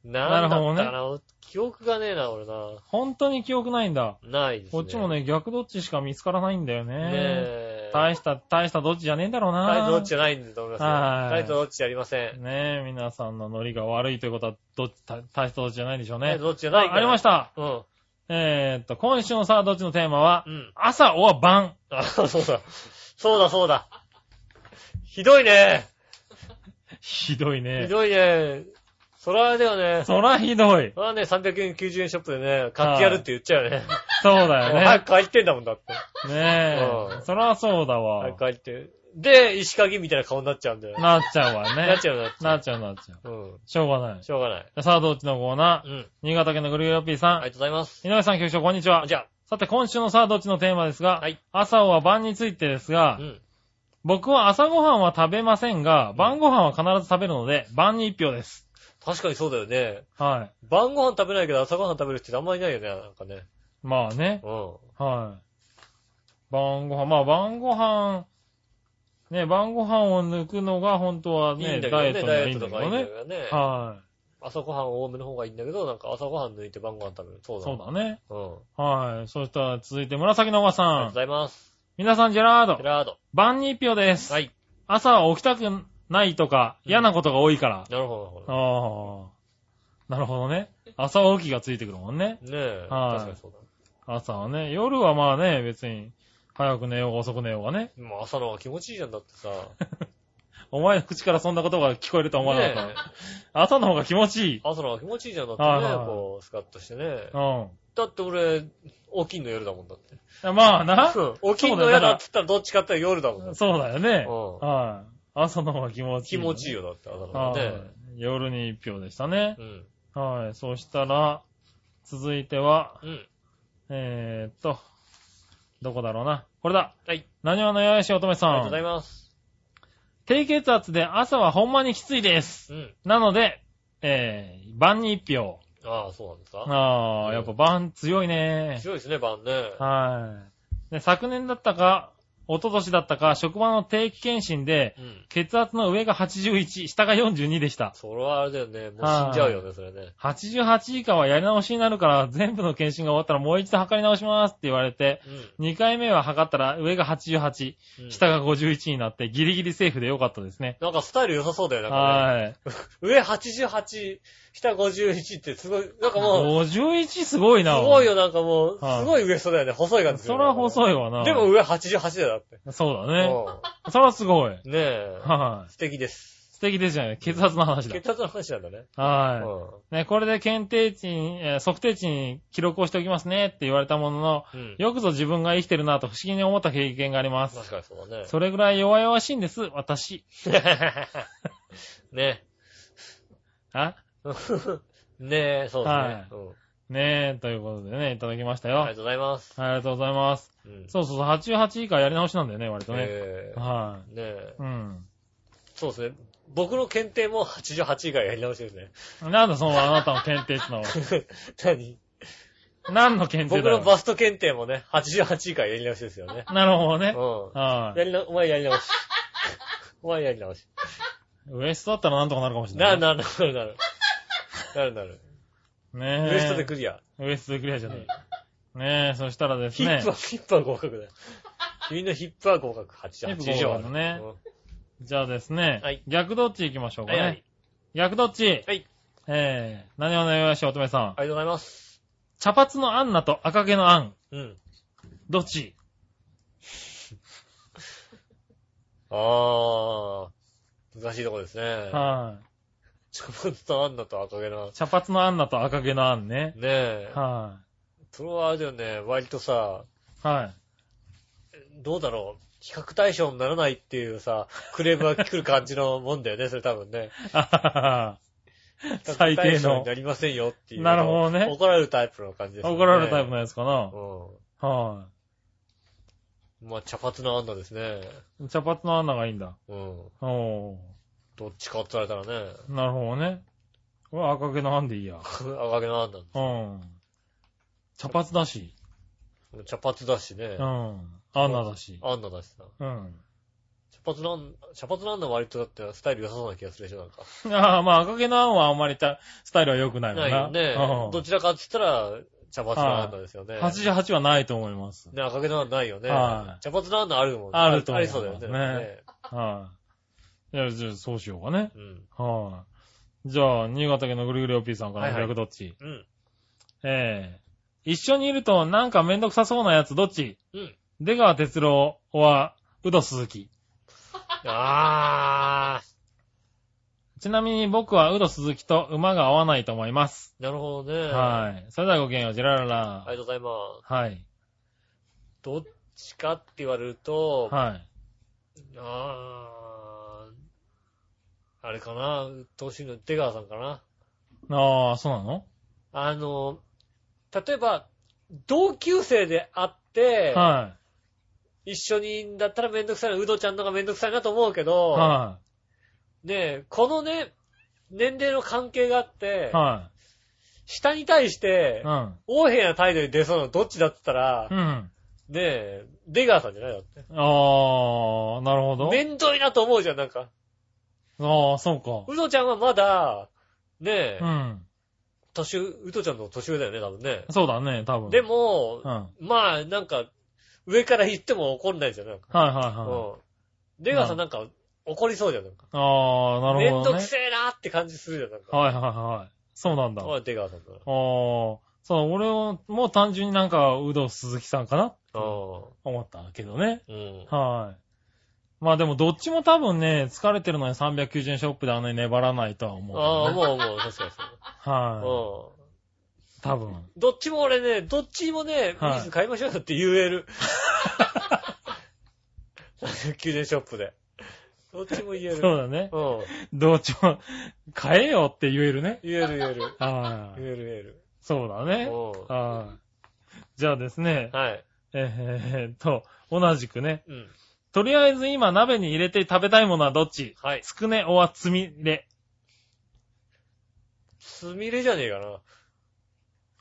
[SPEAKER 3] な
[SPEAKER 2] なん
[SPEAKER 3] る
[SPEAKER 2] だ
[SPEAKER 3] ほ
[SPEAKER 2] っ
[SPEAKER 3] どね
[SPEAKER 2] たかな、記憶がねえな、俺な。
[SPEAKER 3] 本当に記憶ないんだ。
[SPEAKER 2] ないですね。
[SPEAKER 3] こっちもね、逆どっちしか見つからないんだよ
[SPEAKER 2] ね
[SPEAKER 3] ね。
[SPEAKER 2] え。
[SPEAKER 3] 大した、大したどっちじゃねえんだろうな。
[SPEAKER 2] 大どっちじゃないんだと思いますよ。
[SPEAKER 3] はい
[SPEAKER 2] 大どっちじゃありません。
[SPEAKER 3] ねえ、皆さんのノリが悪いということは、どっち、た大したどっちじゃないでしょう
[SPEAKER 2] 大
[SPEAKER 3] ね。
[SPEAKER 2] どっちじゃないから。
[SPEAKER 3] ありまし。た。
[SPEAKER 2] うん。
[SPEAKER 3] えー、っと、今週のさあどっちのテーマは、
[SPEAKER 2] うん。
[SPEAKER 3] 朝おは晩。
[SPEAKER 2] あ、そうだ。そうだ、そうだ。ひどいね。
[SPEAKER 3] ひどい
[SPEAKER 2] ひ
[SPEAKER 3] ね。
[SPEAKER 2] どいね。そらあれだよね。
[SPEAKER 3] そらひどい。
[SPEAKER 2] そらね、300円、90円ショップでね、買ってやるって言っちゃうよね。
[SPEAKER 3] そ うだよ
[SPEAKER 2] 早
[SPEAKER 3] ね。
[SPEAKER 2] く帰ってんだもんだって。
[SPEAKER 3] ね
[SPEAKER 2] う
[SPEAKER 3] え。
[SPEAKER 2] ん
[SPEAKER 3] そらそうだ
[SPEAKER 2] 早
[SPEAKER 3] わ。
[SPEAKER 2] く帰って。で、石鍵みたいな顔になっちゃうんだよ。
[SPEAKER 3] なっちゃうわね。
[SPEAKER 2] なっちゃうなっちゃ
[SPEAKER 3] なっちゃうなっちゃう。
[SPEAKER 2] う。うん。
[SPEAKER 3] しょうがない。
[SPEAKER 2] しょうがない。
[SPEAKER 3] さあどっちのコーナ
[SPEAKER 2] う
[SPEAKER 3] ー。
[SPEAKER 2] ん。
[SPEAKER 3] 新潟県のグルーヨッピー
[SPEAKER 2] あ
[SPEAKER 3] さ
[SPEAKER 2] りがとうございます。
[SPEAKER 3] ん。井上さん、局長、こんにちは
[SPEAKER 2] あ、。じゃ
[SPEAKER 3] さて、今週のさあどっちのテーマですが、
[SPEAKER 2] はい
[SPEAKER 3] 朝おは晩についてです
[SPEAKER 2] あ。
[SPEAKER 3] が
[SPEAKER 2] う、ん。
[SPEAKER 3] 僕は朝ごはんは食べませんが、晩ごはんは必ず食べるので、晩に一票です。
[SPEAKER 2] 確かにそうだよね。
[SPEAKER 3] はい。
[SPEAKER 2] 晩ご飯食べないけど朝ご飯食べる人ってあんまりいないよね、なんかね。
[SPEAKER 3] まあね。
[SPEAKER 2] うん。
[SPEAKER 3] はい。晩ご飯、まあ晩ご飯、ね、晩ご飯を抜くのが本当はい
[SPEAKER 2] い
[SPEAKER 3] ね、
[SPEAKER 2] んだけど
[SPEAKER 3] ダイエ
[SPEAKER 2] ね、
[SPEAKER 3] ットに
[SPEAKER 2] ダ
[SPEAKER 3] はい
[SPEAKER 2] イエ
[SPEAKER 3] い
[SPEAKER 2] ッ
[SPEAKER 3] ん
[SPEAKER 2] ト
[SPEAKER 3] だ
[SPEAKER 2] とかはいいんだ
[SPEAKER 3] けどね
[SPEAKER 2] け。どね。
[SPEAKER 3] は
[SPEAKER 2] 朝ごはん多めの方がいいんだけど、なんか朝ごはん抜いて晩ご飯食べる。そ
[SPEAKER 3] い。
[SPEAKER 2] うだ。
[SPEAKER 3] そうだね。
[SPEAKER 2] うん。
[SPEAKER 3] はい。そしたら続いて紫のおば
[SPEAKER 2] ありがとう
[SPEAKER 3] さ
[SPEAKER 2] ご
[SPEAKER 3] ん。
[SPEAKER 2] ざいます。
[SPEAKER 3] 皆さん、ジェラー
[SPEAKER 2] ジェ。
[SPEAKER 3] ド
[SPEAKER 2] ラード。
[SPEAKER 3] 晩に一票です。
[SPEAKER 2] はい。
[SPEAKER 3] 朝は起きたくないとか、嫌なことが多いから。
[SPEAKER 2] なるほど、なるほど。
[SPEAKER 3] ああ。なるほどね。朝起きがついてくるもんね。
[SPEAKER 2] ねえ。
[SPEAKER 3] はい
[SPEAKER 2] 確かにそうだ。
[SPEAKER 3] 朝はね。夜はまあね、別に、早く寝ようが遅く寝ようがね。
[SPEAKER 2] でも朝の方が気持ちいいじゃんだってさ。
[SPEAKER 3] お前の口からそんなことが聞こえるとは思わなかった。
[SPEAKER 2] ねえ
[SPEAKER 3] 朝の方が気持ちいい。
[SPEAKER 2] 朝の方が気持ちいいじゃんだって
[SPEAKER 3] はいはい
[SPEAKER 2] ね
[SPEAKER 3] は。い
[SPEAKER 2] こう、スカッとしてね
[SPEAKER 3] う。ん。
[SPEAKER 2] だって俺、起きんの夜だもんだって。
[SPEAKER 3] まあな。
[SPEAKER 2] うん。起きんの嫌だって言ったらどっちかって言ったら夜だもんだって。
[SPEAKER 3] そうだよね。
[SPEAKER 2] うん
[SPEAKER 3] はい。朝の方が気持ちい
[SPEAKER 2] 気
[SPEAKER 3] い、
[SPEAKER 2] 持ちいい
[SPEAKER 3] よ。
[SPEAKER 2] よだって、朝の方
[SPEAKER 3] は
[SPEAKER 2] がね。
[SPEAKER 3] い。夜に一票でしたね
[SPEAKER 2] う。ん。
[SPEAKER 3] はい。そしたら、続いては、
[SPEAKER 2] うん。
[SPEAKER 3] えー、っと、どこだろうな。これだ。
[SPEAKER 2] はい。
[SPEAKER 3] 何話の八重し乙女さ
[SPEAKER 2] あ
[SPEAKER 3] ん。
[SPEAKER 2] りがとうございます。
[SPEAKER 3] 低血圧で朝はほんまにきついです。
[SPEAKER 2] うん。
[SPEAKER 3] なので、えー、晩に一票。
[SPEAKER 2] ああ、そうなんですか。
[SPEAKER 3] あ
[SPEAKER 2] う
[SPEAKER 3] あ、
[SPEAKER 2] ん
[SPEAKER 3] やっぱ晩強いね。
[SPEAKER 2] 強いですね、晩ね。
[SPEAKER 3] はい。で、昨年だったか、一昨年だったか、職場の定期検診で、
[SPEAKER 2] うん。
[SPEAKER 3] 血圧の上が81、下が42でした。
[SPEAKER 2] それはあれだよね。もう死んじゃうよね、それね。
[SPEAKER 3] 88以下はやり直しになるから、全部の検診が終わったらもう一度測り直しますって言われて、
[SPEAKER 2] う
[SPEAKER 3] 2回目は測ったら上が88、
[SPEAKER 2] んうん。
[SPEAKER 3] 下が51になって、ギリギリセーフでよかったですね。
[SPEAKER 2] なんかスタイル良さそうだよね、なんかね。
[SPEAKER 3] はい。
[SPEAKER 2] 上88、下51ってすごい、なんかもう、
[SPEAKER 3] 51すごい
[SPEAKER 2] す
[SPEAKER 3] な。
[SPEAKER 2] ごいよ、なんかもう、す
[SPEAKER 3] はい
[SPEAKER 2] ごいウエストだよね。細い感じす
[SPEAKER 3] そ
[SPEAKER 2] る
[SPEAKER 3] りゃ
[SPEAKER 2] よね。
[SPEAKER 3] 細いわな。
[SPEAKER 2] でも、上88だよ、だって。
[SPEAKER 3] そうだね。
[SPEAKER 2] う
[SPEAKER 3] そりゃすごい。
[SPEAKER 2] んねえ。
[SPEAKER 3] はい。
[SPEAKER 2] 素敵です。
[SPEAKER 3] 素敵ですよね。血圧の話だ。
[SPEAKER 2] 血圧の話なんだね。う
[SPEAKER 3] は
[SPEAKER 2] ん。
[SPEAKER 3] い。ね、これで検定値に、えー測定値に記録をしておきますねって言われたものの、
[SPEAKER 2] うん。
[SPEAKER 3] よくぞ自分が生きてるなと不思議に思った経験があります。
[SPEAKER 2] 確かにそうだね。
[SPEAKER 3] それぐらい弱々しいんです、私。
[SPEAKER 2] ね
[SPEAKER 3] あ
[SPEAKER 2] え。ねえ、そうですね
[SPEAKER 3] はい。
[SPEAKER 2] うん
[SPEAKER 3] ねえ、ということでね、いただきました
[SPEAKER 2] あり
[SPEAKER 3] よ
[SPEAKER 2] が。とうございます。
[SPEAKER 3] はい、ありがとうございます。
[SPEAKER 2] うん
[SPEAKER 3] そうそうそう、88以下やり直しなんだよね、割とね。
[SPEAKER 2] ええ
[SPEAKER 3] は
[SPEAKER 2] ねえ
[SPEAKER 3] い。。うん。
[SPEAKER 2] そうですね。僕の検定も88以外やり直しですね。
[SPEAKER 3] なんだ、そのあなたの検定 値の。
[SPEAKER 2] 何
[SPEAKER 3] 何の検定
[SPEAKER 2] 僕
[SPEAKER 3] だ
[SPEAKER 2] の
[SPEAKER 3] よ。
[SPEAKER 2] バスト検定もね、88以下やり直しですよね。
[SPEAKER 3] なるほどね。
[SPEAKER 2] う
[SPEAKER 3] は
[SPEAKER 2] ん。
[SPEAKER 3] い。
[SPEAKER 2] やりな、お前やり 直し。お前やり直し。
[SPEAKER 3] ウエストだったらなんとかなるかもしれな
[SPEAKER 2] ないる。なるなるなる。なるなる。
[SPEAKER 3] ね
[SPEAKER 2] ウ
[SPEAKER 3] え。
[SPEAKER 2] エストでクリア。
[SPEAKER 3] ウエストでクリアじゃない。ねえ、そしたらです
[SPEAKER 2] ヒッ
[SPEAKER 3] ね
[SPEAKER 2] プは、。ヒップは合格だよ。君のヒップは合格。88以上ある。
[SPEAKER 3] ヒップ合格ね
[SPEAKER 2] うん
[SPEAKER 3] じゃあですね、
[SPEAKER 2] はい
[SPEAKER 3] 逆どっち行きましょうか
[SPEAKER 2] はい
[SPEAKER 3] ね。
[SPEAKER 2] はい。
[SPEAKER 3] 逆どっち
[SPEAKER 2] はい。
[SPEAKER 3] えー、何をのよし乙女さん。
[SPEAKER 2] ありがとうございます。
[SPEAKER 3] 茶髪のアンナと赤毛のアン。
[SPEAKER 2] うん。
[SPEAKER 3] どっち
[SPEAKER 2] あー。難しいとこですね。
[SPEAKER 3] は
[SPEAKER 2] ちょっとあんなと赤毛な。ね
[SPEAKER 3] い。茶髪のアンナと赤毛のアンね。
[SPEAKER 2] え。
[SPEAKER 3] は
[SPEAKER 2] それはあれだよね、割とさ、
[SPEAKER 3] い。はい。
[SPEAKER 2] どうだろう。比較対象にならないっていうさ、クレームが来る感じのもんだよね、それ多分ね。
[SPEAKER 3] あははは最
[SPEAKER 2] 比較
[SPEAKER 3] 低
[SPEAKER 2] 対象に
[SPEAKER 3] の
[SPEAKER 2] な。りませんよっていう。
[SPEAKER 3] なるほどね
[SPEAKER 2] 怒られるタイプの感じです、
[SPEAKER 3] 怒られるタイプのやつかな。
[SPEAKER 2] の。
[SPEAKER 3] は
[SPEAKER 2] うん。まあ、茶髪のアンナですね。
[SPEAKER 3] い。茶髪のアンナがいいんだ。
[SPEAKER 2] うん。
[SPEAKER 3] おー。
[SPEAKER 2] どっちかって言われたらね、
[SPEAKER 3] なるほどね。これは赤毛のアンでいいや。
[SPEAKER 2] 赤毛のアンナ。
[SPEAKER 3] うん。茶髪だし。
[SPEAKER 2] 茶髪だしね
[SPEAKER 3] う。ん。アンナだし。
[SPEAKER 2] アンナだしさ。
[SPEAKER 3] うん。
[SPEAKER 2] 茶髪なん、茶髪なんだ割とだってスタイル良さそうな気がするでしょ、なんか。
[SPEAKER 3] ああ、まあ、赤毛のアンはあんまりたスタイルは良くないも
[SPEAKER 2] なんい
[SPEAKER 3] な。
[SPEAKER 2] よね。
[SPEAKER 3] う
[SPEAKER 2] どちらかって言ったら、茶髪のアンナですよね。
[SPEAKER 3] ん。88はないと思います。
[SPEAKER 2] ね、赤毛のアンナないよね。
[SPEAKER 3] はい
[SPEAKER 2] 茶髪のアンナあるもん
[SPEAKER 3] あると思
[SPEAKER 2] あ
[SPEAKER 3] い
[SPEAKER 2] り
[SPEAKER 3] ます
[SPEAKER 2] そうだよね。
[SPEAKER 3] ねはい。いや、じゃあ、そうしようかね。
[SPEAKER 2] うん。
[SPEAKER 3] はい。じゃあ、新潟県のぐるぐるおっぴーさんから
[SPEAKER 2] はいはい
[SPEAKER 3] 逆どっち
[SPEAKER 2] うん。
[SPEAKER 3] ええ一緒にいるとなんかめんどくさそうなやつどっち
[SPEAKER 2] うん。
[SPEAKER 3] 出川哲郎は、うど鈴木。
[SPEAKER 2] あ
[SPEAKER 3] ちなみに僕はうど鈴木と馬が合わないと思います。
[SPEAKER 2] ー。なるほどね。い。
[SPEAKER 3] はい。それではごきげんよう、ジェララ
[SPEAKER 2] あ
[SPEAKER 3] ラ
[SPEAKER 2] り。がとうございます。
[SPEAKER 3] はい。
[SPEAKER 2] どっちかって言われると、
[SPEAKER 3] はい。
[SPEAKER 2] あー、あれかな、うっとうしいの、出川さんかな。
[SPEAKER 3] ああ、そうなの
[SPEAKER 2] あの、例えば、同級生であって、
[SPEAKER 3] は
[SPEAKER 2] 一緒にだったらめんどくさいな、うどちゃんのがめんどくさいなと思うけ
[SPEAKER 3] い。
[SPEAKER 2] ど、
[SPEAKER 3] は
[SPEAKER 2] ねえ、このね、年齢の関係があって
[SPEAKER 3] い。、は
[SPEAKER 2] 下に対し
[SPEAKER 3] い。
[SPEAKER 2] て
[SPEAKER 3] う、ん。
[SPEAKER 2] 横柄な態度に出そうなのどっちだって言ったら
[SPEAKER 3] う、ん。
[SPEAKER 2] ねえ、出川さんじゃないだって。
[SPEAKER 3] ああ、なるほど。
[SPEAKER 2] めんどいなと思うじゃん、なんか。
[SPEAKER 3] ああ、そうか。
[SPEAKER 2] うどちゃんはまだ、ねえ、
[SPEAKER 3] うん。
[SPEAKER 2] 年上、うとちゃんの年上だよね、多分ね。
[SPEAKER 3] そうだね、多分。
[SPEAKER 2] で、も
[SPEAKER 3] う、ん。はい
[SPEAKER 2] まあ、なんか、上から言っても怒んないじゃん。なんか
[SPEAKER 3] はいは
[SPEAKER 2] うん。出川さ
[SPEAKER 3] う
[SPEAKER 2] ん
[SPEAKER 3] ん
[SPEAKER 2] なんか怒りそうじゃん。なんか
[SPEAKER 3] い。ああ、な
[SPEAKER 2] め
[SPEAKER 3] る
[SPEAKER 2] んど
[SPEAKER 3] ほど
[SPEAKER 2] く
[SPEAKER 3] ね。
[SPEAKER 2] せえなって感じするじゃん。なんか。
[SPEAKER 3] はいはいはい。そうなんだ。ああ、
[SPEAKER 2] あ出川さんだな。
[SPEAKER 3] そう、俺を、もう単純になんか、うど鈴木さんかな
[SPEAKER 2] う
[SPEAKER 3] 思ったけどね。
[SPEAKER 2] ん。うん。
[SPEAKER 3] はい。まあでも、どっちも多分ね、疲れてるのに390円ショップであんなに粘らないとは思う。
[SPEAKER 2] ああ、
[SPEAKER 3] はい。
[SPEAKER 2] もうもう、確かにそう。
[SPEAKER 3] 多分。
[SPEAKER 2] うん。どっちも俺ね、どっちもね、
[SPEAKER 3] はい
[SPEAKER 2] 水買いましょうよって言える。宮殿ショップで。どっちも言える。
[SPEAKER 3] そうだね。
[SPEAKER 2] うん。
[SPEAKER 3] どっちも、買えよって言えるね。
[SPEAKER 2] 言える言える。
[SPEAKER 3] は
[SPEAKER 2] 言
[SPEAKER 3] い。
[SPEAKER 2] える言える。
[SPEAKER 3] そうだね。
[SPEAKER 2] う
[SPEAKER 3] はい。じゃあですね
[SPEAKER 2] ん。、はい。
[SPEAKER 3] えーっと、同じくね。
[SPEAKER 2] うん。
[SPEAKER 3] とりあえず今鍋に入れて食べたいものはどっち
[SPEAKER 2] はい。
[SPEAKER 3] つくね、おわ、つみれ。
[SPEAKER 2] つみれじゃねえかな。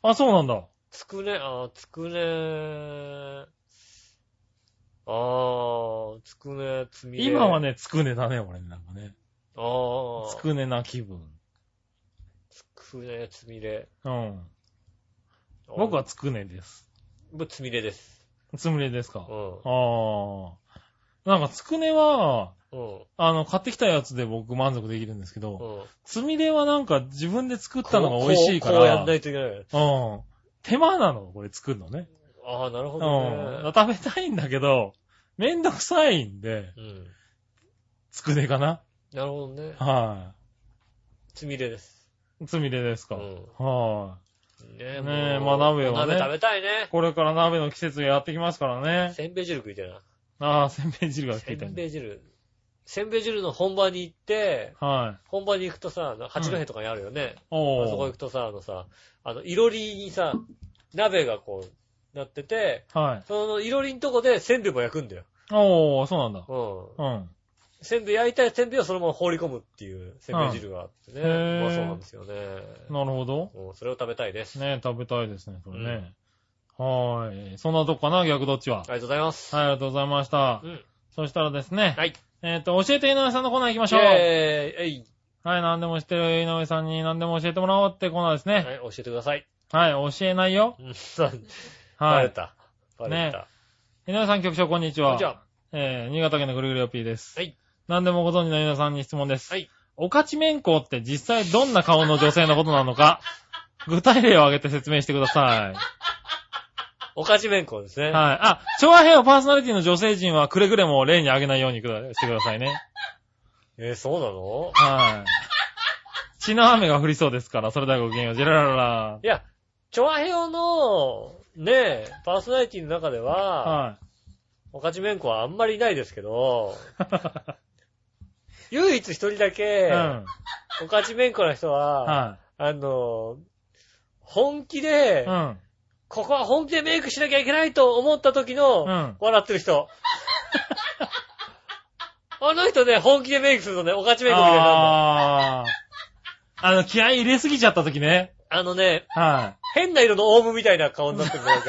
[SPEAKER 3] あ、そうなんだ。
[SPEAKER 2] つくね、あーつくね。あー、つくね、つみれ。
[SPEAKER 3] 今は
[SPEAKER 2] ね。
[SPEAKER 3] ね、つくねだね、俺ね、なんかね。
[SPEAKER 2] あー、
[SPEAKER 3] つくねな気分。
[SPEAKER 2] つくね、つみれ。
[SPEAKER 3] うん。僕はつくねです。
[SPEAKER 2] もうつみれです。
[SPEAKER 3] つむれですか
[SPEAKER 2] う。ん。
[SPEAKER 3] あー。なんかつくねは、
[SPEAKER 2] うん。
[SPEAKER 3] あの、買ってきたやつで僕満足できるんですけど、
[SPEAKER 2] うん。
[SPEAKER 3] つみれはなんか自分で作ったのが美味しいか
[SPEAKER 2] こうこうや
[SPEAKER 3] ら、
[SPEAKER 2] んないといけない。
[SPEAKER 3] うん。手間なの、これ作るのね。
[SPEAKER 2] あー、なるほ
[SPEAKER 3] う
[SPEAKER 2] ど
[SPEAKER 3] ん。
[SPEAKER 2] ね。
[SPEAKER 3] 食べたいんだけど、めんどくさいんで、
[SPEAKER 2] うん。
[SPEAKER 3] つくねかな。
[SPEAKER 2] なるほどね。
[SPEAKER 3] は
[SPEAKER 2] つみれです。
[SPEAKER 3] い。つみれです
[SPEAKER 2] う
[SPEAKER 3] か。
[SPEAKER 2] ん。
[SPEAKER 3] は
[SPEAKER 2] ねえ、
[SPEAKER 3] ねえ
[SPEAKER 2] もう
[SPEAKER 3] まあ鍋はね
[SPEAKER 2] 鍋食べたいね
[SPEAKER 3] い。。これから鍋の季節がやってきますからね。
[SPEAKER 2] せんべい汁食いたいな。
[SPEAKER 3] ああ、せんべい汁が効
[SPEAKER 2] せ
[SPEAKER 3] いたん
[SPEAKER 2] ん
[SPEAKER 3] だ
[SPEAKER 2] べ。い汁。せんべい汁の本場に行って、
[SPEAKER 3] はい。
[SPEAKER 2] 本場に行くとさ、あの八戸とかにあるよね。
[SPEAKER 3] お
[SPEAKER 2] あそこ行
[SPEAKER 3] ー
[SPEAKER 2] くとさ、あのさ、あの、いろりにさ、鍋がこう、なってて、
[SPEAKER 3] はい。
[SPEAKER 2] そのいろりんとこでせんべいも焼くんだよ。
[SPEAKER 3] おー、そうなんだ。
[SPEAKER 2] う
[SPEAKER 3] うん。
[SPEAKER 2] ん。せんべい焼いたらせんべいをそのまま放り込むっていうせんべい汁があってね。
[SPEAKER 3] うんへー
[SPEAKER 2] うまそうなんですよね。
[SPEAKER 3] なるほど。
[SPEAKER 2] うん、それを食べたいです。
[SPEAKER 3] ね食べたいですね、これね。はーい。そんなとこかな、逆どっちは。
[SPEAKER 2] ありがとうございます。
[SPEAKER 3] はい、ありがとうございました
[SPEAKER 2] う。ん。
[SPEAKER 3] そしたらですね、
[SPEAKER 2] はい。
[SPEAKER 3] えっと、教えて井上さんのコーナー行きましょう。はい、
[SPEAKER 2] えー、えい。
[SPEAKER 3] 何でも知ってる井上さんに何でも教えてもらおうってコーナーですね。
[SPEAKER 2] はい、教えてください。
[SPEAKER 3] はい、教えないよ。
[SPEAKER 2] うん、バ
[SPEAKER 3] は
[SPEAKER 2] レ
[SPEAKER 3] い。
[SPEAKER 2] た。バレた。
[SPEAKER 3] 井上さん局長、こんにち
[SPEAKER 2] こん
[SPEAKER 3] は。
[SPEAKER 2] にちは。
[SPEAKER 3] えー、新潟県のぐるぐるよっぴーです。
[SPEAKER 2] はい。
[SPEAKER 3] 何でもご存知の皆さんに質問です。
[SPEAKER 2] はい。
[SPEAKER 3] おかちめんこって実際どんな顔の女性のことな のか、具体例を挙げて説明してくださ
[SPEAKER 2] おかちめんこです
[SPEAKER 3] い。
[SPEAKER 2] ね。
[SPEAKER 3] はい。あ、調和平和パーソナリティの女性陣はくれぐれも例に挙げないようにくだしてくださいね。
[SPEAKER 2] えー、そうなの
[SPEAKER 3] はい。血の雨が降りそうですから、それではごきげんよう。ジェラララ
[SPEAKER 2] いや、チョアヘオの、ねえ、パーソナリティの中で
[SPEAKER 3] ラ。
[SPEAKER 2] は、
[SPEAKER 3] は
[SPEAKER 2] おかちめんこはあんまりいないですけ ど、
[SPEAKER 3] い。
[SPEAKER 2] 唯一一人だ
[SPEAKER 3] う
[SPEAKER 2] け、
[SPEAKER 3] ん。
[SPEAKER 2] おかちめんこな人は、
[SPEAKER 3] は
[SPEAKER 2] あの、本気で、
[SPEAKER 3] い。うん。
[SPEAKER 2] ここは本気でメイクしなきゃいけないと思った時の、
[SPEAKER 3] うん
[SPEAKER 2] 笑ってる 人。あの人ね、本気でメイクするとね、おかちめんこみたいになるんだ。
[SPEAKER 3] あー。あの、気合い入れすぎちゃった時ね。
[SPEAKER 2] あのね、
[SPEAKER 3] はい。
[SPEAKER 2] 変な色のオウムみたいな顔になってるんだよ。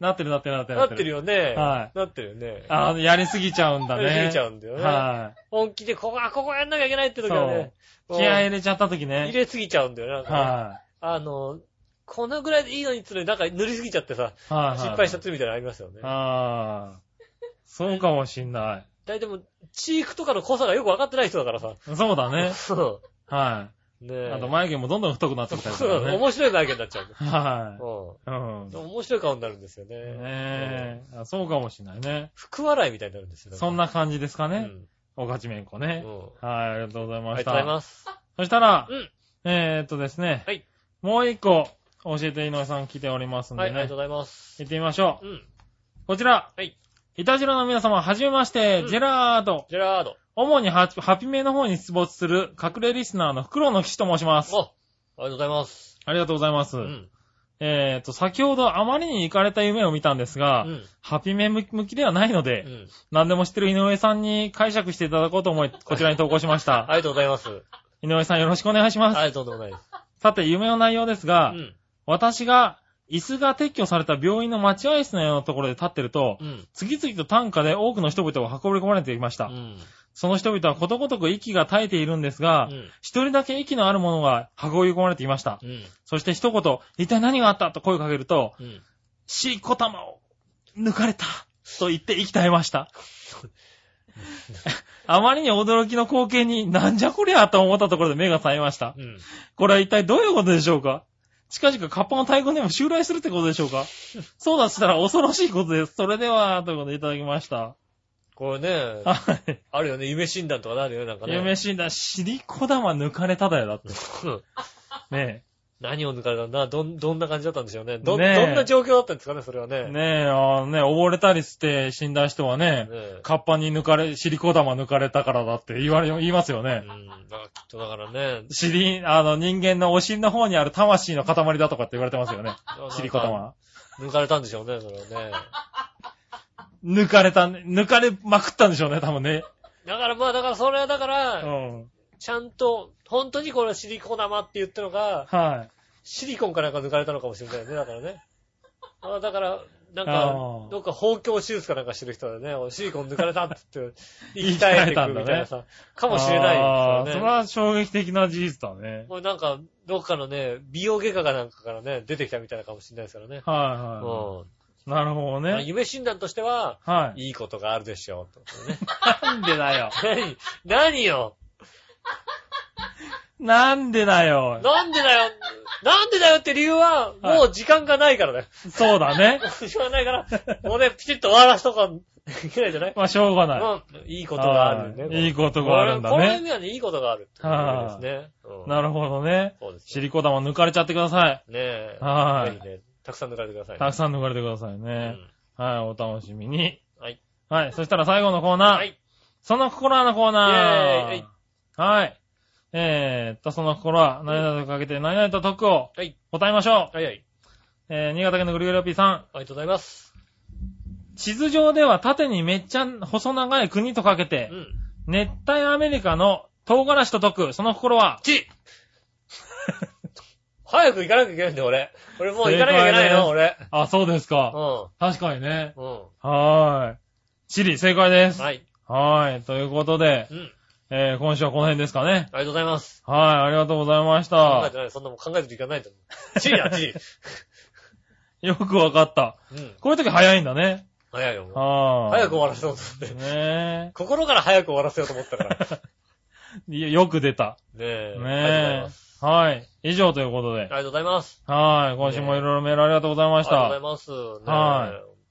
[SPEAKER 3] なってるなってるなってる
[SPEAKER 2] なってるよね。
[SPEAKER 3] は
[SPEAKER 2] なってるよね。
[SPEAKER 3] あの、やりすぎちゃうんだ
[SPEAKER 2] や
[SPEAKER 3] ね。
[SPEAKER 2] りすぎちゃうんだよね。
[SPEAKER 3] は
[SPEAKER 2] 本気で、ここ、あ、ここやんなきゃいけないって時はね、
[SPEAKER 3] い。
[SPEAKER 2] もう
[SPEAKER 3] 気合入れちゃった時
[SPEAKER 2] 入
[SPEAKER 3] ね。
[SPEAKER 2] れすぎちゃうんだよね。なんかね
[SPEAKER 3] は
[SPEAKER 2] あの、このぐらいでいいのにっつって、なんか塗りすぎちゃってさ、
[SPEAKER 3] い。はい。
[SPEAKER 2] 失敗しちゃ
[SPEAKER 3] っ
[SPEAKER 2] ってるみたいなのありますよね。
[SPEAKER 3] ああ。そうかもしんな
[SPEAKER 2] 大体もう、チークとかの濃さがよくわかってない人だからさ。
[SPEAKER 3] い。そうだね。
[SPEAKER 2] そ
[SPEAKER 3] は
[SPEAKER 2] う。ね
[SPEAKER 3] い。
[SPEAKER 2] え。
[SPEAKER 3] あと眉毛もどんどん太くなってきたりと
[SPEAKER 2] そうな
[SPEAKER 3] か
[SPEAKER 2] の。
[SPEAKER 3] ね。
[SPEAKER 2] 面白い内見になっちゃう。
[SPEAKER 3] は
[SPEAKER 2] う
[SPEAKER 3] い。うん
[SPEAKER 2] ん。で。も面白い顔になるんですよね。
[SPEAKER 3] ねえ。あそうかもしんないね。
[SPEAKER 2] 福笑いみたいになるんですよね。
[SPEAKER 3] そんな感じですか
[SPEAKER 2] うん。
[SPEAKER 3] ね。おかちめんこね
[SPEAKER 2] う。ん
[SPEAKER 3] はい、ありがとうござい
[SPEAKER 2] あ
[SPEAKER 3] ま
[SPEAKER 2] り
[SPEAKER 3] し
[SPEAKER 2] がと
[SPEAKER 3] た。
[SPEAKER 2] うございます。
[SPEAKER 3] そしたら、
[SPEAKER 2] うん
[SPEAKER 3] えー、っとですね。
[SPEAKER 2] はい
[SPEAKER 3] もう一個、教えて井上さん来ておりますん
[SPEAKER 2] はい、あ
[SPEAKER 3] で
[SPEAKER 2] り
[SPEAKER 3] ね。
[SPEAKER 2] がとうございます。
[SPEAKER 3] 行ってみましょう。
[SPEAKER 2] うん。
[SPEAKER 3] こちら。
[SPEAKER 2] はい。
[SPEAKER 3] イタジラの皆様、はじめまして、
[SPEAKER 2] うん
[SPEAKER 3] ジェラード。
[SPEAKER 2] ジェラード。
[SPEAKER 3] 主にハハピメの方に出没する隠れリスナーの袋の騎士と申します。
[SPEAKER 2] おありがとうございます。
[SPEAKER 3] ありがとうございます。
[SPEAKER 2] うん。
[SPEAKER 3] えーと、先ほどあまりに行かれた夢を見たんです
[SPEAKER 2] う
[SPEAKER 3] が、
[SPEAKER 2] ん。
[SPEAKER 3] ハピメ向きではないので、
[SPEAKER 2] うん。
[SPEAKER 3] 何でも知ってる井上さんに解釈していただこうと思い、こちらに投稿しました。
[SPEAKER 2] ありがとうございます。
[SPEAKER 3] 井上さんよろしくお願いします。
[SPEAKER 2] ありがとうございます。
[SPEAKER 3] さて、夢の内容です
[SPEAKER 2] う
[SPEAKER 3] が、
[SPEAKER 2] ん。
[SPEAKER 3] 私が椅子が撤去された病院の待合室のようなところで立ってると、
[SPEAKER 2] うん。
[SPEAKER 3] 次々と担架で多くの人々が運び込まれていました。
[SPEAKER 2] うん。
[SPEAKER 3] その人々はことごとく息が絶えているんですが、
[SPEAKER 2] うん
[SPEAKER 3] 一人だけ息のあるものが運び込まれていました。
[SPEAKER 2] うん。
[SPEAKER 3] そして一言、一体何があったと声をかけると、
[SPEAKER 2] うん。
[SPEAKER 3] シーコタマを抜かれたと言って息絶えま した。あまりに驚きの光景に、なんじゃこりゃと思ったところで目が覚めました。
[SPEAKER 2] うん。
[SPEAKER 3] これは一体どういうことでしょうか近々カッパの太鼓でも襲来するってことでしょうかそうだとしたら恐ろしいことです。それでは、ということでいただきました。
[SPEAKER 2] これね、
[SPEAKER 3] はい。
[SPEAKER 2] あるよね、夢診断とかなるよね、なんかね。
[SPEAKER 3] 夢診断、尻小玉抜かれただよ、だって。
[SPEAKER 2] うん
[SPEAKER 3] ね
[SPEAKER 2] 何を抜かれたんだどん、どんな感じだったんでしょうね。ど、
[SPEAKER 3] ね
[SPEAKER 2] ど
[SPEAKER 3] え
[SPEAKER 2] んな状況だったんですかね、それはね。
[SPEAKER 3] え。ねえ、あのね、溺れたりして死んだ人はね
[SPEAKER 2] ね、え
[SPEAKER 3] カッパに抜かれ、尻小玉抜かれたからだって言われ、言いますよ
[SPEAKER 2] う
[SPEAKER 3] ね。
[SPEAKER 2] ん。だからきっとだから ね。
[SPEAKER 3] 尻、あの、人間のお尻の方にある魂の塊だとかって言われてます よね。尻小
[SPEAKER 2] なんか
[SPEAKER 3] 玉。
[SPEAKER 2] 抜かれたんでしょうね、それはね。
[SPEAKER 3] 抜かれた、抜かれまくったんでしょうね、多分ね。
[SPEAKER 2] だからまあ、だからそれはだか
[SPEAKER 3] う
[SPEAKER 2] ら、
[SPEAKER 3] ん。
[SPEAKER 2] ちゃんと、本当にこれシリコ玉って言ったのが、
[SPEAKER 3] はい。
[SPEAKER 2] シリコンかなんか抜かれたのかもしれないよね、だからね。あだから、なん
[SPEAKER 3] あ
[SPEAKER 2] か
[SPEAKER 3] ー、
[SPEAKER 2] どっか包教手術かなんかしてる人だよね、シリコン抜かれたって言って、
[SPEAKER 3] 言
[SPEAKER 2] 生き
[SPEAKER 3] い換
[SPEAKER 2] 返っ
[SPEAKER 3] え
[SPEAKER 2] て
[SPEAKER 3] た
[SPEAKER 2] く
[SPEAKER 3] んだね
[SPEAKER 2] みたいなさ、かもしれない
[SPEAKER 3] あ
[SPEAKER 2] です
[SPEAKER 3] ーそ
[SPEAKER 2] よ
[SPEAKER 3] れ
[SPEAKER 2] ね。
[SPEAKER 3] は衝撃的な事実だね。
[SPEAKER 2] もうなんか、どっかのね、美容外科かなんかからね、出てきたみたいなかもしれないですからね。
[SPEAKER 3] は
[SPEAKER 2] う
[SPEAKER 3] いは
[SPEAKER 2] ん。
[SPEAKER 3] い。なるほど
[SPEAKER 2] まあ
[SPEAKER 3] ね。
[SPEAKER 2] 夢診断としては、
[SPEAKER 3] はい。
[SPEAKER 2] いいことがあるでしょう。とね
[SPEAKER 3] なんでだよ。
[SPEAKER 2] 何何よ
[SPEAKER 3] なんでだよ。
[SPEAKER 2] なんでだよなんでだよって理由は、
[SPEAKER 3] はい
[SPEAKER 2] もう時間がないからだよ。
[SPEAKER 3] そうだね。
[SPEAKER 2] 時間がないから、もうね、ピチッと終わらしとかいけないじゃない
[SPEAKER 3] まあ、しょうがない。
[SPEAKER 2] うん、いいことがあるね。
[SPEAKER 3] は
[SPEAKER 2] こ
[SPEAKER 3] い
[SPEAKER 2] れ
[SPEAKER 3] いいことがあるんだ
[SPEAKER 2] これこの
[SPEAKER 3] ね。
[SPEAKER 2] 夢はね、いいことがある。
[SPEAKER 3] はい
[SPEAKER 2] ですね。うん
[SPEAKER 3] なるほどね。
[SPEAKER 2] そうです
[SPEAKER 3] シ
[SPEAKER 2] よ。
[SPEAKER 3] リコ玉抜かれちゃってください。
[SPEAKER 2] ねえ。
[SPEAKER 3] はい
[SPEAKER 2] ぜひね、たくさん抜かれてください。
[SPEAKER 3] たくさん抜かれてくださいうね。
[SPEAKER 2] ん
[SPEAKER 3] はい、お楽しみに。
[SPEAKER 2] はい。
[SPEAKER 3] はい、そしたら最後のコーナー。
[SPEAKER 2] はい。
[SPEAKER 3] その心はのコー
[SPEAKER 2] イェ
[SPEAKER 3] ナ
[SPEAKER 2] ー
[SPEAKER 3] ー
[SPEAKER 2] イ。
[SPEAKER 3] はい。えーっと、その心は、何々とかけて、何々と得を
[SPEAKER 2] はい。
[SPEAKER 3] 答えましょう。
[SPEAKER 2] はいはい。
[SPEAKER 3] えー、新潟県のぐるぐるおっぴーさん。
[SPEAKER 2] ありがとうございます。
[SPEAKER 3] 地図上では縦にめっちゃ細長い国とかけて
[SPEAKER 2] う、ん。
[SPEAKER 3] 熱帯アメリカの唐辛子と解く、その心は
[SPEAKER 2] ち早く行かなきゃいけないんだよ、俺。俺もう行かなきゃいけないの、俺。
[SPEAKER 3] あ、そうですか。
[SPEAKER 2] う
[SPEAKER 3] 確かにね。
[SPEAKER 2] ん。う
[SPEAKER 3] はーい。チリ、正解です。
[SPEAKER 2] ん。はい。
[SPEAKER 3] はーい。ということで
[SPEAKER 2] う、ん。
[SPEAKER 3] えー、今週はこの辺ですかね。
[SPEAKER 2] ありがとうございます。
[SPEAKER 3] はい、ありがとうございまし
[SPEAKER 2] 考え
[SPEAKER 3] た
[SPEAKER 2] て。ない。そんなもん考えてる時間ないと思う。チリだ、チリ。
[SPEAKER 3] よくわかった。
[SPEAKER 2] うん。
[SPEAKER 3] こういう時早いんだね。
[SPEAKER 2] 早いよ、もう。
[SPEAKER 3] はーい。
[SPEAKER 2] 早く終わらせようと思って。
[SPEAKER 3] ね
[SPEAKER 2] 心から早く終わらせようと思った から。ね
[SPEAKER 3] え。いやよく出た。
[SPEAKER 2] え。
[SPEAKER 3] ねえ。はい。以上ということで。
[SPEAKER 2] ありがとうございます。
[SPEAKER 3] はい。今週もいろいろメールありがとうござい
[SPEAKER 2] あ
[SPEAKER 3] ま
[SPEAKER 2] り
[SPEAKER 3] し
[SPEAKER 2] がとうござい
[SPEAKER 3] た。
[SPEAKER 2] ます。
[SPEAKER 3] は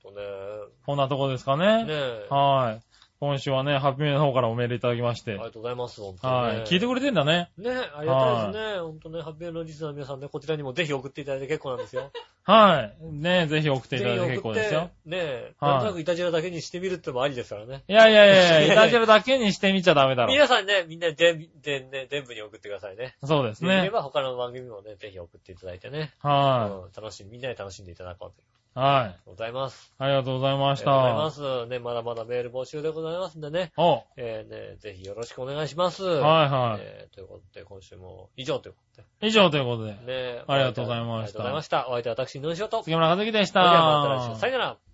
[SPEAKER 3] い
[SPEAKER 2] ねえ。ほんと
[SPEAKER 3] こんなとこですか
[SPEAKER 2] ね。ね
[SPEAKER 3] ね。
[SPEAKER 2] え。あ
[SPEAKER 3] はい。今週はね、ハッピーメールの方からおメールいただきまして
[SPEAKER 2] り。がとうございます、ほんとにね
[SPEAKER 3] はい。聞いてくれてんだね。
[SPEAKER 2] ねえ、ありがたいですね。ほんとね、ハッピーエンドリスナーの皆さんね、こちらにもぜひ送っていただいて結構なんですよ。
[SPEAKER 3] はい。ねぜひ送っていただいて
[SPEAKER 2] ぜひ
[SPEAKER 3] 結
[SPEAKER 2] 送
[SPEAKER 3] 構
[SPEAKER 2] って
[SPEAKER 3] ですよ。
[SPEAKER 2] ねえ、
[SPEAKER 3] はい
[SPEAKER 2] なんとなくイタジラだけにしてみるってのもありですからね。
[SPEAKER 3] いやいやいや いや、イタジェルだけにしてみちゃダメだろ。
[SPEAKER 2] 皆さんね、みんなで、で、ね、全部に送ってくださいね。
[SPEAKER 3] そうです
[SPEAKER 2] できれ
[SPEAKER 3] ね。
[SPEAKER 2] ば他の番組もね、ぜひ送っていただいてね。
[SPEAKER 3] は
[SPEAKER 2] うん楽しみ、みんなで楽しんでいただこうと。
[SPEAKER 3] はい。
[SPEAKER 2] ございます。
[SPEAKER 3] ありがとうござい
[SPEAKER 2] あ
[SPEAKER 3] ま
[SPEAKER 2] り
[SPEAKER 3] し
[SPEAKER 2] がと
[SPEAKER 3] た。
[SPEAKER 2] うございます。ね、まだまだメール募集でございますんでね。
[SPEAKER 3] お
[SPEAKER 2] えーね、ぜひよろしくお願いします。
[SPEAKER 3] はいはい。
[SPEAKER 2] えーということで、今週も以上ということ
[SPEAKER 3] 以上ということで
[SPEAKER 2] で。。ね
[SPEAKER 3] ありがとうござい
[SPEAKER 2] あり
[SPEAKER 3] ました
[SPEAKER 2] がとうございました。お相手は私、のりしおと。
[SPEAKER 3] 杉村和樹でした。
[SPEAKER 2] それではまた来週さよなら。